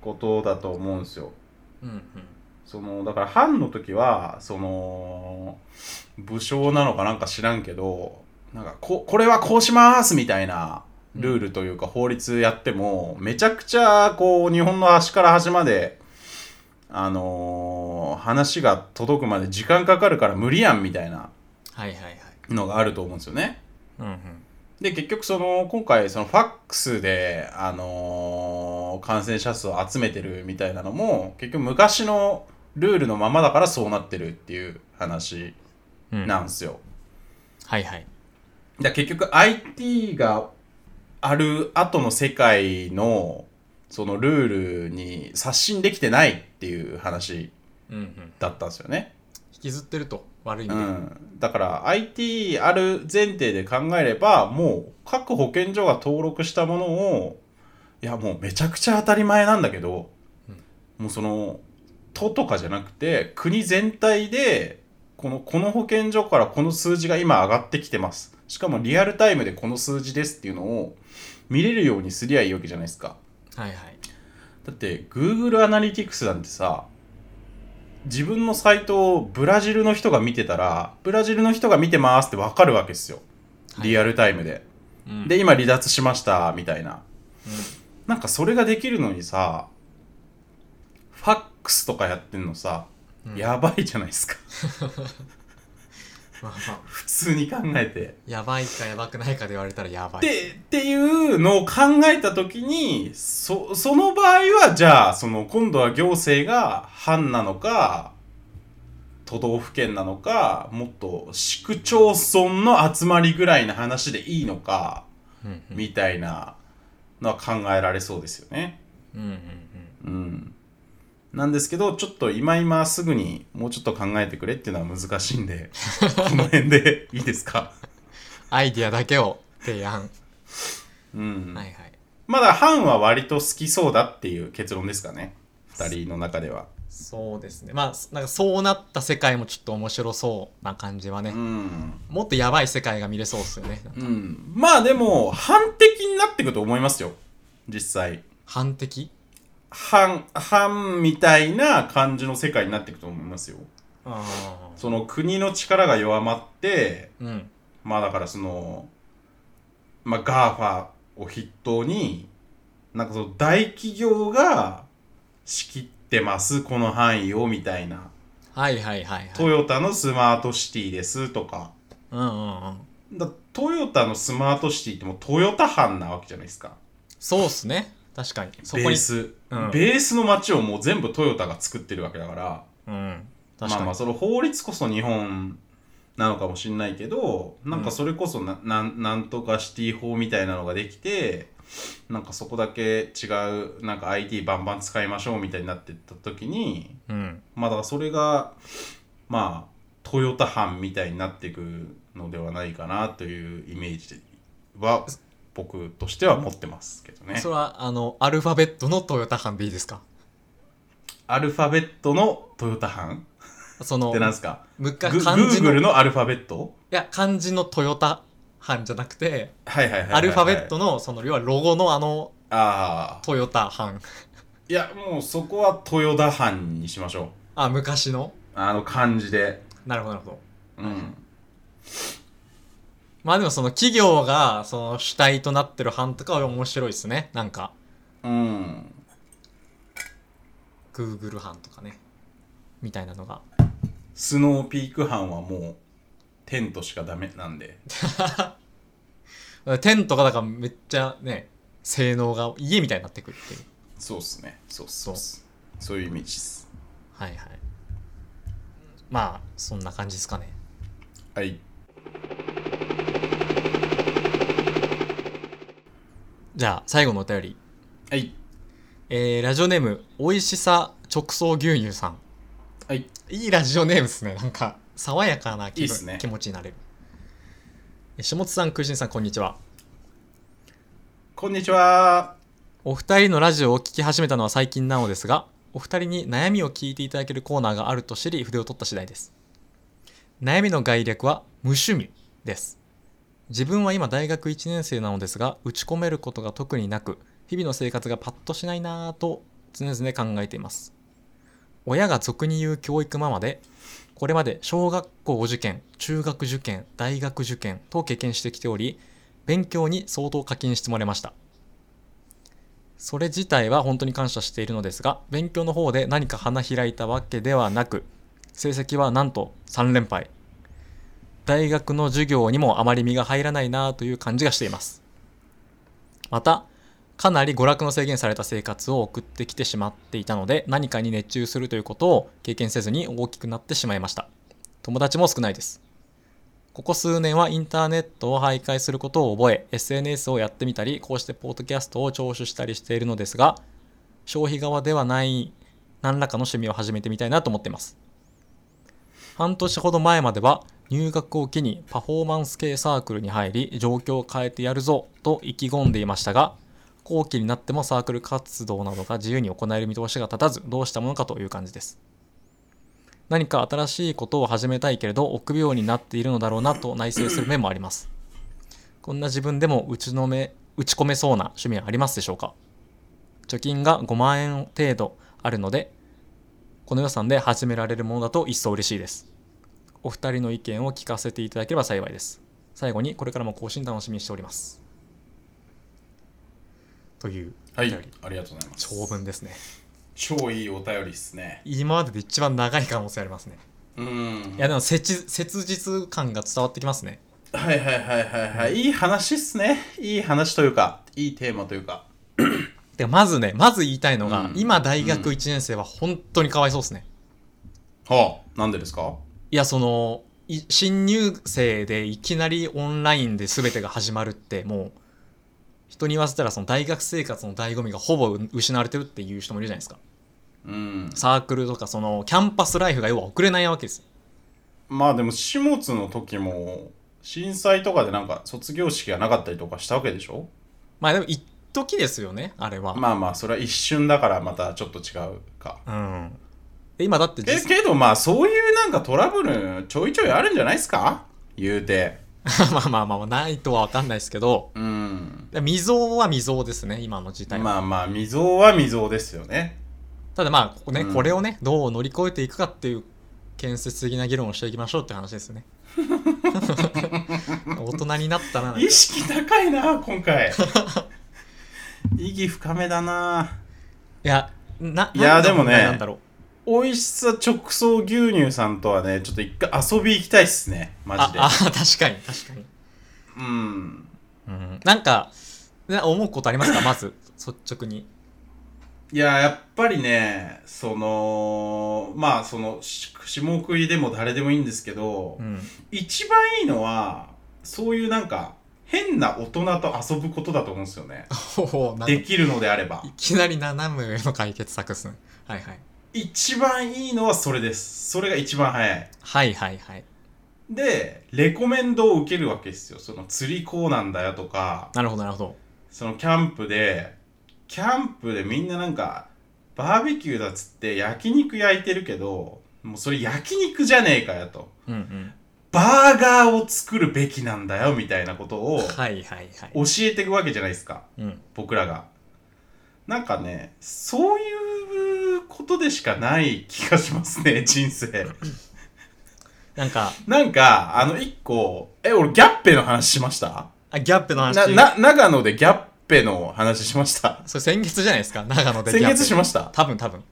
[SPEAKER 2] ことだと思うんですよ。
[SPEAKER 1] うんうん
[SPEAKER 2] そのだから藩の時はその武将なのかなんか知らんけどなんかここれはこうしますみたいなルールというか法律やってもめちゃくちゃこう日本の端から端まであのー話が届くまで時間かかるから無理やんみたいな
[SPEAKER 1] はいはいはい
[SPEAKER 2] のがあると思うんですよね。
[SPEAKER 1] うんうん
[SPEAKER 2] で結局その今回そのファックスで、あのー感染者数を集めてるみたいなのも結局昔のルールのままだからそうなってるっていう話
[SPEAKER 1] うん
[SPEAKER 2] なんですよ。
[SPEAKER 1] はいはい
[SPEAKER 2] だから結局 IT がある後の世界のそのルールに刷新できてないっていう話
[SPEAKER 1] うんうん
[SPEAKER 2] だったんですよね。
[SPEAKER 1] 引きずってると悪い意
[SPEAKER 2] う
[SPEAKER 1] 味で
[SPEAKER 2] ん、だから IT ある前提で考えればもう各保健所が登録したものをいやもうめちゃくちゃ当たり前なんだけど、
[SPEAKER 1] うん
[SPEAKER 2] もうその都とかじゃなくて国全体でこのこの保健所からこの数字が今上がってきてますしかもリアルタイムでこの数字ですっていうのを見れるようにすりゃいいわけじゃないですか
[SPEAKER 1] はいはい
[SPEAKER 2] だって Google アナリティクスなんてさ自分のサイトをブラジルの人が見てたらブラジルの人が見てますって分かるわけですよリアルタイムで、
[SPEAKER 1] うん
[SPEAKER 2] で今離脱しましたみたいな
[SPEAKER 1] うん
[SPEAKER 2] なんかそれができるのにさファックスとかやってんのさ、
[SPEAKER 1] うん
[SPEAKER 2] やばいじゃないですか [laughs]
[SPEAKER 1] まあまあ
[SPEAKER 2] 普通に考えて
[SPEAKER 1] やばいかやばくないかで言われたらやばい
[SPEAKER 2] でっていうのを考えた時にそその場合はじゃあその今度は行政が藩なのか都道府県なのかもっと市区町村の集まりぐらいの話でいいのか
[SPEAKER 1] うんうん
[SPEAKER 2] みたいなのは考えられそうですよね。
[SPEAKER 1] うんうんうん
[SPEAKER 2] うんなんですけどちょっと今今すぐにもうちょっと考えてくれっていうのは難しい
[SPEAKER 1] [laughs]
[SPEAKER 2] んでこの辺でいいですか。
[SPEAKER 1] アイディアだけを提案
[SPEAKER 2] うん
[SPEAKER 1] はいはい
[SPEAKER 2] まだハンは割と好きそうだっていう結論ですかね2人の中では
[SPEAKER 1] そうですねまあなんかそうなった世界もちょっと面白そうな感じはね、
[SPEAKER 2] ん、
[SPEAKER 1] もっとやばい世界が見れそうですよね
[SPEAKER 2] うん、まあでも反的になってくと思いますよ実際
[SPEAKER 1] 反的
[SPEAKER 2] 反反みたいな感じの世界になっていくと思いますよ
[SPEAKER 1] あ
[SPEAKER 2] その国の力が弱まって
[SPEAKER 1] うん
[SPEAKER 2] まあだからその、まあ、ガーファを筆頭に、なんかその大企業が仕切ってます、この範囲をみたいな。
[SPEAKER 1] はいはいはいはい
[SPEAKER 2] トヨタのスマートシティですとか。
[SPEAKER 1] うんうんうん
[SPEAKER 2] だトヨタのスマートシティってもうトヨタ班なわけじゃないですか。
[SPEAKER 1] そうっすね確かにそ
[SPEAKER 2] ベ
[SPEAKER 1] こ
[SPEAKER 2] ー
[SPEAKER 1] に
[SPEAKER 2] ス、
[SPEAKER 1] うん
[SPEAKER 2] ベースの街をもう全部トヨタが作ってるわけだから。
[SPEAKER 1] うん確
[SPEAKER 2] ま
[SPEAKER 1] か
[SPEAKER 2] あ
[SPEAKER 1] に、
[SPEAKER 2] まあその法律こそ日本なのかもしれないけどなんかそれこそな,、ん、なんなんとかシティ法みたいなのができてなんかそこだけ違うなんか IT バンバン使いましょうみたいになってった時に
[SPEAKER 1] うん
[SPEAKER 2] まあだからそれがまあトヨタ班みたいになっていくのではないかなというイメージは僕としては持ってますけどね
[SPEAKER 1] そ。れはあのアルファベットのトヨタ班でいいですか
[SPEAKER 2] アルファベットのトヨタ班
[SPEAKER 1] その
[SPEAKER 2] ってなんですか
[SPEAKER 1] 昔
[SPEAKER 2] グ
[SPEAKER 1] 漢字の
[SPEAKER 2] ?Google
[SPEAKER 1] い
[SPEAKER 2] のアルファベット
[SPEAKER 1] や漢字のトヨタ班じゃなくて
[SPEAKER 2] はいはいはいはいはい
[SPEAKER 1] アルファベットのその要はロゴのあの
[SPEAKER 2] ああ
[SPEAKER 1] トヨタ班
[SPEAKER 2] いやもうそこは豊田藩にしましょう
[SPEAKER 1] あ昔の
[SPEAKER 2] あの漢字で
[SPEAKER 1] なるほどなるほど
[SPEAKER 2] うん
[SPEAKER 1] まあでもその企業がその主体となってる班とかは面白いですねなんか
[SPEAKER 2] うん、
[SPEAKER 1] Google 班とかねみたいなのが
[SPEAKER 2] スノーピーク藩はもうテントしかダメなんで
[SPEAKER 1] テントがだからめっちゃね性能が家みたいになってくるっていう
[SPEAKER 2] そうっすねそうっすそうっすそういうイメージっす
[SPEAKER 1] はいはいまあそんな感じですかね
[SPEAKER 2] はい
[SPEAKER 1] じゃあ最後のお便り、
[SPEAKER 2] はい
[SPEAKER 1] えー、ラジオネームおいしさ直送牛乳さん
[SPEAKER 2] はい
[SPEAKER 1] いいラジオネームですねなんか爽やかな気分
[SPEAKER 2] いいっすね
[SPEAKER 1] 気持ちになれるえ下津さん空心さんこんにちは
[SPEAKER 2] こんにちは
[SPEAKER 1] お二人のラジオを聞き始めたのは最近なのですがお二人に悩みを聞いていただけるコーナーがあると知り筆を取った次第です悩みの概略は無趣味です自分は今大学1年生なのですが打ち込めることが特になく日々の生活がパッとしないなぁと常々考えています親が俗に言う教育ママでこれまで小学校受験中学受験大学受験と経験してきており勉強に相当課金してもらいましたそれ自体は本当に感謝しているのですが勉強の方で何か花開いたわけではなく成績はなんと3連敗大学の授業にもあまり身が入らないなという感じがしていますまたかなり娯楽の制限された生活を送ってきてしまっていたので何かに熱中するということを経験せずに大きくなってしまいました友達も少ないですここ数年はインターネットを徘徊することを覚え、SNS をやってみたり、こうしてポッドキャストを聴取したりしているのですが、消費側ではない何らかの趣味を始めてみたいなと思っています。半年ほど前までは、入学を機にパフォーマンス系サークルに入り、状況を変えてやるぞと意気込んでいましたが、後期になってもサークル活動などが自由に行える見通しが立たず、どうしたものかという感じです。何か新しいことを始めたいけれど臆病になっているのだろうなと内省する面もありますこんな自分でも打ちのめ打ち込めそうな趣味はありますでしょうか貯金が5万円程度あるのでこの予算で始められるものだと一層嬉しいですお二人の意見を聞かせていただければ幸いです最後にこれからも更新楽しみにしておりますという
[SPEAKER 2] はい
[SPEAKER 1] お便り
[SPEAKER 2] ありがとうございます
[SPEAKER 1] 長文ですね
[SPEAKER 2] 超いいお便りっすね
[SPEAKER 1] 今までで一番長い可能性ありますね
[SPEAKER 2] うん
[SPEAKER 1] いやでも切切実感が伝わってきますね。
[SPEAKER 2] はいはいはいはいはいいい話っすねいい話というかいいテーマというか
[SPEAKER 1] てかまずねまず言いたいのが、
[SPEAKER 2] うん
[SPEAKER 1] 今大学1年生は本当にかわいそうですね。
[SPEAKER 2] はあなんでですか
[SPEAKER 1] いやそのい新入生でいきなりオンラインで全てが始まるってもう人に言わせたらその大学生活の醍醐味がほぼ失われてるっていう人もいるじゃないですか。
[SPEAKER 2] うん
[SPEAKER 1] サークルとかそのキャンパスライフが要は送れないわけですよ。
[SPEAKER 2] まあでも始末の時も震災とかでなんか卒業式がなかったりとかしたわけでしょ
[SPEAKER 1] まあでも一時ですよねあれは。
[SPEAKER 2] まあまあそれは一瞬だからまたちょっと違うか
[SPEAKER 1] うん。で今だって [laughs]
[SPEAKER 2] け
[SPEAKER 1] 実
[SPEAKER 2] けどまあそういうなんかトラブルちょいちょいあるんじゃないですか言うて
[SPEAKER 1] まあまあまあまあないとは分かんないですけど。
[SPEAKER 2] うん
[SPEAKER 1] ら未曾有は未曾有ですね、今の時代は。
[SPEAKER 2] まあまあ未曾有は未曾有ですよね
[SPEAKER 1] ただまあ、ここね、
[SPEAKER 2] うん
[SPEAKER 1] これをね、どう乗り越えていくかっていう建設的な議論をしていきましょうって話ですね。
[SPEAKER 2] [laughs]
[SPEAKER 1] 大人になったな。
[SPEAKER 2] 意識高いな
[SPEAKER 1] [laughs]
[SPEAKER 2] 今回意義深めだない
[SPEAKER 1] や、な、
[SPEAKER 2] いや
[SPEAKER 1] なんで
[SPEAKER 2] でもね
[SPEAKER 1] なんだろう。
[SPEAKER 2] 美味しさ直送牛乳さんとはねちょっと一回遊び行きたいっすねマ
[SPEAKER 1] あ
[SPEAKER 2] ジ、で
[SPEAKER 1] あ、確かに、確かに。
[SPEAKER 2] うん
[SPEAKER 1] うん。なんか、な思うことありますかまず、率直に。
[SPEAKER 2] いややっぱりねそのまあそのし下食いでも誰でもいいんですけど、
[SPEAKER 1] うん。
[SPEAKER 2] 一番いいのはそういうなんか変な大人と遊ぶことだと思うんですよね
[SPEAKER 1] お [laughs] お、なん
[SPEAKER 2] で
[SPEAKER 1] い
[SPEAKER 2] きるのであれば
[SPEAKER 1] きなり斜め上の解決策ですね。はいはい。
[SPEAKER 2] 一番いいのはそれですそれが一番早い
[SPEAKER 1] はいはいはい。
[SPEAKER 2] でレコメンドを受けるわけですよその釣りこうなんだよとか
[SPEAKER 1] なるほどなるほど。
[SPEAKER 2] そのキャンプでキャンプでみんななんかバーベキューだっつって焼肉焼いてるけどもうそれ焼肉じゃねえかよと
[SPEAKER 1] うんうん。
[SPEAKER 2] バーガーを作るべきなんだよみたいなことを
[SPEAKER 1] はいはいはい。
[SPEAKER 2] 教えていくわけじゃないですか
[SPEAKER 1] うん。
[SPEAKER 2] 僕らがなんかねそういうことでしかない気がしますね人生
[SPEAKER 1] なんか、
[SPEAKER 2] なんかあの一個え俺ギャッペの話しました
[SPEAKER 1] あ、ギャップの話。
[SPEAKER 2] なな長野でギャッペの話しました
[SPEAKER 1] それ先月じゃない
[SPEAKER 2] [laughs]
[SPEAKER 1] ですか長野で
[SPEAKER 2] 先月し
[SPEAKER 1] ま
[SPEAKER 2] ました
[SPEAKER 1] 多分多分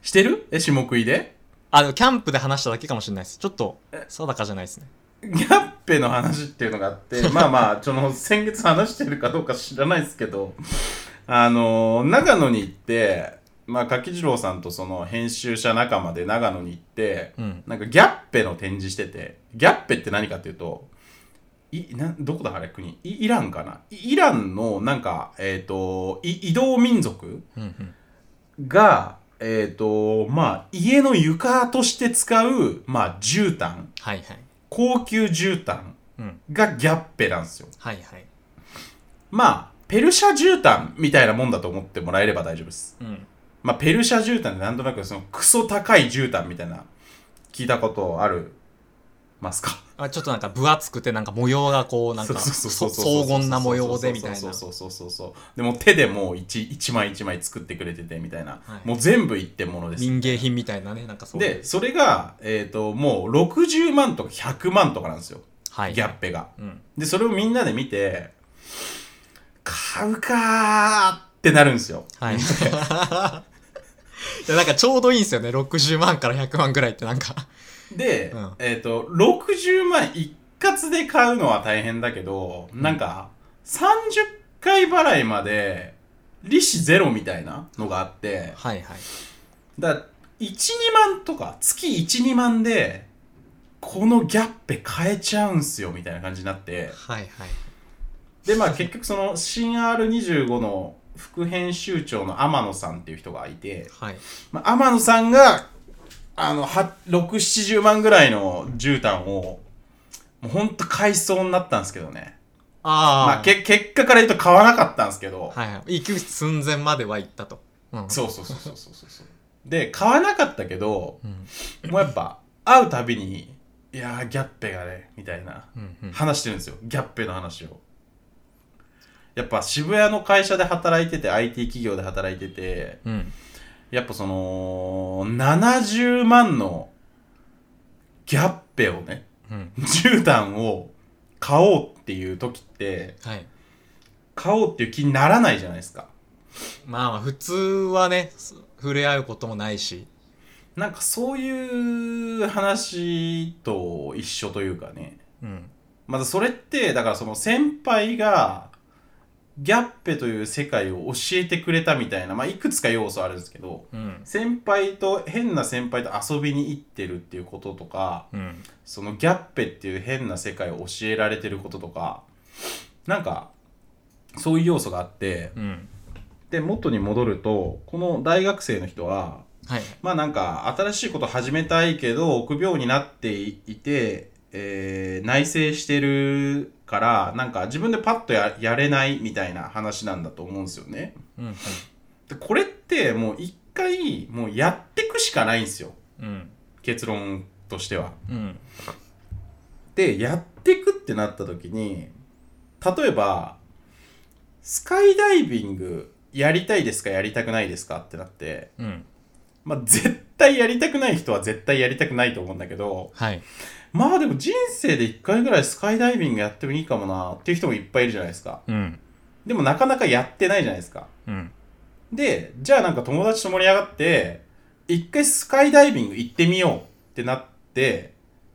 [SPEAKER 2] してるえ下食いで
[SPEAKER 1] あのキャンプで話しただけかもしれないですちょっと定かじゃないですね
[SPEAKER 2] ギャッペの話っていうのがあ [laughs] って、まあまあ、その先月話してるかどうか知らないですけど、あの長野に行って、まあ、柿次郎さんとその編集者仲間で長野に行って、
[SPEAKER 1] うん
[SPEAKER 2] なんかギャッペの展示してて、ギャッペって何かっていうと、いなどこだあれ国イイランかないイランのなんか、えっ、と、い移動民族
[SPEAKER 1] うんうん
[SPEAKER 2] が、えっ、と、まあ、家の床として使う、まあ、絨毯。
[SPEAKER 1] はいはい
[SPEAKER 2] 高級絨毯
[SPEAKER 1] うん
[SPEAKER 2] がギャッペなんですよ。
[SPEAKER 1] はいはい
[SPEAKER 2] まあ、ペルシャ絨毯みたいなもんだと思ってもらえれば大丈夫です。
[SPEAKER 1] うん
[SPEAKER 2] まあ、ペルシャ絨毯ってなんとなくそのクソ高い絨毯みたいな、聞いたことあるますか
[SPEAKER 1] あちょっとなんか分厚くてなんか模様がこうなんかそ荘厳な模様でみたい
[SPEAKER 2] そ
[SPEAKER 1] な
[SPEAKER 2] うそうそうそうそうそうそうそう。でも手でもう一一枚一枚作ってくれててみたいな。
[SPEAKER 1] はい
[SPEAKER 2] もう全部一点物です。
[SPEAKER 1] 民芸品みたいなねなんかそういう
[SPEAKER 2] で、それが、えっ、と、もう60万とか100万とかなんですよ。
[SPEAKER 1] はい
[SPEAKER 2] ギャッペが。
[SPEAKER 1] うん
[SPEAKER 2] で、それをみんなで見て、買うかーってなるんですよ。
[SPEAKER 1] [laughs] はいいやなんかちょうどいいんですよね60万から100万ぐらいってなんか
[SPEAKER 2] で、
[SPEAKER 1] うん
[SPEAKER 2] えっ、と、60万一括で買うのは大変だけど、なんか、30回払いまで、利子ゼロみたいなのがあって、
[SPEAKER 1] はいはい
[SPEAKER 2] だから、1、2万とか、月1、2万で、このギャッペ買えちゃうんすよ、みたいな感じになって。
[SPEAKER 1] はいはい
[SPEAKER 2] でまあ結局その新 R25 の副編集長の天野さんっていう人がいて、
[SPEAKER 1] はい
[SPEAKER 2] まあ、天野さんがあの670万ぐらいの絨毯をもうほんと買いそうになったんですけどね
[SPEAKER 1] ああ、
[SPEAKER 2] まあ、け結果から言うと買わなかったんですけど、
[SPEAKER 1] はいはい行く寸前までは行ったと、うん、
[SPEAKER 2] そうそうそうそうそうそうそうで買わなかったけど
[SPEAKER 1] う、ん
[SPEAKER 2] もうやっぱ会うたびに「いやーギャッペがね」みたいな
[SPEAKER 1] うんうん
[SPEAKER 2] 話してるんですよギャッペの話をやっぱ渋谷の会社で働いてて IT 企業で働いてて
[SPEAKER 1] うん
[SPEAKER 2] やっぱその70万のギャッペをね
[SPEAKER 1] うん
[SPEAKER 2] 絨毯を買おうっていう時って
[SPEAKER 1] はい
[SPEAKER 2] 買おうっていう気にならないじゃないですか
[SPEAKER 1] まあまあ普通はねす触れ合うこともないし
[SPEAKER 2] なんかそういう話と一緒というかね
[SPEAKER 1] うん
[SPEAKER 2] まずそれってだからその先輩がギャッペという世界を教えてくれたみたいな、まあ、いくつか要素あるんですけど
[SPEAKER 1] うん
[SPEAKER 2] 先輩と変な先輩と遊びに行ってるっていうこととか
[SPEAKER 1] うん
[SPEAKER 2] そのギャッペっていう変な世界を教えられてることとかなんかそういう要素があって
[SPEAKER 1] うん
[SPEAKER 2] で元に戻るとこの大学生の人は
[SPEAKER 1] はい
[SPEAKER 2] まあなんか新しいこと始めたいけど臆病になっていて、えー内省してるからなんか自分でパッとややれないみたいな話なんだと思うんですよね。
[SPEAKER 1] うん
[SPEAKER 2] でこれってもう一回もうやってくしかないんですよ
[SPEAKER 1] うん
[SPEAKER 2] 結論としては。
[SPEAKER 1] うん
[SPEAKER 2] でやってくってなった時に例えばスカイダイビングやりたいですかやりたくないですかってなって、
[SPEAKER 1] うん。
[SPEAKER 2] まあ、絶対やりたくない人は絶対やりたくないと思うんだけど、
[SPEAKER 1] はい。
[SPEAKER 2] まあでも人生で1回ぐらいスカイダイビングやってもいいかもなっていう人もいっぱいいるじゃないですか。
[SPEAKER 1] うん。
[SPEAKER 2] でもなかなかやってないじゃないですか。
[SPEAKER 1] うん。
[SPEAKER 2] で、じゃあなんか友達と盛り上がって、一回スカイダイビング行ってみようってなって、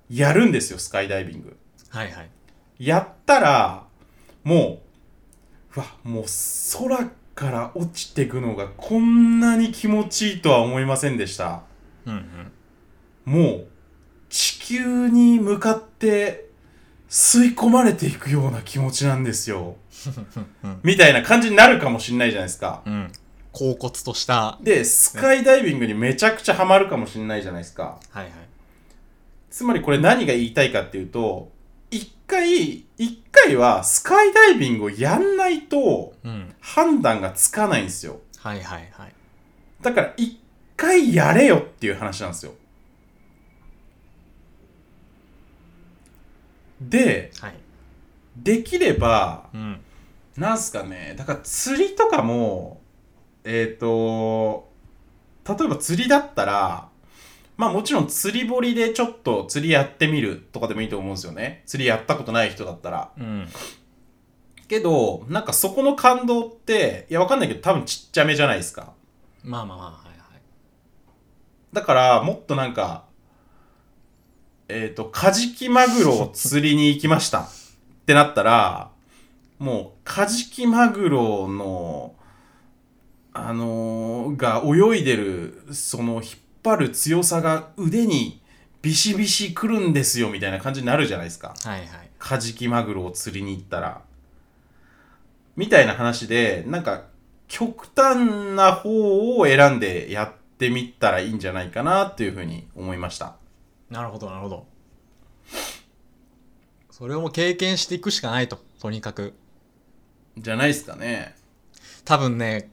[SPEAKER 2] やるんですよ、スカイダイビング。
[SPEAKER 1] はいはい。
[SPEAKER 2] やったら、もう、うわ、もう空から落ちてくのがこんなに気持ちいいとは思いませんでした。
[SPEAKER 1] うんうん。
[SPEAKER 2] もう、地球に向かって吸い込まれていくような気持ちなんですよ。
[SPEAKER 1] うん。
[SPEAKER 2] みたいな感じになるかもしんないじゃないですか。
[SPEAKER 1] うん。恍惚とした。
[SPEAKER 2] で、スカイダイビングにめちゃくちゃハマるかもしれないじゃないですか。
[SPEAKER 1] はいはい。
[SPEAKER 2] つまりこれ何が言いたいかっていうと、一回、一回はスカイダイビングをやんないと
[SPEAKER 1] うん。
[SPEAKER 2] 判断がつかないんですよ。
[SPEAKER 1] はいはいはい。
[SPEAKER 2] だから一回やれよっていう話なんですよ。で、
[SPEAKER 1] はい。
[SPEAKER 2] できれば、
[SPEAKER 1] うん。
[SPEAKER 2] なんすかね、だから釣りとかも、えっ、と、例えば釣りだったら、まあもちろん釣り堀でちょっと釣りやってみるとかでもいいと思うんですよね。釣りやったことない人だったら。
[SPEAKER 1] うん。
[SPEAKER 2] けど、なんかそこの感動って、いやわかんないけど多分ちっちゃめじゃないですか。
[SPEAKER 1] まあまあまあ、はいはい。
[SPEAKER 2] だからもっとなんか、えっ、と、カジキマグロを釣りに行きましたってなったら、もうカジキマグロの、あのーが泳いでる、その引っ張る強さが腕にビシビシくるんですよみたいな感じになるじゃないですか。
[SPEAKER 1] はいはい。
[SPEAKER 2] カジキマグロを釣りに行ったら。みたいな話で、なんか、極端な方を選んでやってみたらいいんじゃないかなっていうふうに思いました。
[SPEAKER 1] なるほど、なるほど。それをもう経験していくしかないと、とにかく。
[SPEAKER 2] じゃないですかね。
[SPEAKER 1] 多分ね、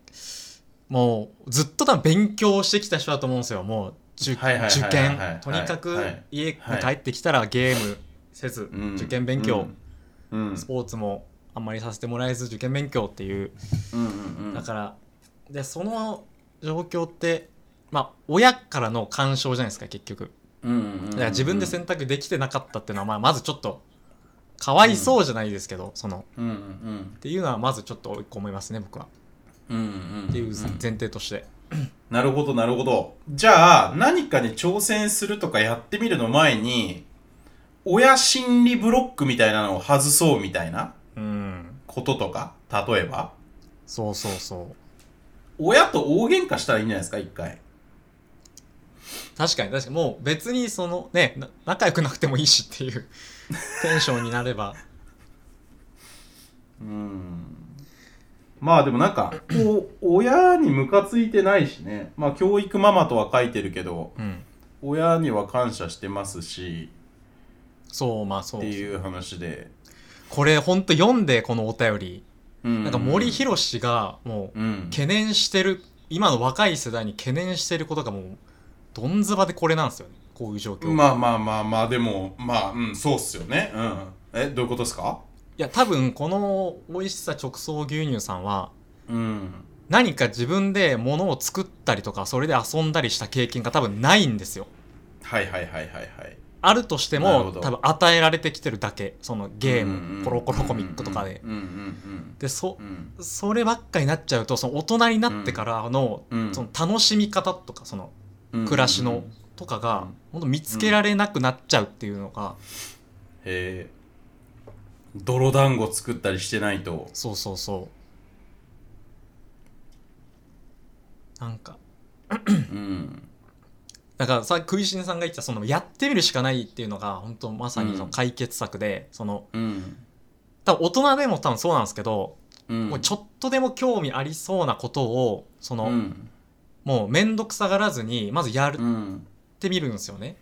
[SPEAKER 1] もうずっと多分勉強してきた人だと思うんですよ。もう受
[SPEAKER 2] はいはいはいはい
[SPEAKER 1] 受験
[SPEAKER 2] はい。
[SPEAKER 1] とにかく
[SPEAKER 2] はい
[SPEAKER 1] 家に
[SPEAKER 2] はい
[SPEAKER 1] 帰ってきたらゲームせず、
[SPEAKER 2] うん
[SPEAKER 1] 受験勉強、。
[SPEAKER 2] うん。うん
[SPEAKER 1] スポーツもあんまりさせてもらえず受験勉強っていう。
[SPEAKER 2] うんうんうん
[SPEAKER 1] だから、で、その状況って、まあ、親からの干渉じゃないですか、結局。
[SPEAKER 2] うんうんうんうん
[SPEAKER 1] だから自分で選択できてなかったっていうのは、まあ、まずちょっと、かわいそうじゃないですけど、その、
[SPEAKER 2] うんうん
[SPEAKER 1] っていうのはまずちょっと一個思いますね、僕は。
[SPEAKER 2] うんうんん
[SPEAKER 1] っていう前提として。
[SPEAKER 2] なるほど、なるほど。じゃあ、何かに挑戦するとかやってみるの前に、親心理ブロックみたいなのを外そうみたいな
[SPEAKER 1] うん。
[SPEAKER 2] こととか、例えば、
[SPEAKER 1] そうそうそう。
[SPEAKER 2] 親と大喧嘩したらいいんじゃないですか、一回。
[SPEAKER 1] 確かに確かにもう別にそのねな仲良くなくてもいいしって [laughs] いうテンションになれば
[SPEAKER 2] うん。まあでもなんか、お親にムカついてないしね。まあ、教育ママとは書いてるけど、
[SPEAKER 1] うん
[SPEAKER 2] 親には感謝してますし、
[SPEAKER 1] そうまあそ
[SPEAKER 2] っ
[SPEAKER 1] う
[SPEAKER 2] ていう話で。
[SPEAKER 1] これほんと読んでこのお便り
[SPEAKER 2] な
[SPEAKER 1] なんか森博氏がもう
[SPEAKER 2] うん。
[SPEAKER 1] 懸念してる今の若い世代に懸念してることがもうどんずばでこれなんですよねこういう状況、
[SPEAKER 2] まあまあまあまあでもまあうんそうっすよねうんえどういうことですか
[SPEAKER 1] いや多分この美味しさ直送牛乳さんは
[SPEAKER 2] うん
[SPEAKER 1] 何か自分で物を作ったりとかそれで遊んだりした経験が多分ないんですよ
[SPEAKER 2] はいはいはいはいはい
[SPEAKER 1] あるとして
[SPEAKER 2] なるほ
[SPEAKER 1] も
[SPEAKER 2] ど
[SPEAKER 1] 多分与えられてきてるだけそのゲー
[SPEAKER 2] うんうんう
[SPEAKER 1] ム
[SPEAKER 2] ん
[SPEAKER 1] コロコロコミックとかで
[SPEAKER 2] うんうん
[SPEAKER 1] でそ
[SPEAKER 2] うんうん
[SPEAKER 1] そればっかになっちゃうとその大人になってからの,、
[SPEAKER 2] うん
[SPEAKER 1] その楽しみ方とかその
[SPEAKER 2] うん
[SPEAKER 1] 暮らし
[SPEAKER 2] うんう
[SPEAKER 1] の
[SPEAKER 2] んうん
[SPEAKER 1] とかが
[SPEAKER 2] うん
[SPEAKER 1] 本当見つけられなくなっちゃうっていうのが
[SPEAKER 2] へえ泥団子作ったりしてないと
[SPEAKER 1] そうそうそうなんか
[SPEAKER 2] うん
[SPEAKER 1] だからさ食いしんさんが言ってたそのやってみるしかないっていうのが本当まさにその解決策で、その
[SPEAKER 2] うん
[SPEAKER 1] 多分大人でも多分そうなんですけど、
[SPEAKER 2] うん
[SPEAKER 1] もうちょっとでも興味ありそうなことをその、
[SPEAKER 2] うん
[SPEAKER 1] もう面倒くさがらずにまずやる
[SPEAKER 2] う
[SPEAKER 1] っ
[SPEAKER 2] ん
[SPEAKER 1] てみるんですよね。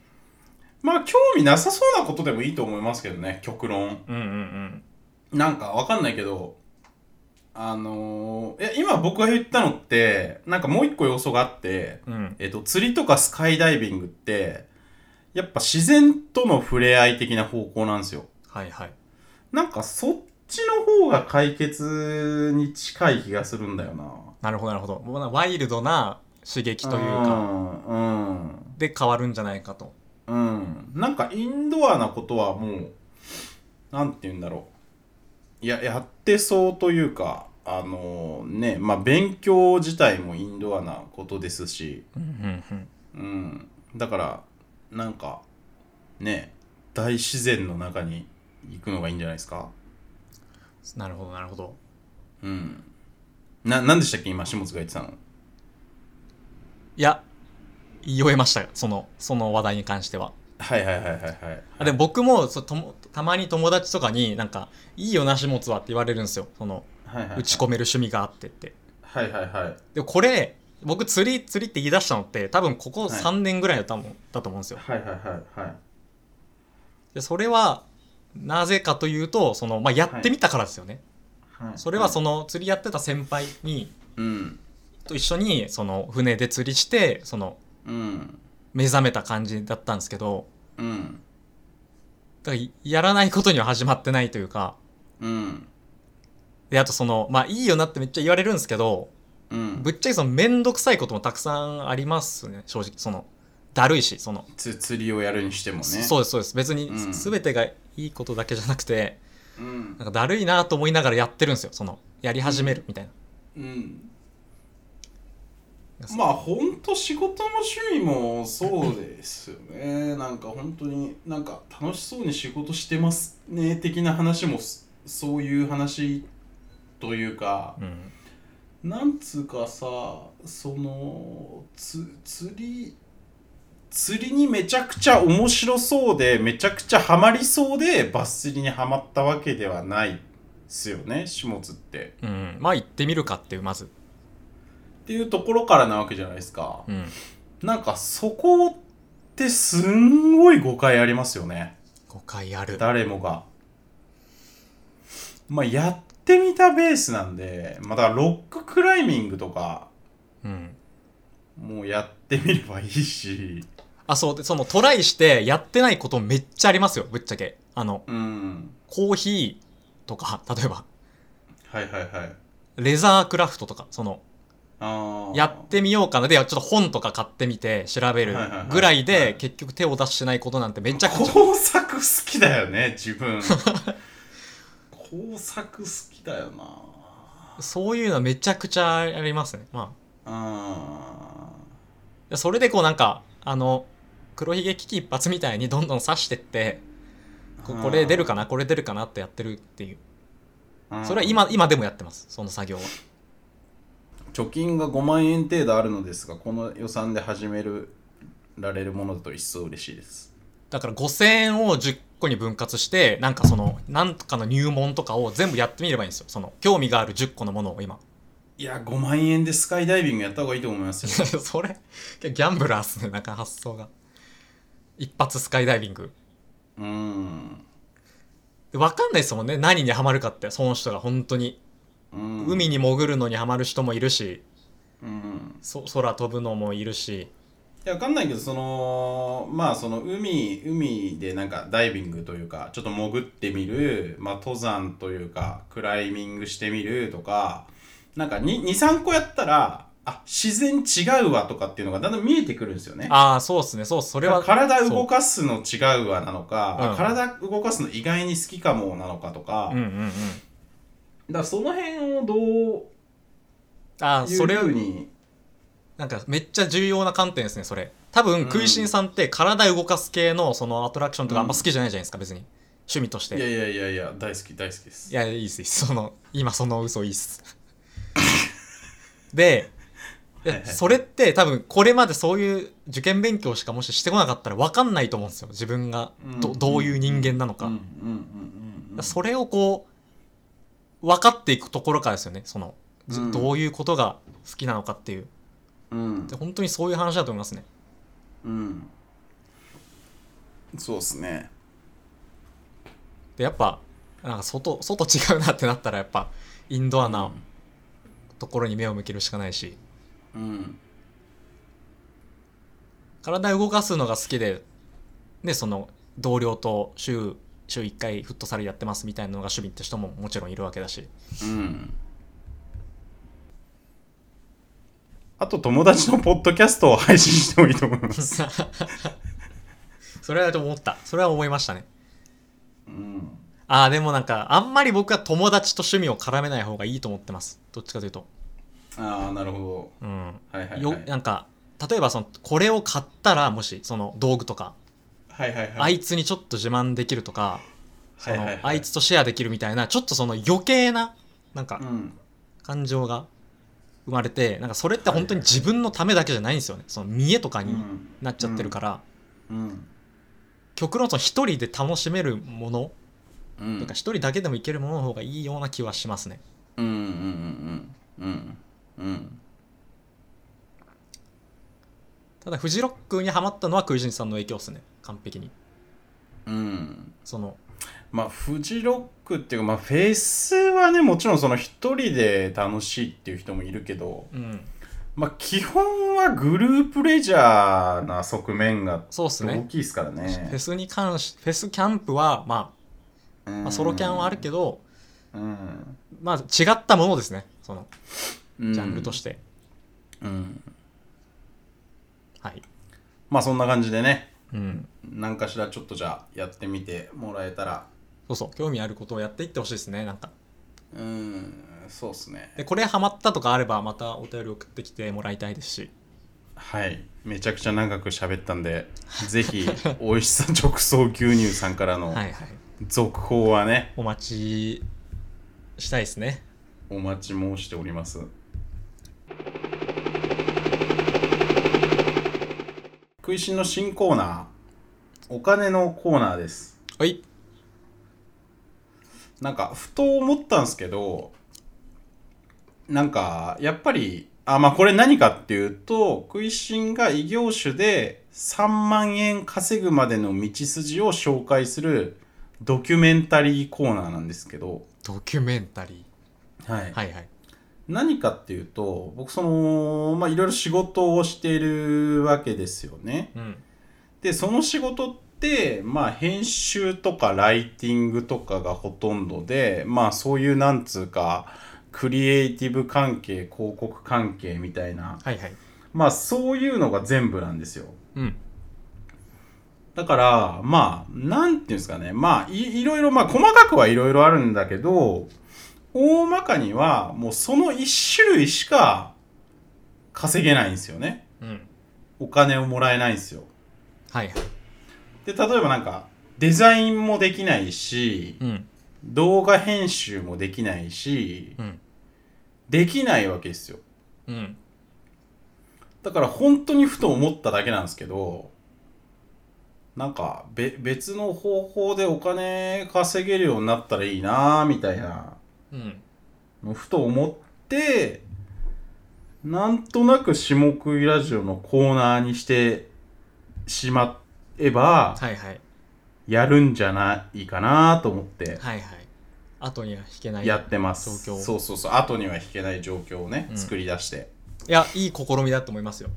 [SPEAKER 2] まあ興味なさそうなことでもいいと思いますけどね極論
[SPEAKER 1] うんうんうん。
[SPEAKER 2] なんかわかんないけど、あのー、いや、今僕が言ったのって、なんかもう一個要素があって、
[SPEAKER 1] うん、
[SPEAKER 2] えっと、釣りとかスカイダイビングって、やっぱ自然との触れ合い的な方向なんですよ。
[SPEAKER 1] はいはい。
[SPEAKER 2] なんかそっちの方が解決に近い気がするんだよな。
[SPEAKER 1] なるほどなるほどもうなワイルドな刺激というか
[SPEAKER 2] か。
[SPEAKER 1] で変わるんじゃないかと
[SPEAKER 2] うん。うん。なんかインドアなことはもう、なんて言うんだろう。いや、やってそうというか、あのね、まあ勉強自体もインドアなことですし、
[SPEAKER 1] うんうんうん
[SPEAKER 2] うん、だからなんかね大自然の中に行くのがいいんじゃないですか
[SPEAKER 1] なるほどなるほど
[SPEAKER 2] うんななんでしたっけ今下津が言ってたの
[SPEAKER 1] いや言い終えましたそのその話題に関しては
[SPEAKER 2] はいはいはいはいはい
[SPEAKER 1] あでも僕もそうともたまに友達とかになんか「いいよなしもつは」って言われるんですよその
[SPEAKER 2] はいはいはい
[SPEAKER 1] 打ち込める趣味があってって
[SPEAKER 2] はいはいはい
[SPEAKER 1] でもこれ僕釣り釣りって言い出したのって多分ここ
[SPEAKER 2] はい
[SPEAKER 1] 3年ぐらいだったもんだと思うんですよ
[SPEAKER 2] はいはいはいはい
[SPEAKER 1] でそれはなぜかというとその、まあ、やってみたからですよね、
[SPEAKER 2] はい
[SPEAKER 1] それはその釣りやってた先輩に
[SPEAKER 2] うん
[SPEAKER 1] と一緒にその船で釣りしてその
[SPEAKER 2] うん
[SPEAKER 1] 目覚めた感じだったんですけど
[SPEAKER 2] うん
[SPEAKER 1] だからやらないことには始まってないというか
[SPEAKER 2] うん
[SPEAKER 1] であとそのまあいいよなってめっちゃ言われるんですけど
[SPEAKER 2] うん
[SPEAKER 1] ぶっちゃけその面倒くさいこともたくさんありますね正直そのだるいしその、
[SPEAKER 2] つ釣りをやるにしてもね
[SPEAKER 1] そうですそうです別に
[SPEAKER 2] うん
[SPEAKER 1] 全てがいいことだけじゃなくて、
[SPEAKER 2] うん
[SPEAKER 1] なんかだるいなと思いながらやってるんですよそのやり始めるみたいな、
[SPEAKER 2] うんまあほんと仕事も趣味もそうですよね [laughs] なんか本当になんか楽しそうに仕事してますね的な話もすそういう話というか
[SPEAKER 1] うん、
[SPEAKER 2] なんつうかさそのつ釣り釣りにめちゃくちゃ面白そうでめちゃくちゃハマりそうでバス釣りにはまったわけではないっすよね下津って。
[SPEAKER 1] うん、まあ行ってみるかっていうまず、
[SPEAKER 2] っていうところからなわけじゃないですか。
[SPEAKER 1] うん、
[SPEAKER 2] なんかそこってすんごい誤解ありますよね
[SPEAKER 1] 誤解ある
[SPEAKER 2] 誰もがまあやってみたベースなんでまあだからロッククライミングとか
[SPEAKER 1] うん
[SPEAKER 2] もうやってみればいいし
[SPEAKER 1] あそうでそのトライしてやってないことめっちゃありますよぶっちゃけあの
[SPEAKER 2] うん
[SPEAKER 1] コーヒーとか例えば
[SPEAKER 2] はいはいはい
[SPEAKER 1] レザークラフトとかその
[SPEAKER 2] ああ
[SPEAKER 1] やってみようかなでちょっと本とか買ってみて調べるぐらい
[SPEAKER 2] はいはいは
[SPEAKER 1] で
[SPEAKER 2] い
[SPEAKER 1] 結局手を出してないことなんてめちゃくちゃ
[SPEAKER 2] 工作好きだよね自分工作好きだよな
[SPEAKER 1] そういうのはめちゃくちゃありますねま
[SPEAKER 2] あ
[SPEAKER 1] あそれでこうなんかあの黒ひげ危機一髪みたいにどんどん刺してってここれ出るかなこれ出るかなってやってるっていうそれは今今でもやってますその作業は
[SPEAKER 2] 貯金が5万円程度あるのですがこの予算で始めるられるものだと一層嬉しいです
[SPEAKER 1] だから5000円を10個に分割してなんかそのなんとかの入門とかを全部やってみればいいんですよその興味がある10個のものを今 [laughs]
[SPEAKER 2] いや5万円でスカイダイビングやった方がいいと思いますよ
[SPEAKER 1] それギャンブラーっすねなんか発想が一発スカイダイビング
[SPEAKER 2] うーん
[SPEAKER 1] でわかんないですもんね何にハマるかってその人が本当に
[SPEAKER 2] うん
[SPEAKER 1] 海に潜るのにハマる人もいるし、
[SPEAKER 2] うん
[SPEAKER 1] そ空飛ぶのもいるし
[SPEAKER 2] いやわかんないけどそのまあその海海でなんかダイビングというかちょっと潜ってみる、まあ、登山というかクライミングしてみるとかなんか23個やったらあ自然違うわとかっていうのがだんだん見えてくるんですよね
[SPEAKER 1] ああそうですねそうそれは
[SPEAKER 2] 体動かすの違うわなの
[SPEAKER 1] そう
[SPEAKER 2] か、
[SPEAKER 1] うん
[SPEAKER 2] 体動かすの意外に好きかもなのかとか、
[SPEAKER 1] うんうんうん
[SPEAKER 2] だからその辺をど
[SPEAKER 1] ああ
[SPEAKER 2] うい
[SPEAKER 1] そうれ
[SPEAKER 2] ふうに
[SPEAKER 1] なんかめっちゃ重要な観点ですねそれ多分
[SPEAKER 2] うん
[SPEAKER 1] 食いしんさんって体動かす系のそのアトラクションとかあんま好きじゃないじゃないですか別に趣味とし
[SPEAKER 2] い
[SPEAKER 1] て
[SPEAKER 2] や
[SPEAKER 1] いやい
[SPEAKER 2] いやいやいや大好き大好きです
[SPEAKER 1] やいいっすいいっすそ
[SPEAKER 2] [laughs]
[SPEAKER 1] の今その嘘いいっすでで
[SPEAKER 2] はいはい
[SPEAKER 1] それって多分これまでそういう受験勉強しかもししてこなかったら分かんないと思うんですよ自分がど,、
[SPEAKER 2] うん
[SPEAKER 1] どういう人間なのか、
[SPEAKER 2] うんうんうんうん
[SPEAKER 1] それをこう分かっていくところからですよねその、じ
[SPEAKER 2] うん
[SPEAKER 1] どういうことが好きなのかっていう
[SPEAKER 2] うん
[SPEAKER 1] で本当にそういう話だと思いますね
[SPEAKER 2] うんそうっすね
[SPEAKER 1] でやっぱなんか外外違うなってなったらやっぱインドアなところに目を向けるしかないし
[SPEAKER 2] うん
[SPEAKER 1] 体動かすのが好きででその同僚と週週1回フットサルやってますみたいなのが趣味って人ももちろんいるわけだ
[SPEAKER 2] [laughs]
[SPEAKER 1] し
[SPEAKER 2] うんあと友達のポッドキャストを配信してもいいと思います。
[SPEAKER 1] それはと思ったそれは思いましたね
[SPEAKER 2] うん、
[SPEAKER 1] ああでもなんかあんまり僕は友達と趣味を絡めない方がいいと思ってますどっちかというと
[SPEAKER 2] ああ、なるほ
[SPEAKER 1] うん
[SPEAKER 2] ど。はいはい
[SPEAKER 1] よ
[SPEAKER 2] はい。
[SPEAKER 1] なんか例えばそのこれを買ったらもしその道具とか、
[SPEAKER 2] はいはい
[SPEAKER 1] あ
[SPEAKER 2] はい。
[SPEAKER 1] いつにちょっと自慢できるとかその、
[SPEAKER 2] はいはいはい
[SPEAKER 1] あいつとシェアできるみたいなちょっとその余計ななんか
[SPEAKER 2] うん。
[SPEAKER 1] 感情が生まれてなんかそれって本当に自分のためだけじゃないんですよねその見栄とか
[SPEAKER 2] う
[SPEAKER 1] に
[SPEAKER 2] ん。
[SPEAKER 1] なっちゃってるから、
[SPEAKER 2] うん。
[SPEAKER 1] 極論その一人で楽しめるもの、
[SPEAKER 2] うん。
[SPEAKER 1] とか一人だけでもいけるものの方がいいような気はしますね
[SPEAKER 2] うんうんうんうんうんうん
[SPEAKER 1] ただフジロックにはまったのはクイジンさんの影響ですね完璧に
[SPEAKER 2] うん
[SPEAKER 1] その
[SPEAKER 2] まあフジロックっていうかまあフェスはねもちろんその一人で楽しいっていう人もいるけど
[SPEAKER 1] うん
[SPEAKER 2] まあ基本はグループレジャーな側面が
[SPEAKER 1] そうっす
[SPEAKER 2] 大
[SPEAKER 1] ね
[SPEAKER 2] きいですからね
[SPEAKER 1] フェスに関しフェスキャンプは、まあ、まあソロキャンはあるけ
[SPEAKER 2] ど、
[SPEAKER 1] ど、
[SPEAKER 2] うん
[SPEAKER 1] まあ違ったものですねその
[SPEAKER 2] うん、、
[SPEAKER 1] ジャンルとしてて、
[SPEAKER 2] うん、
[SPEAKER 1] はい、
[SPEAKER 2] まあそんな感じでね
[SPEAKER 1] うん、
[SPEAKER 2] 何かしらちょっとじゃあやってみてもらえたら
[SPEAKER 1] そうそう興味あることをやっていってほしいですねなんか
[SPEAKER 2] うんそうっすね
[SPEAKER 1] でこれハマったとかあればまたお便り送ってきてもらいたいですし
[SPEAKER 2] はい、めちゃくちゃ長く喋ったんで、ぜ
[SPEAKER 1] [laughs]
[SPEAKER 2] ひ、美味しさ直送牛乳さんからの
[SPEAKER 1] はいはい
[SPEAKER 2] 続報はね、
[SPEAKER 1] お待ちしたいですね
[SPEAKER 2] お待ち申しております。食いしんの新コーナー、お金のコーナーです。
[SPEAKER 1] はい
[SPEAKER 2] なんか、ふと思ったんですけど、なんか、やっぱり、あ、まあこれ何かっていうと、食いしんが異業種で3万円稼ぐまでの道筋を紹介するドキュメンタリーコーナーなんですけど、
[SPEAKER 1] ドキュメンタリ
[SPEAKER 2] は
[SPEAKER 1] ー
[SPEAKER 2] い
[SPEAKER 1] はいはい
[SPEAKER 2] 何かっていうと、僕その、まあいろいろ仕事をしているわけですよね。
[SPEAKER 1] うん
[SPEAKER 2] で、その仕事って、まあ編集とかライティングとかがほとんどで、まあそういうなんつうか、クリエイティブ関係、広告関係みたいな、
[SPEAKER 1] はいはい
[SPEAKER 2] まあそういうのが全部なんですよ。
[SPEAKER 1] うん
[SPEAKER 2] だから、まあ、なんていうんですかね。まあ、いいろいろ、まあ細かくはいろいろあるんだけど、大まかにはもうその一種類しか稼げないんですよね。
[SPEAKER 1] うん
[SPEAKER 2] お金をもらえないんですよ。
[SPEAKER 1] はいはい
[SPEAKER 2] で、例えばなんか、デザインもできないし、
[SPEAKER 1] うん
[SPEAKER 2] 動画編集もできないし
[SPEAKER 1] う、ん
[SPEAKER 2] できないわけですよ。
[SPEAKER 1] うん
[SPEAKER 2] だから本当にふと思っただけなんですけど、なんかべ別の方法でお金稼げるようになったらいいなみたいな
[SPEAKER 1] うん
[SPEAKER 2] のをふと思って、なんとなく下食いラジオのコーナーにしてしまえば、
[SPEAKER 1] はいはい
[SPEAKER 2] やるんじゃないかなと思って
[SPEAKER 1] はいはい後には引けない
[SPEAKER 2] やってます。
[SPEAKER 1] 状況
[SPEAKER 2] そうそうそう。後には引けない状況をね、
[SPEAKER 1] うん
[SPEAKER 2] 作り出して。
[SPEAKER 1] いやいい試みだと思いますよ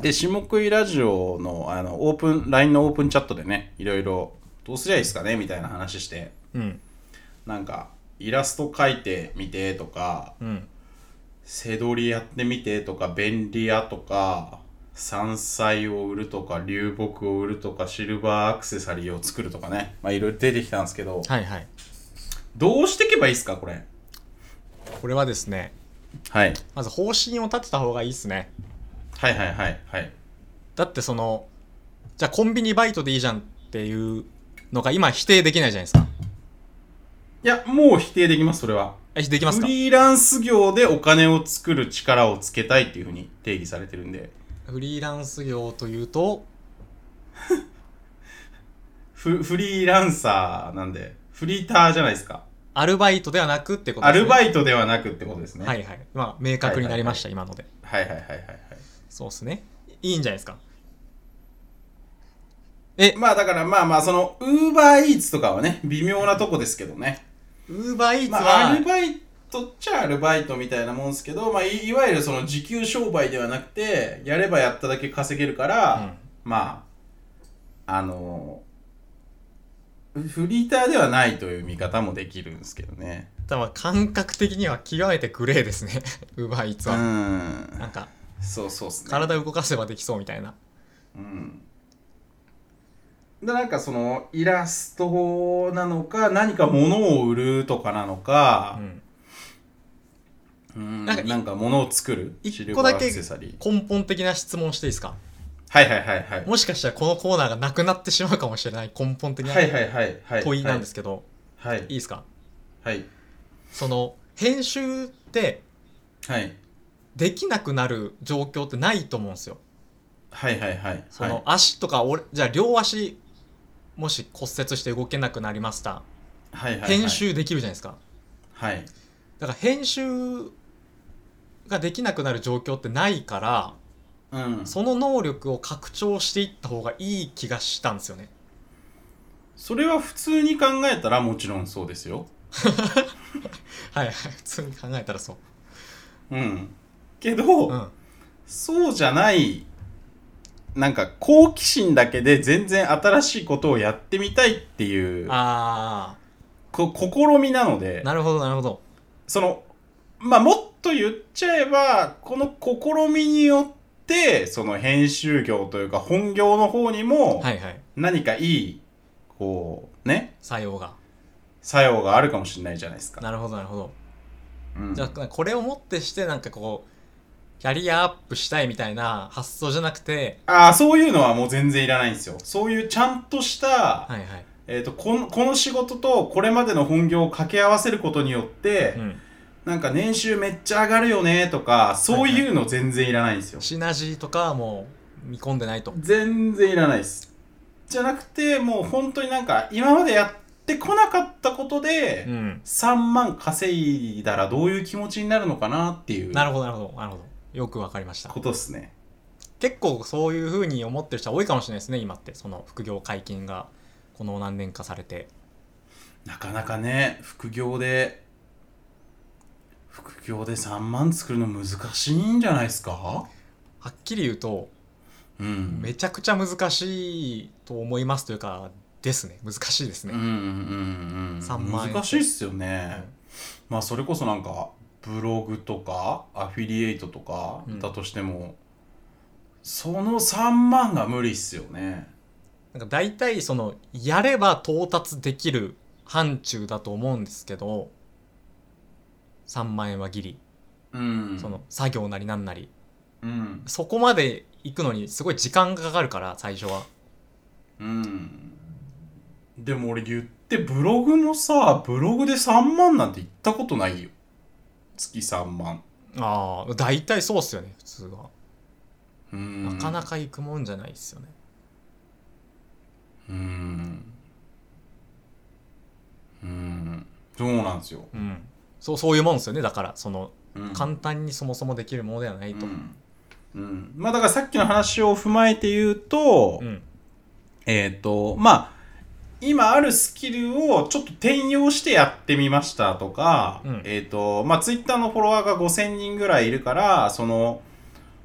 [SPEAKER 2] で、下食いラジオの、あの、オープン、LINE のオープンチャットでね、いろいろ、どうすりゃいいですかねみたいな話して、
[SPEAKER 1] うん
[SPEAKER 2] なんか、イラスト描いてみてとか、
[SPEAKER 1] うん
[SPEAKER 2] 背取りやってみてとか、便利屋とか、山菜を売るとか、流木を売るとか、シルバーアクセサリーを作るとかね、まあ、いろいろ出てきたんですけど、
[SPEAKER 1] はいはい
[SPEAKER 2] どうしていけばいいですか、これ。
[SPEAKER 1] これはですね
[SPEAKER 2] はい。
[SPEAKER 1] まず方針を立てた方がいいですね
[SPEAKER 2] はいはいはいはい。
[SPEAKER 1] だってそのじゃあコンビニバイトでいいじゃんっていうのが今否定できないじゃないですか
[SPEAKER 2] いや、もう否定できます、それは。
[SPEAKER 1] えできます
[SPEAKER 2] フ
[SPEAKER 1] か
[SPEAKER 2] リーランス業でお金を作る力をつけたいっていうふうに定義されてるんで
[SPEAKER 1] フリーランス業というと
[SPEAKER 2] フフリーランサーなんでフリーターじゃないですか
[SPEAKER 1] アルバイトではなくってこと
[SPEAKER 2] ア
[SPEAKER 1] です、ね、
[SPEAKER 2] ルバイトではなくってことですね、
[SPEAKER 1] はいはいまあ明確になりました、今ので
[SPEAKER 2] はいはいはいはいは
[SPEAKER 1] そうですねいいんじゃないですかえ
[SPEAKER 2] いまあだからまあまあそのウーバーイーツとかはね微妙なとこですけどね、
[SPEAKER 1] ウーバーイーツ
[SPEAKER 2] ま
[SPEAKER 1] は、
[SPEAKER 2] あ、アルバイトっちゃアルバイトみたいなもんですけど、まあ、いいわゆるその時給商売ではなくてやればやっただけ稼げるから、
[SPEAKER 1] うん
[SPEAKER 2] まああのフリーターではないという見方もできるんですけどね。
[SPEAKER 1] ただ感覚的には極めてグレーですね [laughs] ウーバーイーツ
[SPEAKER 2] う
[SPEAKER 1] は、
[SPEAKER 2] ん。
[SPEAKER 1] なんか
[SPEAKER 2] そうそうっすね。
[SPEAKER 1] 体動かせばできそうみたいな
[SPEAKER 2] うん。で、なんかその、イラストなのか、何か物を売るとかなの
[SPEAKER 1] う
[SPEAKER 2] か、
[SPEAKER 1] ん
[SPEAKER 2] うん
[SPEAKER 1] なんかい
[SPEAKER 2] なんか物を作る。
[SPEAKER 1] 一個
[SPEAKER 2] シルバー
[SPEAKER 1] だけ
[SPEAKER 2] アクセサリー。
[SPEAKER 1] 根本的な質問していいですか
[SPEAKER 2] はいはいはいはい。
[SPEAKER 1] もしかしたらこのコーナーがなくなってしまうかもしれない根本的な
[SPEAKER 2] はいはいはいはい。
[SPEAKER 1] 問いなんですけど、
[SPEAKER 2] はい
[SPEAKER 1] い、いですか
[SPEAKER 2] はい
[SPEAKER 1] その編集って
[SPEAKER 2] はい
[SPEAKER 1] できなくなる状況ってないと思うんですよ
[SPEAKER 2] はいはいはい
[SPEAKER 1] そ
[SPEAKER 2] は
[SPEAKER 1] の
[SPEAKER 2] い
[SPEAKER 1] 足とか俺じゃあ両足もし骨折して動けなくなりました
[SPEAKER 2] はいはい
[SPEAKER 1] 編集できるじゃないですか
[SPEAKER 2] はい
[SPEAKER 1] だから編集ができなくなる状況ってないから
[SPEAKER 2] うんそ
[SPEAKER 1] その能力を拡張していった方がいい気がしたんですよね
[SPEAKER 2] それは普通に考えたらもちろんそうですよ
[SPEAKER 1] はいはい普通に考えたらそう
[SPEAKER 2] うんけど、
[SPEAKER 1] うん
[SPEAKER 2] そうじゃないなんか好奇心だけで全然新しいことをやってみたいっていう
[SPEAKER 1] あ
[SPEAKER 2] こ試みなの
[SPEAKER 1] あ
[SPEAKER 2] で
[SPEAKER 1] なるほどなるほど
[SPEAKER 2] そのまあもっと言っちゃえばこの試みによってその編集業というか本業の方にも
[SPEAKER 1] はいはい
[SPEAKER 2] 何かいいこうね
[SPEAKER 1] 作用が
[SPEAKER 2] 作用があるかもしれないじゃないですか。
[SPEAKER 1] なるほどなるほど
[SPEAKER 2] うん
[SPEAKER 1] じゃあこれをもってしてなんかこうキャリアアップしたいみたいな発想じゃなくて
[SPEAKER 2] ああそういうのはもう全然いらないんですよ。そういうちゃんとした、
[SPEAKER 1] はいはい
[SPEAKER 2] えー、とこのこの仕事とこれまでの本業を掛け合わせることによって、
[SPEAKER 1] うん
[SPEAKER 2] なんか年収めっちゃ上がるよねとかそういうの全然いらないんですよ。
[SPEAKER 1] シナジーとかはもう見込んでないと
[SPEAKER 2] 全然いらないです。じゃなくてもう本当になんか今までやってこなかったことで、
[SPEAKER 1] うん
[SPEAKER 2] 3万稼いだらどういう気持ちになるのかなっていう
[SPEAKER 1] なるほどなるほどなるほどよくわかりました
[SPEAKER 2] ことですね。
[SPEAKER 1] 結構そういうふうに思ってる人は多いかもしれないですね今ってその副業解禁がこの何年かされて
[SPEAKER 2] なかなかね副業で副業で3万作るの難しいんじゃないですか
[SPEAKER 1] はっきり言うと
[SPEAKER 2] うん
[SPEAKER 1] めちゃくちゃ難しいと思いますというかですね難しいです
[SPEAKER 2] うん
[SPEAKER 1] ね、
[SPEAKER 2] うんうんうん
[SPEAKER 1] 3万円
[SPEAKER 2] 難しいっすよね、まあそれこそなんかブログとかアフィリエイトとか
[SPEAKER 1] うん
[SPEAKER 2] だとしても、その3万が無理っすよね
[SPEAKER 1] なんか大体そのやれば到達できる範疇だと思うんですけど3万円はギリ
[SPEAKER 2] うん
[SPEAKER 1] その作業なりなんなり
[SPEAKER 2] うん
[SPEAKER 1] そこまで行くのにすごい時間がかかるから最初は
[SPEAKER 2] うんでも俺言ってブログもさブログで3万なんて言ったことないよ月3万
[SPEAKER 1] ああ大体そうっすよね普通は
[SPEAKER 2] な
[SPEAKER 1] なかなか行くもんじゃないっすよね
[SPEAKER 2] うんうんそうなんですよ、
[SPEAKER 1] うんそうそういうもんですよねだからその
[SPEAKER 2] うん、
[SPEAKER 1] 簡単にそもそもできるものではないと
[SPEAKER 2] う、んうんまあだからさっきの話を踏まえて言うと、
[SPEAKER 1] うん
[SPEAKER 2] えっ、とまあ今あるスキルをちょっと転用してやってみましたとか、
[SPEAKER 1] うん
[SPEAKER 2] えっ、とまあツイッターのフォロワーが5000人ぐらいいるからその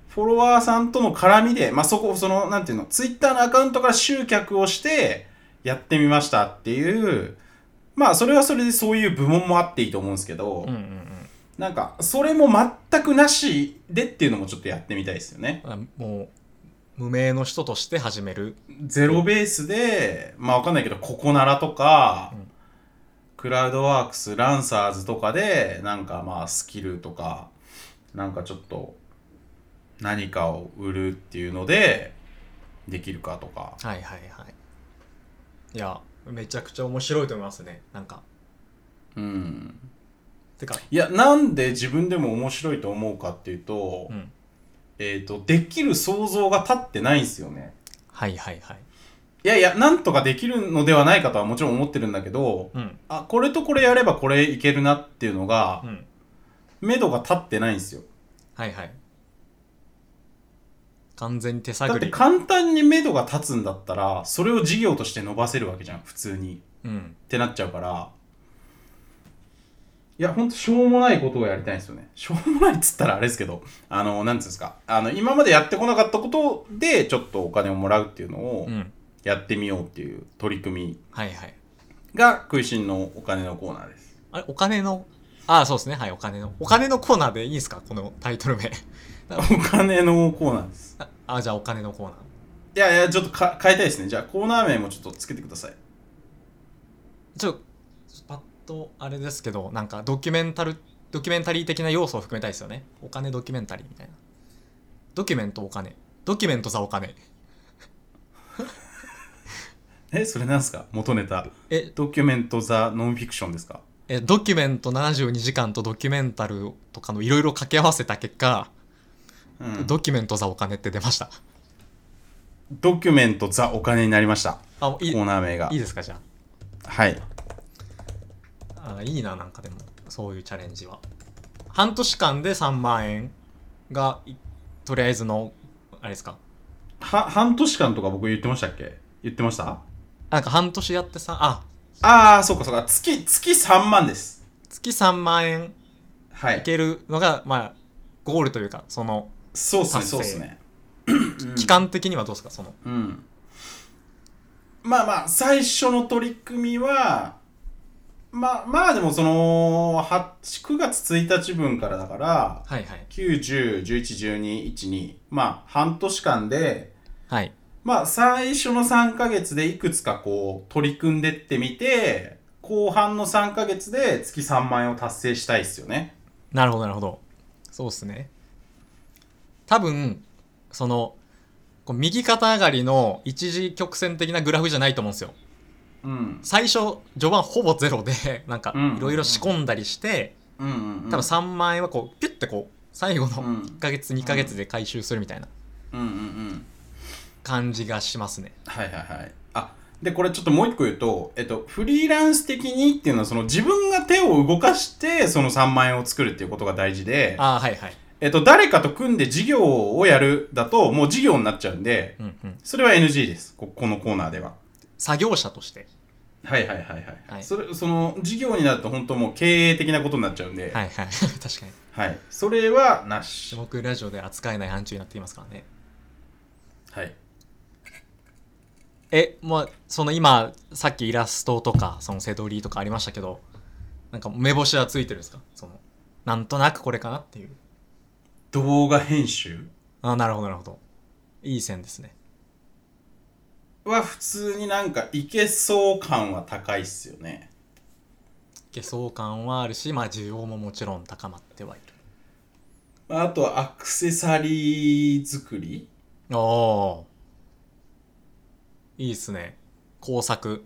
[SPEAKER 2] フォロワーさんとの絡みでまあそこそのなんていうのツイッターのアカウントから集客をしてやってみましたっていうまあそれはそれでそういう部門もあっていいと思うんですけど、
[SPEAKER 1] うんうんうん
[SPEAKER 2] なんかそれも全くなしでっていうのもちょっとやってみたいですよね。
[SPEAKER 1] あもう無名の人として始める
[SPEAKER 2] ゼロベースで、まあわかんないけど、ココナラとか、
[SPEAKER 1] うん
[SPEAKER 2] クラウドワークス、ランサーズとかで、なんかまあスキルとか、なんかちょっと何かを売るっていうので、できるかとか。
[SPEAKER 1] はいはいはいいやめちゃくちゃ面白いと思いますねなんか
[SPEAKER 2] うん。
[SPEAKER 1] てか
[SPEAKER 2] いや、なんで自分でも面白いと思うかっていうと、
[SPEAKER 1] うん
[SPEAKER 2] えっ、と、できる想像が立ってないんですよね。
[SPEAKER 1] はいはいはい
[SPEAKER 2] いやいや、なんとかできるのではないかとはもちろん思ってるんだけど、
[SPEAKER 1] うん
[SPEAKER 2] あ、これとこれやればこれいけるなっていうのが
[SPEAKER 1] う、ん
[SPEAKER 2] 目処が立ってないんですよ。
[SPEAKER 1] はいはい完全に手
[SPEAKER 2] だっ
[SPEAKER 1] 探
[SPEAKER 2] て
[SPEAKER 1] り
[SPEAKER 2] 簡単に目処が立つんだったら、それを事業として伸ばせるわけじゃん、普通に。
[SPEAKER 1] うん
[SPEAKER 2] ってなっちゃうから。いや、ほんとしょうもないことをやりたいんですよね。しょうもないっつったらあれですけど、あの、なんつうんですか、あの、今までやってこなかったことで、ちょっとお金をもらうっていうのを
[SPEAKER 1] うん
[SPEAKER 2] やってみようっていう取り組み
[SPEAKER 1] はいはい
[SPEAKER 2] が食いしんのお金のコーナーです。
[SPEAKER 1] あれ、お金の、ああ、そうですね。はい、お金の。お金のコーナーでいいですかこのタイトル名。 [laughs]
[SPEAKER 2] お金のコーナーです。
[SPEAKER 1] ああ、じゃあお金のコーナー。
[SPEAKER 2] いやいや、ちょっとか変えたいですね。じゃあコーナー名もちょっとつけてください。
[SPEAKER 1] ちょっと、パッとあれですけど、なんかドキュメンタル、ドキュメンタリー的な要素を含めたいですよね。お金ドキュメンタリーみたいな。ドキュメントお金。ドキュメントザお金。
[SPEAKER 2] え、それなんですか元ネタ。
[SPEAKER 1] え、
[SPEAKER 2] ドキュメント・ザ・ノンフィクションですか
[SPEAKER 1] えドキュメント72時間とドキュメンタルとかのいろいろ掛け合わせた結果、
[SPEAKER 2] うん
[SPEAKER 1] ドキュメントザお金って出ました。
[SPEAKER 2] ドキュメント・ザ・お金になりました。
[SPEAKER 1] あ、いい、
[SPEAKER 2] コー
[SPEAKER 1] い
[SPEAKER 2] ナー名が
[SPEAKER 1] い。ですか、じゃ
[SPEAKER 2] はい。
[SPEAKER 1] あ。あいいな、なんかでも、そういうチャレンジは。半年間で3万円が、いとりあえずの、あれですか。
[SPEAKER 2] は、半年間とか僕言ってましたっけ言ってました
[SPEAKER 1] なんか半年やってさ、あ、
[SPEAKER 2] ああ、そうかそうか。月、月3万です。
[SPEAKER 1] 月3万円
[SPEAKER 2] はいい。
[SPEAKER 1] けるのが、まあ、ゴールというか、その、
[SPEAKER 2] そうっすね、
[SPEAKER 1] 達成
[SPEAKER 2] そうっすね。
[SPEAKER 1] 期間的にはどうですか、その。
[SPEAKER 2] うん。まあまあ、最初の取り組みは、まあまあでもその、は9月1日分からだから、
[SPEAKER 1] はいはい。
[SPEAKER 2] 9、10、11、12、12、まあ半年間で、
[SPEAKER 1] はい。
[SPEAKER 2] まあ最初の3ヶ月でいくつかこう取り組んでってみて、後半の3ヶ月で月3万円を達成したいっすよね。
[SPEAKER 1] なるほど、なるほど。そうですね。多分、その、こう右肩上がりの一時曲線的なグラフじゃないと思うんですよ。
[SPEAKER 2] うん。
[SPEAKER 1] 最初、序盤ほぼゼロで、 [laughs] なんか
[SPEAKER 2] うんうんう、ん
[SPEAKER 1] いろいろ仕込んだりして、
[SPEAKER 2] うんうん、うん。
[SPEAKER 1] 多分3万円はこう、ピュッてこう、最後
[SPEAKER 2] う
[SPEAKER 1] の
[SPEAKER 2] ん
[SPEAKER 1] 1ヶ月、2ヶ月で回収するみたいな
[SPEAKER 2] うんうんうん。
[SPEAKER 1] 感じがしますね。
[SPEAKER 2] はいはいはい。あ、で、これちょっともう一個言うと、えっと、フリーランス的にっていうのは、その自分が手を動かして、その3万円を作るっていうことが大事で、
[SPEAKER 1] ああ、はいはい。
[SPEAKER 2] えっと、誰かと組んで事業をやるだと、もう事業になっちゃうんで、
[SPEAKER 1] うんうん。
[SPEAKER 2] それは NG です。ここのコーナーでは。
[SPEAKER 1] 作業者として。
[SPEAKER 2] はいはいはいはい。
[SPEAKER 1] はい
[SPEAKER 2] それ、その、事業になると本当もう経営的なことになっちゃうんで、
[SPEAKER 1] はい [laughs] はい。確かに。
[SPEAKER 2] はい。それはなし。
[SPEAKER 1] 僕ラジオで扱えない範疇になっていますからね
[SPEAKER 2] はい。
[SPEAKER 1] えまあその今さっきイラストとかそのセドリとかありましたけどなんか目星はついてるんですかそのなんとなくこれかなっていう
[SPEAKER 2] 動画編集
[SPEAKER 1] あなるほどなるほどいい線ですね
[SPEAKER 2] は普通になんかいけそう感は高いっすよね。
[SPEAKER 1] 下層感はあるしまあ需要ももちろん高まってはい
[SPEAKER 2] まああとはアクセサリー作り
[SPEAKER 1] るおーいいっすね工作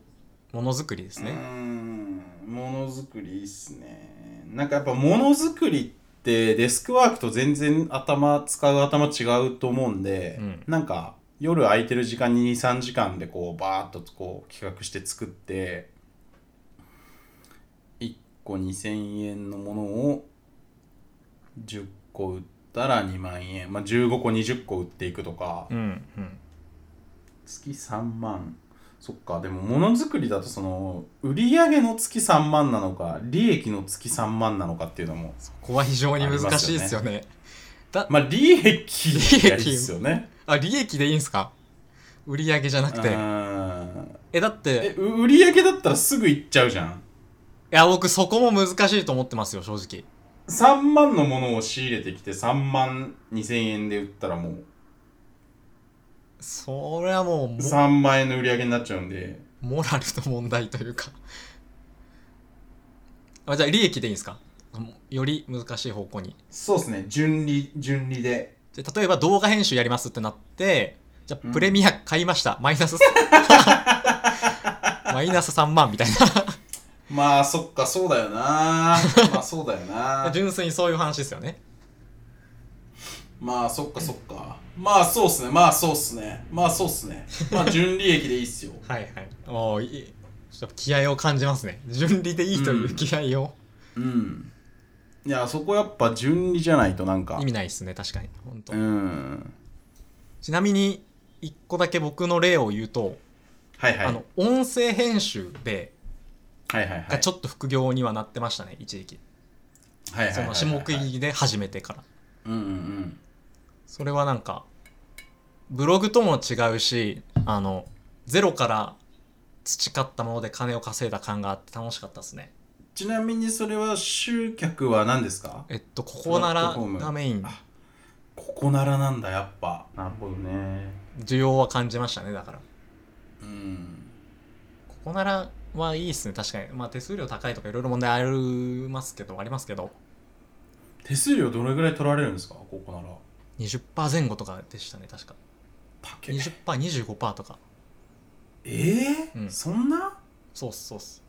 [SPEAKER 1] ものづくりです
[SPEAKER 2] うー
[SPEAKER 1] ね
[SPEAKER 2] んものづくりいいっすねなんかやっぱものづくりってデスクワークと全然頭使う頭違うと思うんで、
[SPEAKER 1] うん
[SPEAKER 2] なんか夜空いてる時間に23時間でこうバーッとこう企画して作って1個2000円のものを10個売ったら2万円、まあ、15個20個売っていくとか、
[SPEAKER 1] うんうん
[SPEAKER 2] 月3万そっかでもものづくりだとその売り上げの月3万なのか利益の月3万なのかっていうのも
[SPEAKER 1] そこは非常に難しいですよね
[SPEAKER 2] まあ利益やりですよね
[SPEAKER 1] あ利益でいいんすか売り上げじゃなく
[SPEAKER 2] う
[SPEAKER 1] て
[SPEAKER 2] ーん
[SPEAKER 1] えだって
[SPEAKER 2] えう売り上げだったらすぐ行っちゃうじゃん
[SPEAKER 1] いや、僕そこも難しいと思ってますよ、正直。
[SPEAKER 2] 3万のものを仕入れてきて3万2000円で売ったらもう
[SPEAKER 1] それはもうも、
[SPEAKER 2] 3万円の売り上げになっちゃうんで
[SPEAKER 1] モラルの問題というか。あじゃあ、利益でいいんですかより難しい方向に。
[SPEAKER 2] そうですね順利順利で
[SPEAKER 1] じゃあ例えば動画編集やりますってなって、じゃ
[SPEAKER 2] う
[SPEAKER 1] あ、
[SPEAKER 2] ん
[SPEAKER 1] プレミア買いました。マイ [laughs] ナス、マイナス3万みたい
[SPEAKER 2] まあそっかそうだよな [laughs] まあそうだよな
[SPEAKER 1] な。純粋にそういう話ですよね。
[SPEAKER 2] まあそっかそっかまあそうっすねまあそうっすねまあそうっすねまあ純利益でいいっすよ
[SPEAKER 1] はいはい。おーいいちょっと気合を感じますね。順利でいいという気合を。
[SPEAKER 2] うんいやそこやっぱ純利じゃないとなんか
[SPEAKER 1] 意味ないですね、確かに。本当
[SPEAKER 2] うん
[SPEAKER 1] ちなみに、一個だけ僕の例を言うと、
[SPEAKER 2] はいはい
[SPEAKER 1] あの音声編集で
[SPEAKER 2] はいはいは
[SPEAKER 1] が
[SPEAKER 2] い
[SPEAKER 1] ちょっと副業にはなってましたね一時期
[SPEAKER 2] はいはい
[SPEAKER 1] そ
[SPEAKER 2] はいは
[SPEAKER 1] の
[SPEAKER 2] い
[SPEAKER 1] 下食いで始めてから
[SPEAKER 2] うんうんうん
[SPEAKER 1] それはなんかブログとも違うしあのゼロから培ったもので金を稼いだ感があって楽しかったですね
[SPEAKER 2] ちなみにそれは集客は何ですか
[SPEAKER 1] えっとここな
[SPEAKER 2] プラッ
[SPEAKER 1] ら
[SPEAKER 2] トフォーム
[SPEAKER 1] がメイン
[SPEAKER 2] あここならなんだやっぱなるほどね
[SPEAKER 1] 需要は感じましたねだから
[SPEAKER 2] うん
[SPEAKER 1] ここならはいいですね確かにまあ手数料高いとかいろいろ問題ありますけどありますけど
[SPEAKER 2] 手数料どれぐらい取られるんですかここなら
[SPEAKER 1] 20%前後とかでしたね確か
[SPEAKER 2] 竹え
[SPEAKER 1] 20%25% とか
[SPEAKER 2] えー
[SPEAKER 1] うん
[SPEAKER 2] そんな
[SPEAKER 1] そうっすそうっす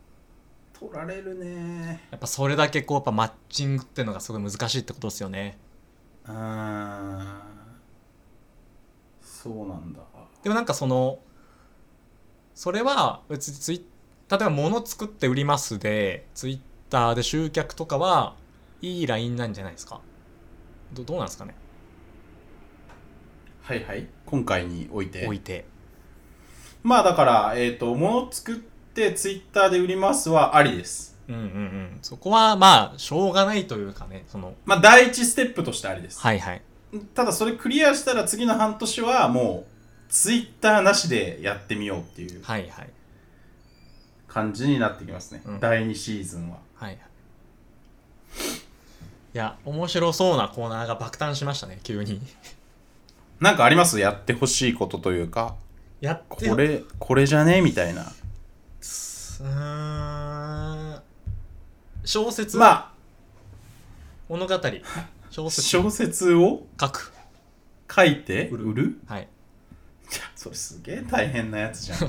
[SPEAKER 2] 取られるね
[SPEAKER 1] やっぱそれだけこうやっぱマッチングっていうのがすごい難しいってことですよね
[SPEAKER 2] あーそうなんだ
[SPEAKER 1] でもなんかそのそれは別にツイ例えば物作って売りますでツイッターで集客とかはいいラインなんじゃないですかどどうなんですかね
[SPEAKER 2] はいはい今回において
[SPEAKER 1] 置いて
[SPEAKER 2] まあだからえっ、と物作ってツイッターで売りますはありです
[SPEAKER 1] うんうんうんそこはまあしょうがないというかねその
[SPEAKER 2] まあ第一ステップとしてありです、
[SPEAKER 1] はいはい
[SPEAKER 2] ただそれクリアしたら次の半年はもうツイッターなしでやってみようっていう
[SPEAKER 1] はいはい
[SPEAKER 2] 感じになってきますね、
[SPEAKER 1] うん
[SPEAKER 2] 第2シーズンは
[SPEAKER 1] はいはいいや面白そうなコーナーが爆誕しましたね急に
[SPEAKER 2] なんかありますやってほしいことというか
[SPEAKER 1] やって
[SPEAKER 2] これこれじゃねみたいな
[SPEAKER 1] うーん小説、
[SPEAKER 2] ま
[SPEAKER 1] 物語小
[SPEAKER 2] あ
[SPEAKER 1] 説
[SPEAKER 2] 小説を
[SPEAKER 1] 書く
[SPEAKER 2] 書いて
[SPEAKER 1] 売
[SPEAKER 2] 売
[SPEAKER 1] る
[SPEAKER 2] る
[SPEAKER 1] はい
[SPEAKER 2] じゃそれすげえ大変なやつじゃ [laughs] ん
[SPEAKER 1] い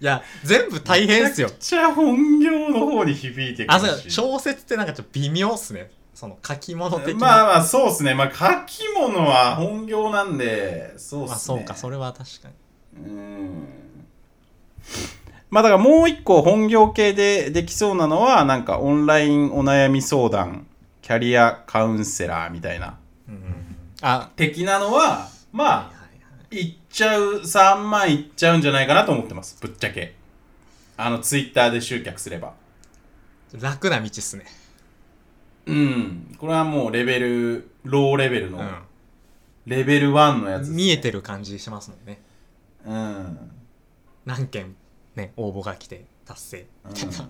[SPEAKER 1] や全部大変っすよ
[SPEAKER 2] [laughs] めちゃくちゃ本業の方に響いてく
[SPEAKER 1] あそう
[SPEAKER 2] るし
[SPEAKER 1] 小説ってなんかちょっと微妙っすねその書き物的な、
[SPEAKER 2] まあ
[SPEAKER 1] まあ
[SPEAKER 2] まあそうですねまあ書き物は本業なんでそうっすね、
[SPEAKER 1] そうかそれは確かに
[SPEAKER 2] うんまあだからもう一個本業系でできそうなのはなんかオンラインお悩み相談キャリアカウンセラーみたいな
[SPEAKER 1] うんうんうんあ
[SPEAKER 2] 的なのは
[SPEAKER 1] はいは
[SPEAKER 2] まあ
[SPEAKER 1] い
[SPEAKER 2] いっちゃう3万いっちゃうんじゃないかなと思ってますぶっちゃけあのツイッターで集客すれば
[SPEAKER 1] はい楽な道っすね
[SPEAKER 2] うんこれはもうレベルローレベルの、
[SPEAKER 1] う
[SPEAKER 2] レベル1のやつ
[SPEAKER 1] ん見えてる感じしますもんね
[SPEAKER 2] うん、うん、
[SPEAKER 1] 何件ね応募が来て達成みたいな、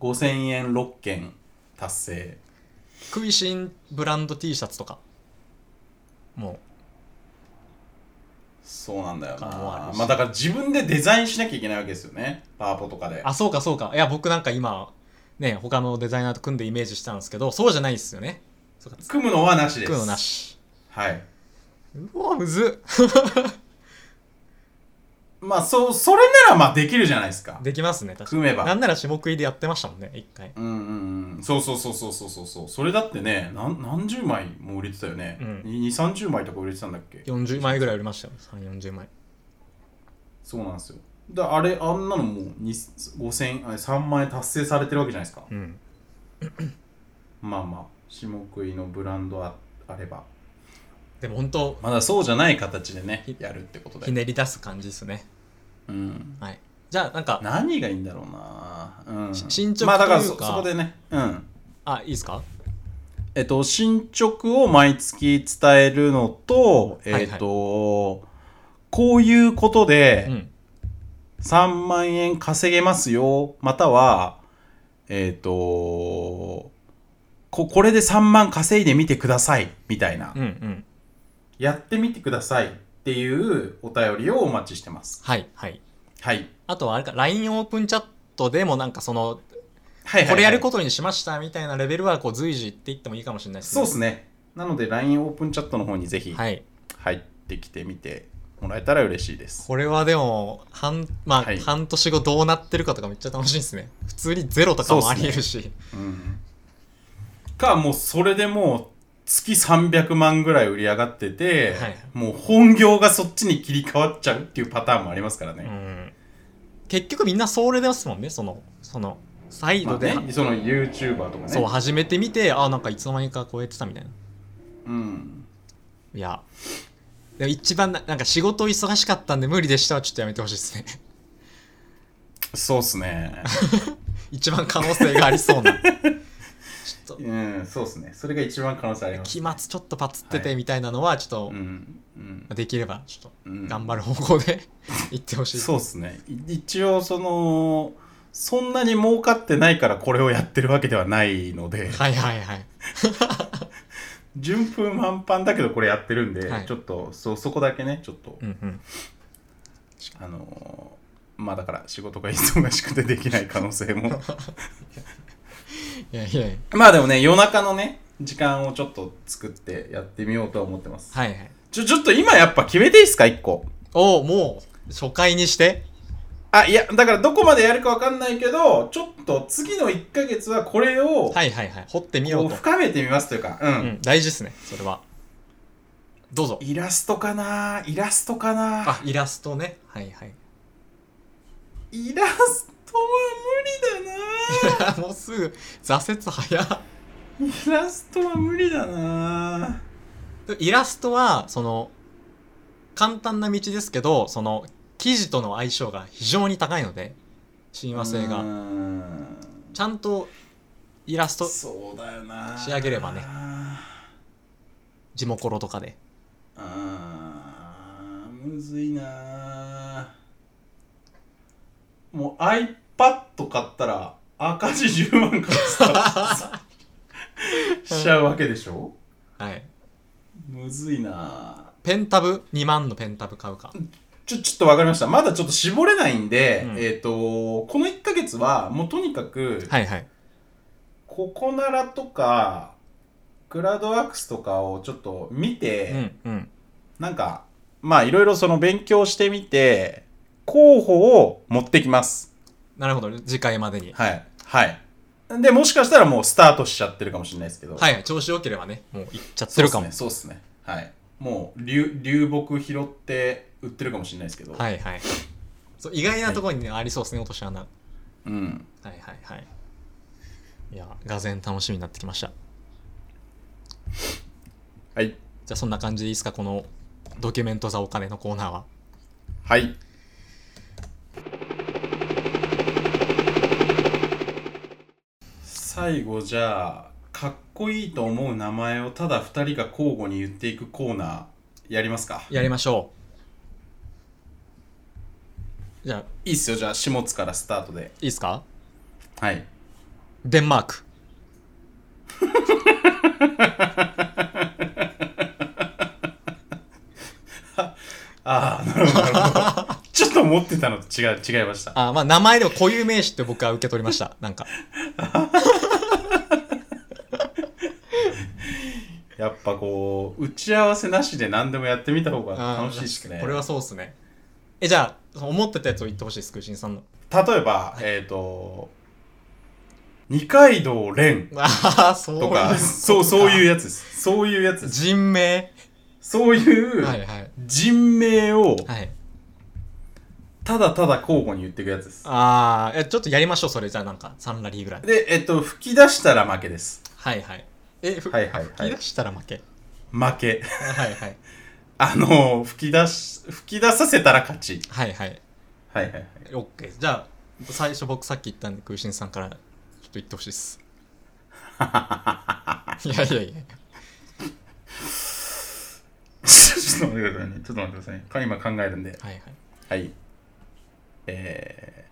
[SPEAKER 2] 5000円6件達成
[SPEAKER 1] [laughs] 食いしんブランド T シャツとかも
[SPEAKER 2] そうなんだよな
[SPEAKER 1] 感もあるし
[SPEAKER 2] まあだから自分でデザインしなきゃいけないわけですよねパワポとかで
[SPEAKER 1] うあそうかそうかいや僕なんか今ね他のデザイナーと組んでイメージしたんですけどそうじゃないっすよねそうか
[SPEAKER 2] 組むのはなしで
[SPEAKER 1] 作
[SPEAKER 2] す
[SPEAKER 1] るのなし
[SPEAKER 2] はい
[SPEAKER 1] うんうわむずっ
[SPEAKER 2] まあそうそれならまあできるじゃないですか
[SPEAKER 1] できますね確か
[SPEAKER 2] 組めば
[SPEAKER 1] なんなら下食いでやってましたもんね一回
[SPEAKER 2] うんうんうんそうそうそうそうそうそうそうそれだってねなん何十枚も売れてたよね、
[SPEAKER 1] うん
[SPEAKER 2] 二三2 3 0枚とか売れてたんだっけ
[SPEAKER 1] 40枚ぐらい売りましたよ3 4 0枚
[SPEAKER 2] そうなんですよだあれあんなのもうに5000あ3万円達成されてるわけじゃないですか、
[SPEAKER 1] うん
[SPEAKER 2] まあまあ下食いのブランドああれば
[SPEAKER 1] でも本当
[SPEAKER 2] まだそうじゃない形でね
[SPEAKER 1] ひ
[SPEAKER 2] やるってことだ
[SPEAKER 1] ひ
[SPEAKER 2] よ、
[SPEAKER 1] ねり出す感じですね
[SPEAKER 2] うん
[SPEAKER 1] はいじゃあなんか
[SPEAKER 2] 何がいいんだろうな、うん、
[SPEAKER 1] し進捗
[SPEAKER 2] まあだから
[SPEAKER 1] という
[SPEAKER 2] そ
[SPEAKER 1] か
[SPEAKER 2] そこでねうん
[SPEAKER 1] あいいですか
[SPEAKER 2] えっと進捗を毎月伝えるのと
[SPEAKER 1] はいはい
[SPEAKER 2] えっと、こういうこ
[SPEAKER 1] う
[SPEAKER 2] とで
[SPEAKER 1] ん
[SPEAKER 2] 3万円稼げますよまたはえっとここれで3万稼いでみてくださいみたいな、
[SPEAKER 1] うんうん
[SPEAKER 2] やってみてくださいっていうお便りをお待ちしてます
[SPEAKER 1] はいはい
[SPEAKER 2] はい
[SPEAKER 1] あとはあれか LINE オープンチャットでもなんかその
[SPEAKER 2] はいはい、はい、
[SPEAKER 1] これやることにしましたみたいなレベルはこう随時言っていってもいいかもしれないです
[SPEAKER 2] そう
[SPEAKER 1] ね。
[SPEAKER 2] ですねなので LINE オープンチャットの方にぜひ
[SPEAKER 1] はい。
[SPEAKER 2] 入ってきてみてもらえたら嬉しいです
[SPEAKER 1] これはでも、半、まあ、
[SPEAKER 2] はい
[SPEAKER 1] 半年後どうなってるかとかめっちゃ楽しいですね。普通にゼロとかもありえるし。
[SPEAKER 2] うんかもうそれでもう月300万ぐらい売り上がってて、
[SPEAKER 1] はい
[SPEAKER 2] もう本業がそっちに切り替わっちゃうっていうパターンもありますから
[SPEAKER 1] う
[SPEAKER 2] ね、
[SPEAKER 1] ん。結局みんなそれですもんね、その、その、サイ
[SPEAKER 2] ま
[SPEAKER 1] ド
[SPEAKER 2] あ
[SPEAKER 1] で、
[SPEAKER 2] ねその YouTuber とかね
[SPEAKER 1] そう、始めてみて、あ、なんかいつの間にかこうやってたみたいな。
[SPEAKER 2] うん、
[SPEAKER 1] いや。でも一番な、なんか仕事忙しかったんで無理でしたはちょっとやめてほしいですね。 [laughs]
[SPEAKER 2] そうっすね
[SPEAKER 1] 一番可能性があり
[SPEAKER 2] [laughs]
[SPEAKER 1] そうな。ちょっと、
[SPEAKER 2] うんそうっすねそれが一番可能性あります
[SPEAKER 1] 期末ちょっとパツっててみたいなのは、ちょっと
[SPEAKER 2] う、んうん
[SPEAKER 1] できればちょっと
[SPEAKER 2] うん
[SPEAKER 1] 頑張る方向で [laughs] 行ってほしい。
[SPEAKER 2] そうですねい一応そのそんなに儲かってないからこれをやってるわけではないので
[SPEAKER 1] はいはいはい。
[SPEAKER 2] 順風満帆だけどこれやってるんで、
[SPEAKER 1] はい
[SPEAKER 2] ちょっとそそこだけねちょっと、
[SPEAKER 1] うんうん。
[SPEAKER 2] あのーまあだから仕事が忙しくてできない可能性も
[SPEAKER 1] い
[SPEAKER 2] [laughs]
[SPEAKER 1] やいやいや
[SPEAKER 2] まあでもね夜中のね時間をちょっと作ってやってみようとは思ってます、
[SPEAKER 1] はいはい。
[SPEAKER 2] ちょちょっと今やっぱ決めていいですか1個
[SPEAKER 1] おお、もう、初回にして。
[SPEAKER 2] あいやだからどこまでやるかわかんないけどちょっと次の1ヶ月はこれを、
[SPEAKER 1] はいはいはい。掘ってみよ
[SPEAKER 2] こ
[SPEAKER 1] う
[SPEAKER 2] う
[SPEAKER 1] と。
[SPEAKER 2] 深めてみますというか、う
[SPEAKER 1] う
[SPEAKER 2] ん
[SPEAKER 1] ん、大事ですね、それは。どうぞ。
[SPEAKER 2] イラストかなイラストか
[SPEAKER 1] あ
[SPEAKER 2] な、
[SPEAKER 1] イラストね。はいはい。
[SPEAKER 2] イラストは無理だな
[SPEAKER 1] [laughs] もうすぐ、挫折早っ。
[SPEAKER 2] イラストは無理だ
[SPEAKER 1] [laughs]
[SPEAKER 2] な
[SPEAKER 1] イラストはその簡単な道ですけどその生地との相性が非常に高いので親和性
[SPEAKER 2] うー
[SPEAKER 1] が
[SPEAKER 2] ん
[SPEAKER 1] ちゃんとイラスト
[SPEAKER 2] そうだよな
[SPEAKER 1] 仕上げればね
[SPEAKER 2] あ
[SPEAKER 1] 地もころとかで
[SPEAKER 2] ーむずいなもう iPad 買ったら赤字10万からスタートしちゃうわけでしょ
[SPEAKER 1] はい
[SPEAKER 2] むずいな
[SPEAKER 1] ペンタブ2万のペンタブ買うか
[SPEAKER 2] ちょ、ちょっとわかりました。まだちょっと絞れないんで、
[SPEAKER 1] うん
[SPEAKER 2] えっ、と、この1ヶ月は、もうとにかく、
[SPEAKER 1] はいはい
[SPEAKER 2] ここならとか、クラウドワークスとかをちょっと見て、
[SPEAKER 1] うんうん
[SPEAKER 2] なんか、まあいろいろその勉強してみて、候補を持ってきます。
[SPEAKER 1] なるほど次回までに
[SPEAKER 2] はい。はい。で、もしかしたらもうスタートしちゃってるかもしれないですけど。。
[SPEAKER 1] はいいはい調子良ければねもういっちゃって
[SPEAKER 2] そう
[SPEAKER 1] る
[SPEAKER 2] で
[SPEAKER 1] か
[SPEAKER 2] す
[SPEAKER 1] も、
[SPEAKER 2] ね。そうですね。はい。もう流、流木拾って売ってるかもしれないですけど。い。
[SPEAKER 1] はいはいそう意外なところにね、ありそうですね落とし穴はい
[SPEAKER 2] うん。
[SPEAKER 1] はいはいいやがぜん楽しみになってきました
[SPEAKER 2] はい。
[SPEAKER 1] じゃあそんな感じでいいですかこのドキュメント・ザ・お金のコーナーは
[SPEAKER 2] はい。最後じゃあかっこいいと思う名前をただ2人が交互に言っていくコーナーやりますか
[SPEAKER 1] やりましょう。じゃあ、い
[SPEAKER 2] いいっすよじゃあ始末からスタートで
[SPEAKER 1] いですか
[SPEAKER 2] はい
[SPEAKER 1] デンマーク。
[SPEAKER 2] ああなるほどなるほ
[SPEAKER 1] [laughs]
[SPEAKER 2] どちょっと思ってたのと違う違いました
[SPEAKER 1] あ、まあ名前でも固有名詞って僕は受け取りました。
[SPEAKER 2] [laughs]
[SPEAKER 1] なんか。
[SPEAKER 2] やっぱこう打ち合わせなしで何でもやってみた方が楽しいですね
[SPEAKER 1] これはそうっすね。え、じゃあ、その思ってたやつを言ってほしいです、クーシンさ
[SPEAKER 2] [laughs]
[SPEAKER 1] んの。
[SPEAKER 2] 例えば、えっ、と二階堂蓮
[SPEAKER 1] ああ、そう
[SPEAKER 2] とか、そう、そういうやつです。そういうやつです。
[SPEAKER 1] 人名。
[SPEAKER 2] そうい
[SPEAKER 1] はいうはい。
[SPEAKER 2] 人名を
[SPEAKER 1] はい。
[SPEAKER 2] ただただ交互に言っていくやつです。
[SPEAKER 1] ああ、えちょっとやりましょう、それじゃあなんか、3ラリーぐらい。
[SPEAKER 2] で、えっと、吹き出したら負けです。
[SPEAKER 1] はいはい。え、ふ
[SPEAKER 2] はいはいはい
[SPEAKER 1] 吹き出したら負け。
[SPEAKER 2] 負け。
[SPEAKER 1] はいはい。
[SPEAKER 2] あの、吹き出し、吹き出させたら勝ち。
[SPEAKER 1] はいはい。
[SPEAKER 2] はいはいはい。
[SPEAKER 1] オッケー。じゃあ、最初僕さっき言ったんで、クーシンさんからちょっと言ってほしい
[SPEAKER 2] [laughs]
[SPEAKER 1] です。いやいやいや。
[SPEAKER 2] ちょっと待ってくださいね。ちょっと待ってくださいね。今考えるんで。
[SPEAKER 1] はいはい。
[SPEAKER 2] はい。え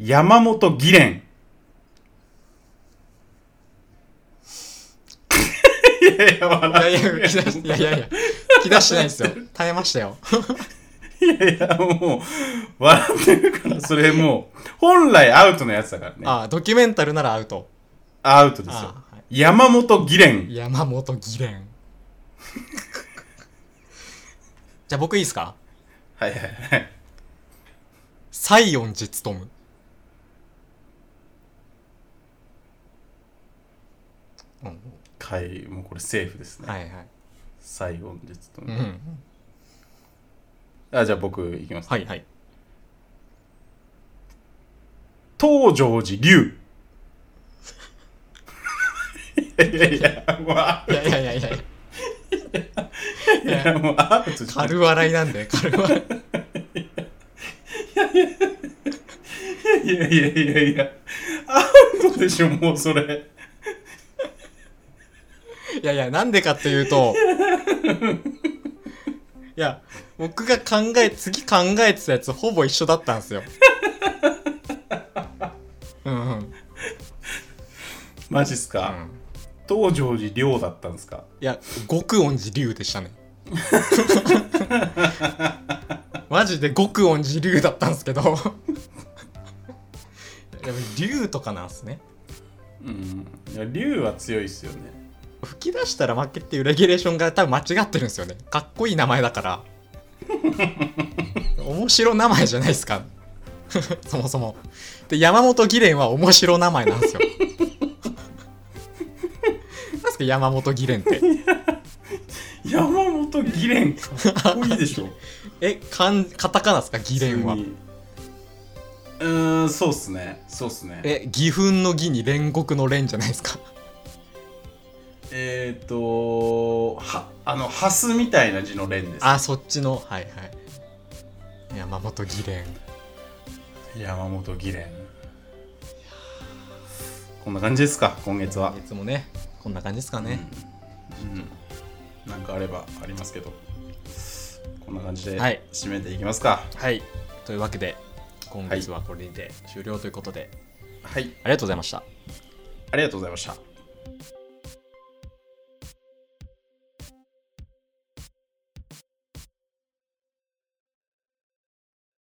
[SPEAKER 2] ー、山本義蓮。 [laughs] いやいや、
[SPEAKER 1] いやい
[SPEAKER 2] 笑
[SPEAKER 1] や、
[SPEAKER 2] ってる
[SPEAKER 1] 吹き出し、いやいやいや、吹き出してないですよ。耐えましたよ。
[SPEAKER 2] いやいや、もう、笑ってるから、それもう、本来アウトのやつだからね。
[SPEAKER 1] ああ、ドキュメンタルならアウト。
[SPEAKER 2] アウトですよ
[SPEAKER 1] あ。あ、はい
[SPEAKER 2] 山本義蓮。
[SPEAKER 1] 山本義蓮。じゃあ僕いいですか
[SPEAKER 2] はいはいはい。
[SPEAKER 1] 西園寺勤。うん、
[SPEAKER 2] はい、もうこれセーフですね。
[SPEAKER 1] はいはい。
[SPEAKER 2] 最後の術と
[SPEAKER 1] う
[SPEAKER 2] ね。
[SPEAKER 1] ん。
[SPEAKER 2] あ、じゃあ僕いきます。
[SPEAKER 1] はいはい。
[SPEAKER 2] 東城寺龍。いやいや、もうア
[SPEAKER 1] いやいやいやいやい
[SPEAKER 2] ウト、い
[SPEAKER 1] や。いや
[SPEAKER 2] やもうアウトじゃん。
[SPEAKER 1] 軽笑いなんで、軽笑い。
[SPEAKER 2] いやいやいやいや、アウトでしょ、もうそれ。
[SPEAKER 1] いやいや、なんでかっていうと、いや僕が考え次考えてたやつほぼ一緒だったんですようんうん、うん、
[SPEAKER 2] マジっすか、東條寺亮だったんですか
[SPEAKER 1] いや極音寺龍でした
[SPEAKER 2] [laughs]
[SPEAKER 1] ねマジで極音寺龍だったんですけど [laughs] いやでも龍とかなんすね
[SPEAKER 2] うんいや龍は強いっすよね
[SPEAKER 1] 吹き出したら負けっていうレギュレーションが多分間違ってるんですよねかっこいい名前だから
[SPEAKER 2] [laughs]
[SPEAKER 1] 面白名前じゃないですか [laughs] そもそもで山本議連は面白名前なん
[SPEAKER 2] [laughs]
[SPEAKER 1] ですよなんすか山本議連って
[SPEAKER 2] 山本議連かっこいいでしょ
[SPEAKER 1] [laughs] えかんカタカナですか議連は
[SPEAKER 2] 普通にうーんそうっすねそうっすね
[SPEAKER 1] え義憤の義に煉獄の連じゃないですか
[SPEAKER 2] えっ、ー、とはあのハスみたいな字の連です
[SPEAKER 1] あそっちのはいはい山本議連
[SPEAKER 2] 山本議連こんな感じですか今月はい
[SPEAKER 1] つもねこんな感じですかね、
[SPEAKER 2] うん、なんかあればありますけどこんな感じで
[SPEAKER 1] はい
[SPEAKER 2] 締めていきますか
[SPEAKER 1] はいというわけで今月はこれにて終了ということで、
[SPEAKER 2] はい、
[SPEAKER 1] ありがとうございました
[SPEAKER 2] ありがとうございました